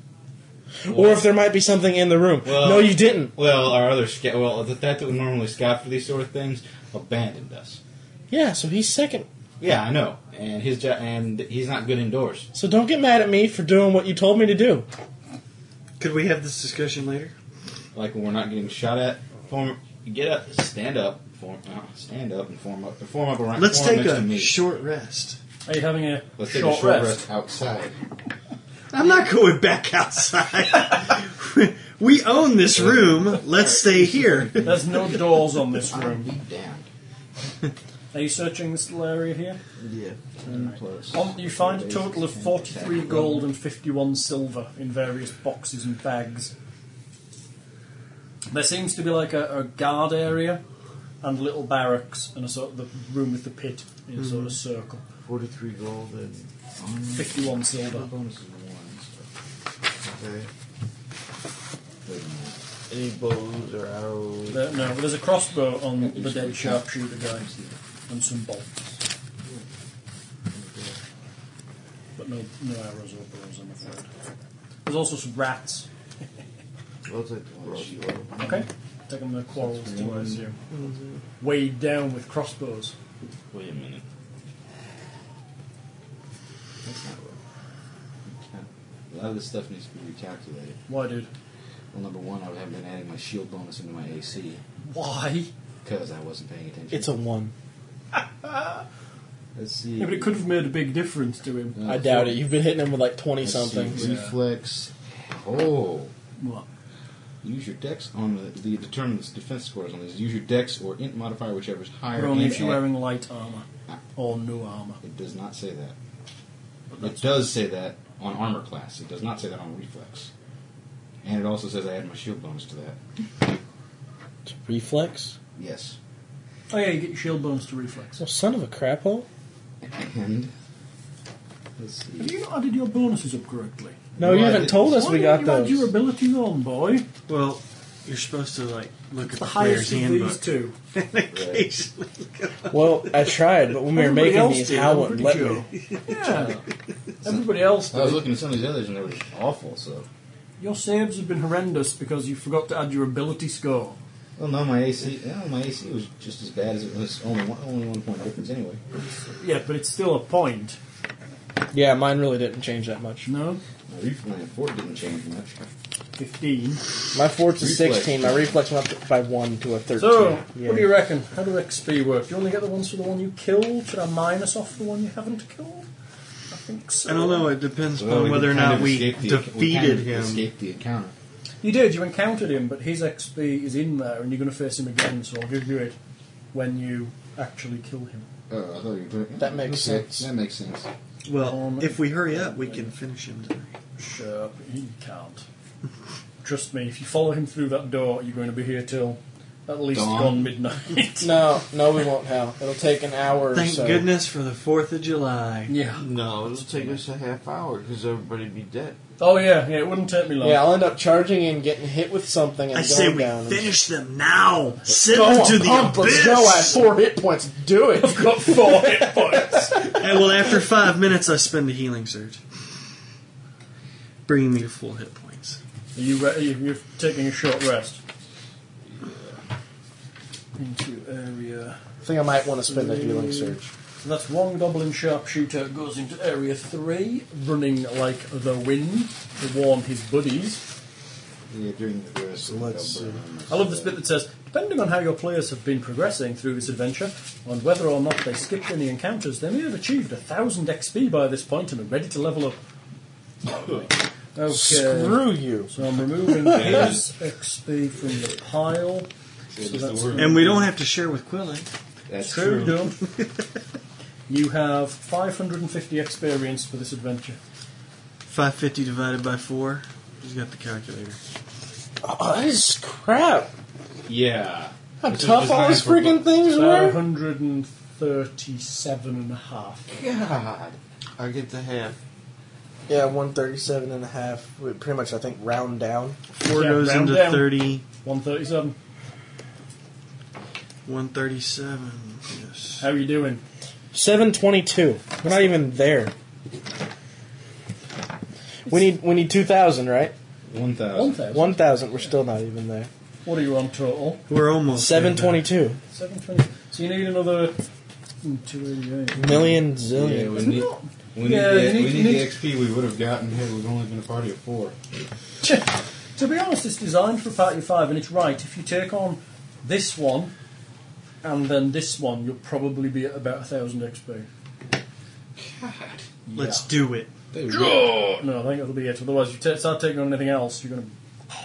[SPEAKER 5] Or if there might be something in the room.
[SPEAKER 4] Well-
[SPEAKER 5] no, you didn't.
[SPEAKER 4] Well, our other scout, well, the that that would normally scout for these sort of things, abandoned us.
[SPEAKER 5] Yeah, so he's second.
[SPEAKER 4] Yeah, I know. And his jo- and he's not good indoors.
[SPEAKER 5] So don't get mad at me for doing what you told me to do.
[SPEAKER 6] Could we have this discussion later?
[SPEAKER 4] Like when we're not getting shot at, form, get up, stand up, form, uh, stand up, and form up, form up around.
[SPEAKER 6] Let's
[SPEAKER 4] form
[SPEAKER 6] take
[SPEAKER 4] next to me.
[SPEAKER 6] a short rest.
[SPEAKER 2] Are you having a
[SPEAKER 4] Let's take
[SPEAKER 2] short,
[SPEAKER 4] a short
[SPEAKER 2] rest?
[SPEAKER 4] rest outside.
[SPEAKER 6] I'm not going back outside. we own this room. Let's stay here.
[SPEAKER 2] There's no doors on this room.
[SPEAKER 4] Be damned.
[SPEAKER 2] Are you searching this little area here?
[SPEAKER 7] Yeah. Plus.
[SPEAKER 2] On, you find a total of 43 gold and 51 silver in various boxes and bags. There seems to be like a, a guard area and little barracks and a sort of the room with the pit in a sort of circle.
[SPEAKER 7] 43 gold and.
[SPEAKER 2] 51 silver.
[SPEAKER 4] Bonuses and ones.
[SPEAKER 7] Okay. Any bows or arrows?
[SPEAKER 2] There, no, there's a crossbow on the dead sharpshooter guy and some bolts. But no, no arrows or bows, I'm afraid. There's also some rats.
[SPEAKER 7] I'll take the crossbow.
[SPEAKER 2] Okay. Taking the quarrels towards you. Mm-hmm. Weighed down with crossbows.
[SPEAKER 4] Wait a minute. That's not right. A lot of this stuff needs to be recalculated.
[SPEAKER 2] Why, dude?
[SPEAKER 4] Well, number one, I would have been adding my shield bonus into my AC
[SPEAKER 2] Why?
[SPEAKER 4] because I wasn't paying attention.
[SPEAKER 5] It's a one.
[SPEAKER 4] Let's see.
[SPEAKER 2] Yeah, but it could have made a big difference to him.
[SPEAKER 4] Uh,
[SPEAKER 5] I doubt it. You've been hitting him with like 20
[SPEAKER 4] let's
[SPEAKER 5] something.
[SPEAKER 4] see, Reflex. Oh.
[SPEAKER 2] What?
[SPEAKER 4] Use your dex on the, the determinants defense scores on these. Use your dex or int modifier, whichever is higher.
[SPEAKER 2] But only
[SPEAKER 4] and
[SPEAKER 2] if you're
[SPEAKER 4] add-
[SPEAKER 2] wearing light armour. Or no armour.
[SPEAKER 4] It does not say that. It does say that on armor class. It does not say that on reflex. And it also says I add my shield bonus to that.
[SPEAKER 5] Reflex?
[SPEAKER 4] Yes.
[SPEAKER 2] Oh, yeah, you get your shield bonus to reflex.
[SPEAKER 5] Oh, son of a crap hole.
[SPEAKER 4] And let's see.
[SPEAKER 2] Have you not added your bonuses up correctly?
[SPEAKER 5] No, you
[SPEAKER 4] Why
[SPEAKER 5] haven't
[SPEAKER 4] did-
[SPEAKER 5] told us
[SPEAKER 2] Why
[SPEAKER 5] we
[SPEAKER 2] didn't
[SPEAKER 5] got
[SPEAKER 2] you add your
[SPEAKER 5] those.
[SPEAKER 2] ability on, boy?
[SPEAKER 6] Well, You're supposed to like look at the,
[SPEAKER 2] The
[SPEAKER 6] player's
[SPEAKER 2] highest of
[SPEAKER 6] handbook.
[SPEAKER 2] these two.
[SPEAKER 6] and occasionally
[SPEAKER 5] Well, I tried, but when we were
[SPEAKER 2] Everybody
[SPEAKER 5] making
[SPEAKER 2] else
[SPEAKER 5] these,
[SPEAKER 2] did,
[SPEAKER 5] Hal
[SPEAKER 2] I'm
[SPEAKER 5] wouldn't let
[SPEAKER 2] pretty
[SPEAKER 5] me.
[SPEAKER 2] Yeah. Everybody else
[SPEAKER 4] I was
[SPEAKER 2] did.
[SPEAKER 4] looking at some of these others and they were just awful. So,
[SPEAKER 2] Your saves have been horrendous because you forgot to add your ability score.
[SPEAKER 4] well, no, my AC, no, my AC was just as bad as it was. Only one, only one point difference anyway.
[SPEAKER 2] Yeah, but it's still a point.
[SPEAKER 5] Yeah, mine really didn't change that much.
[SPEAKER 2] No?
[SPEAKER 4] My ref- my fort didn't change much.
[SPEAKER 2] 15.
[SPEAKER 5] My fort's a
[SPEAKER 4] Reflex.
[SPEAKER 5] sixteen. My reflex went up by one to a thirteen.
[SPEAKER 2] So,
[SPEAKER 5] yeah.
[SPEAKER 2] what do you reckon? How do XP work? Do you only get the ones for the one you killed? Should I minus off the one you haven't killed? I think so.
[SPEAKER 6] I don't know. It depends
[SPEAKER 4] Well,
[SPEAKER 6] on
[SPEAKER 4] we
[SPEAKER 6] whether or
[SPEAKER 4] kind
[SPEAKER 6] not
[SPEAKER 4] of
[SPEAKER 6] we
[SPEAKER 4] escaped the-
[SPEAKER 6] defeated
[SPEAKER 4] we kind of
[SPEAKER 6] him.
[SPEAKER 4] Escaped the encounter.
[SPEAKER 2] You did, you encountered him, but his XP is in there and you're going to face him again, so I'll give you it when you actually kill him.
[SPEAKER 4] Oh, I thought you were putting,
[SPEAKER 5] That makes
[SPEAKER 4] okay,
[SPEAKER 5] sense.
[SPEAKER 4] That makes sense.
[SPEAKER 6] Well,
[SPEAKER 2] Um,
[SPEAKER 6] if we hurry up, we can finish him. Tonight.
[SPEAKER 2] Sure, but he can't. Trust me, if you follow him through that door, you're going to be here till at least
[SPEAKER 4] Dawn.
[SPEAKER 2] gone midnight.
[SPEAKER 5] No, no, we won't, Hal. It'll take an hour.
[SPEAKER 6] Thank
[SPEAKER 5] or so.
[SPEAKER 6] goodness for the Fourth of July.
[SPEAKER 2] yeah.
[SPEAKER 10] No, it'll take us a half hour because everybody'd be dead.
[SPEAKER 2] Oh, yeah, yeah, it wouldn't take me long.
[SPEAKER 5] Yeah, I'll end up charging and getting hit with something and
[SPEAKER 6] I
[SPEAKER 5] going
[SPEAKER 6] say we
[SPEAKER 5] down. and-
[SPEAKER 6] finish them now. Send
[SPEAKER 5] Go
[SPEAKER 6] them
[SPEAKER 5] on,
[SPEAKER 6] to the
[SPEAKER 5] pump,
[SPEAKER 6] abyss.
[SPEAKER 5] Let's go. I have four hit points. Do it.
[SPEAKER 2] I've got four hit points.
[SPEAKER 6] Hey, well, after five minutes, I spend a healing surge, bringing me to full hit points.
[SPEAKER 2] Are you re- you- you're taking a short rest. Into area.
[SPEAKER 5] I think I might want to spend a healing surge.
[SPEAKER 2] So that's one goblin sharpshooter goes into area three, running like the wind to warn his buddies.
[SPEAKER 4] Yeah, during the rest of the
[SPEAKER 6] Let's,
[SPEAKER 4] double-
[SPEAKER 2] I love this bit that says, depending on how your players have been progressing through this adventure, and whether or not they skipped any encounters, they may have achieved a thousand XP by this point and are ready to level up. Okay.
[SPEAKER 5] Screw you.
[SPEAKER 2] So I'm removing his XP from the pile.
[SPEAKER 4] Yeah,
[SPEAKER 2] So
[SPEAKER 4] just the
[SPEAKER 2] that's
[SPEAKER 4] word.
[SPEAKER 6] And we don't have to share with Quillen.
[SPEAKER 4] That's
[SPEAKER 2] True, done. you have 550 experience for this adventure.
[SPEAKER 6] 550 divided by 4. He's got the calculator.
[SPEAKER 5] Oh, that is crap.
[SPEAKER 4] Yeah.
[SPEAKER 5] How tough all these freaking things
[SPEAKER 2] So
[SPEAKER 5] were.
[SPEAKER 2] 137 and a half.
[SPEAKER 4] God.
[SPEAKER 10] I get the half.
[SPEAKER 5] Yeah, 137 and a half. We pretty much, I think, round down.
[SPEAKER 6] 4
[SPEAKER 2] Yeah,
[SPEAKER 6] goes
[SPEAKER 2] round
[SPEAKER 6] into
[SPEAKER 2] down.
[SPEAKER 6] 30,
[SPEAKER 2] 137.
[SPEAKER 6] 137. Yes.
[SPEAKER 2] How are you doing?
[SPEAKER 5] 722. We're not even there. We need we need 2,000, right?
[SPEAKER 4] 1,000.
[SPEAKER 5] 1,000. We're still not even there.
[SPEAKER 2] What are you on total?
[SPEAKER 6] We're almost. there now.
[SPEAKER 5] 722.
[SPEAKER 2] 720. So you need another. mm, 288.
[SPEAKER 5] Million
[SPEAKER 4] Yeah,
[SPEAKER 5] zillion.
[SPEAKER 4] we need, we need,
[SPEAKER 2] Yeah,
[SPEAKER 4] the,
[SPEAKER 2] you need-
[SPEAKER 4] we
[SPEAKER 2] you
[SPEAKER 4] need,
[SPEAKER 2] need-
[SPEAKER 4] the XP we would have gotten had we'd only been a party of four.
[SPEAKER 2] To be honest, it's designed for a party of five, and it's right. If you take on this one and then this one, you'll probably be at about 1,000 XP.
[SPEAKER 6] Let's do it.
[SPEAKER 4] They were good.
[SPEAKER 2] No, I think it'll be it. Otherwise, you t- start taking on anything else, you're going to.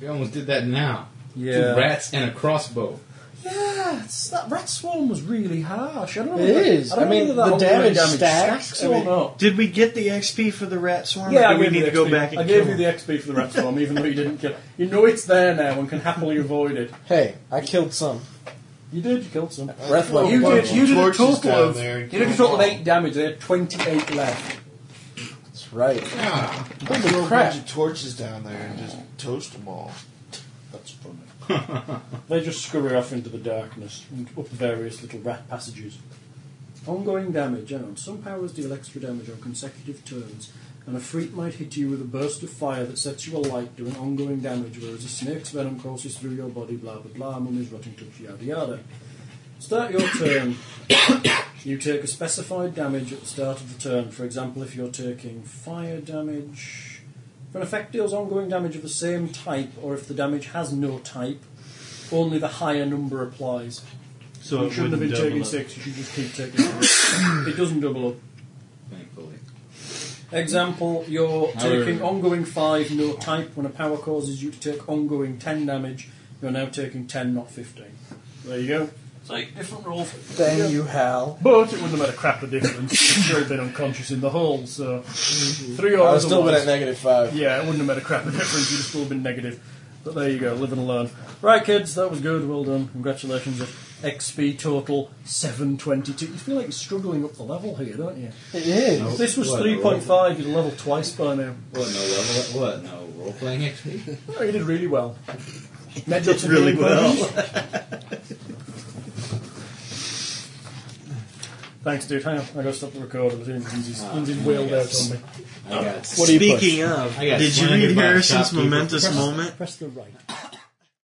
[SPEAKER 4] We almost did that now.
[SPEAKER 2] Yeah.
[SPEAKER 4] Two rats and a crossbow.
[SPEAKER 2] Yeah, it's- that rat swarm was really harsh. I don't know.
[SPEAKER 5] It
[SPEAKER 2] whether-
[SPEAKER 5] is.
[SPEAKER 2] I, don't
[SPEAKER 5] I mean,
[SPEAKER 2] know whether that
[SPEAKER 5] the
[SPEAKER 2] whole
[SPEAKER 5] damage
[SPEAKER 2] stacks,
[SPEAKER 5] stacks. I
[SPEAKER 2] or
[SPEAKER 5] mean-
[SPEAKER 2] not.
[SPEAKER 6] Did we get the XP for the rat swarm? or do
[SPEAKER 2] I
[SPEAKER 6] we
[SPEAKER 2] gave you
[SPEAKER 6] need to
[SPEAKER 2] the
[SPEAKER 6] go
[SPEAKER 2] XP.
[SPEAKER 6] back and
[SPEAKER 2] I gave
[SPEAKER 6] kill
[SPEAKER 2] you the XP for the rat swarm, even though you didn't kill. You know it's there now and can happily avoid it.
[SPEAKER 5] Hey, I killed some.
[SPEAKER 2] You did. You killed some.
[SPEAKER 5] Breath weapon.
[SPEAKER 2] you did. You did a
[SPEAKER 7] Torches
[SPEAKER 2] total
[SPEAKER 7] down
[SPEAKER 2] of.
[SPEAKER 7] there.
[SPEAKER 2] You did a total of eight damage. They had twenty-eight left.
[SPEAKER 5] That's right.
[SPEAKER 7] Yeah.
[SPEAKER 5] Ah, Holy
[SPEAKER 7] Throw a
[SPEAKER 5] crap.
[SPEAKER 7] bunch of torches down there and just toast them all. That's funny.
[SPEAKER 2] They just scurry off into the darkness and up various little rat passages. Ongoing damage. Hang on. Some powers deal extra damage on consecutive turns, and a freak might hit you with a burst of fire that sets you alight, doing ongoing damage, whereas a snake's venom courses through your body, blah blah blah, mummies, rotting touch, yada yada. Start your turn. you take a specified damage at the start of the turn. For example, if you're taking fire damage. If an effect deals ongoing damage of the same type, or if the damage has no type, only the higher number applies.
[SPEAKER 6] So
[SPEAKER 2] you shouldn't have been taking six, you should just keep taking six. it doesn't double up.
[SPEAKER 4] Thankfully.
[SPEAKER 2] Example, you're
[SPEAKER 4] However-
[SPEAKER 2] taking ongoing five, no type. When a power causes you to take ongoing ten damage, you're now taking ten, not fifteen. There you go. It's like different rule. for-
[SPEAKER 5] Dang you, Hal.
[SPEAKER 2] But it wouldn't have made a crap of difference. You'd sure had been unconscious in the hole, so three or
[SPEAKER 5] Mm-hmm. I was still been
[SPEAKER 2] otherwise-
[SPEAKER 5] at negative five.
[SPEAKER 2] Yeah, it wouldn't have made a crap of difference. You'd have still been negative. But there you go, live and learn. Right, kids, that was good. Well done. Congratulations. XP total 722. You feel like you're struggling up the level here, don't you?
[SPEAKER 5] It is.
[SPEAKER 2] If this was
[SPEAKER 4] What,
[SPEAKER 2] 3.5, you'd have leveled twice by now.
[SPEAKER 4] What, no level? What, no role playing XP?
[SPEAKER 2] Oh, you did really well. Met did really well. Thanks, dude. Hang on, I gotta stop the recorder. Lindsay's, Lindsay's wheeled out on me.
[SPEAKER 4] I got
[SPEAKER 11] What do you push?
[SPEAKER 8] Speaking of,
[SPEAKER 4] I got
[SPEAKER 8] did you
[SPEAKER 4] slandered
[SPEAKER 8] read
[SPEAKER 4] by a
[SPEAKER 8] Harrison's
[SPEAKER 4] shopkeeper.
[SPEAKER 8] momentous moment?
[SPEAKER 2] Press the right.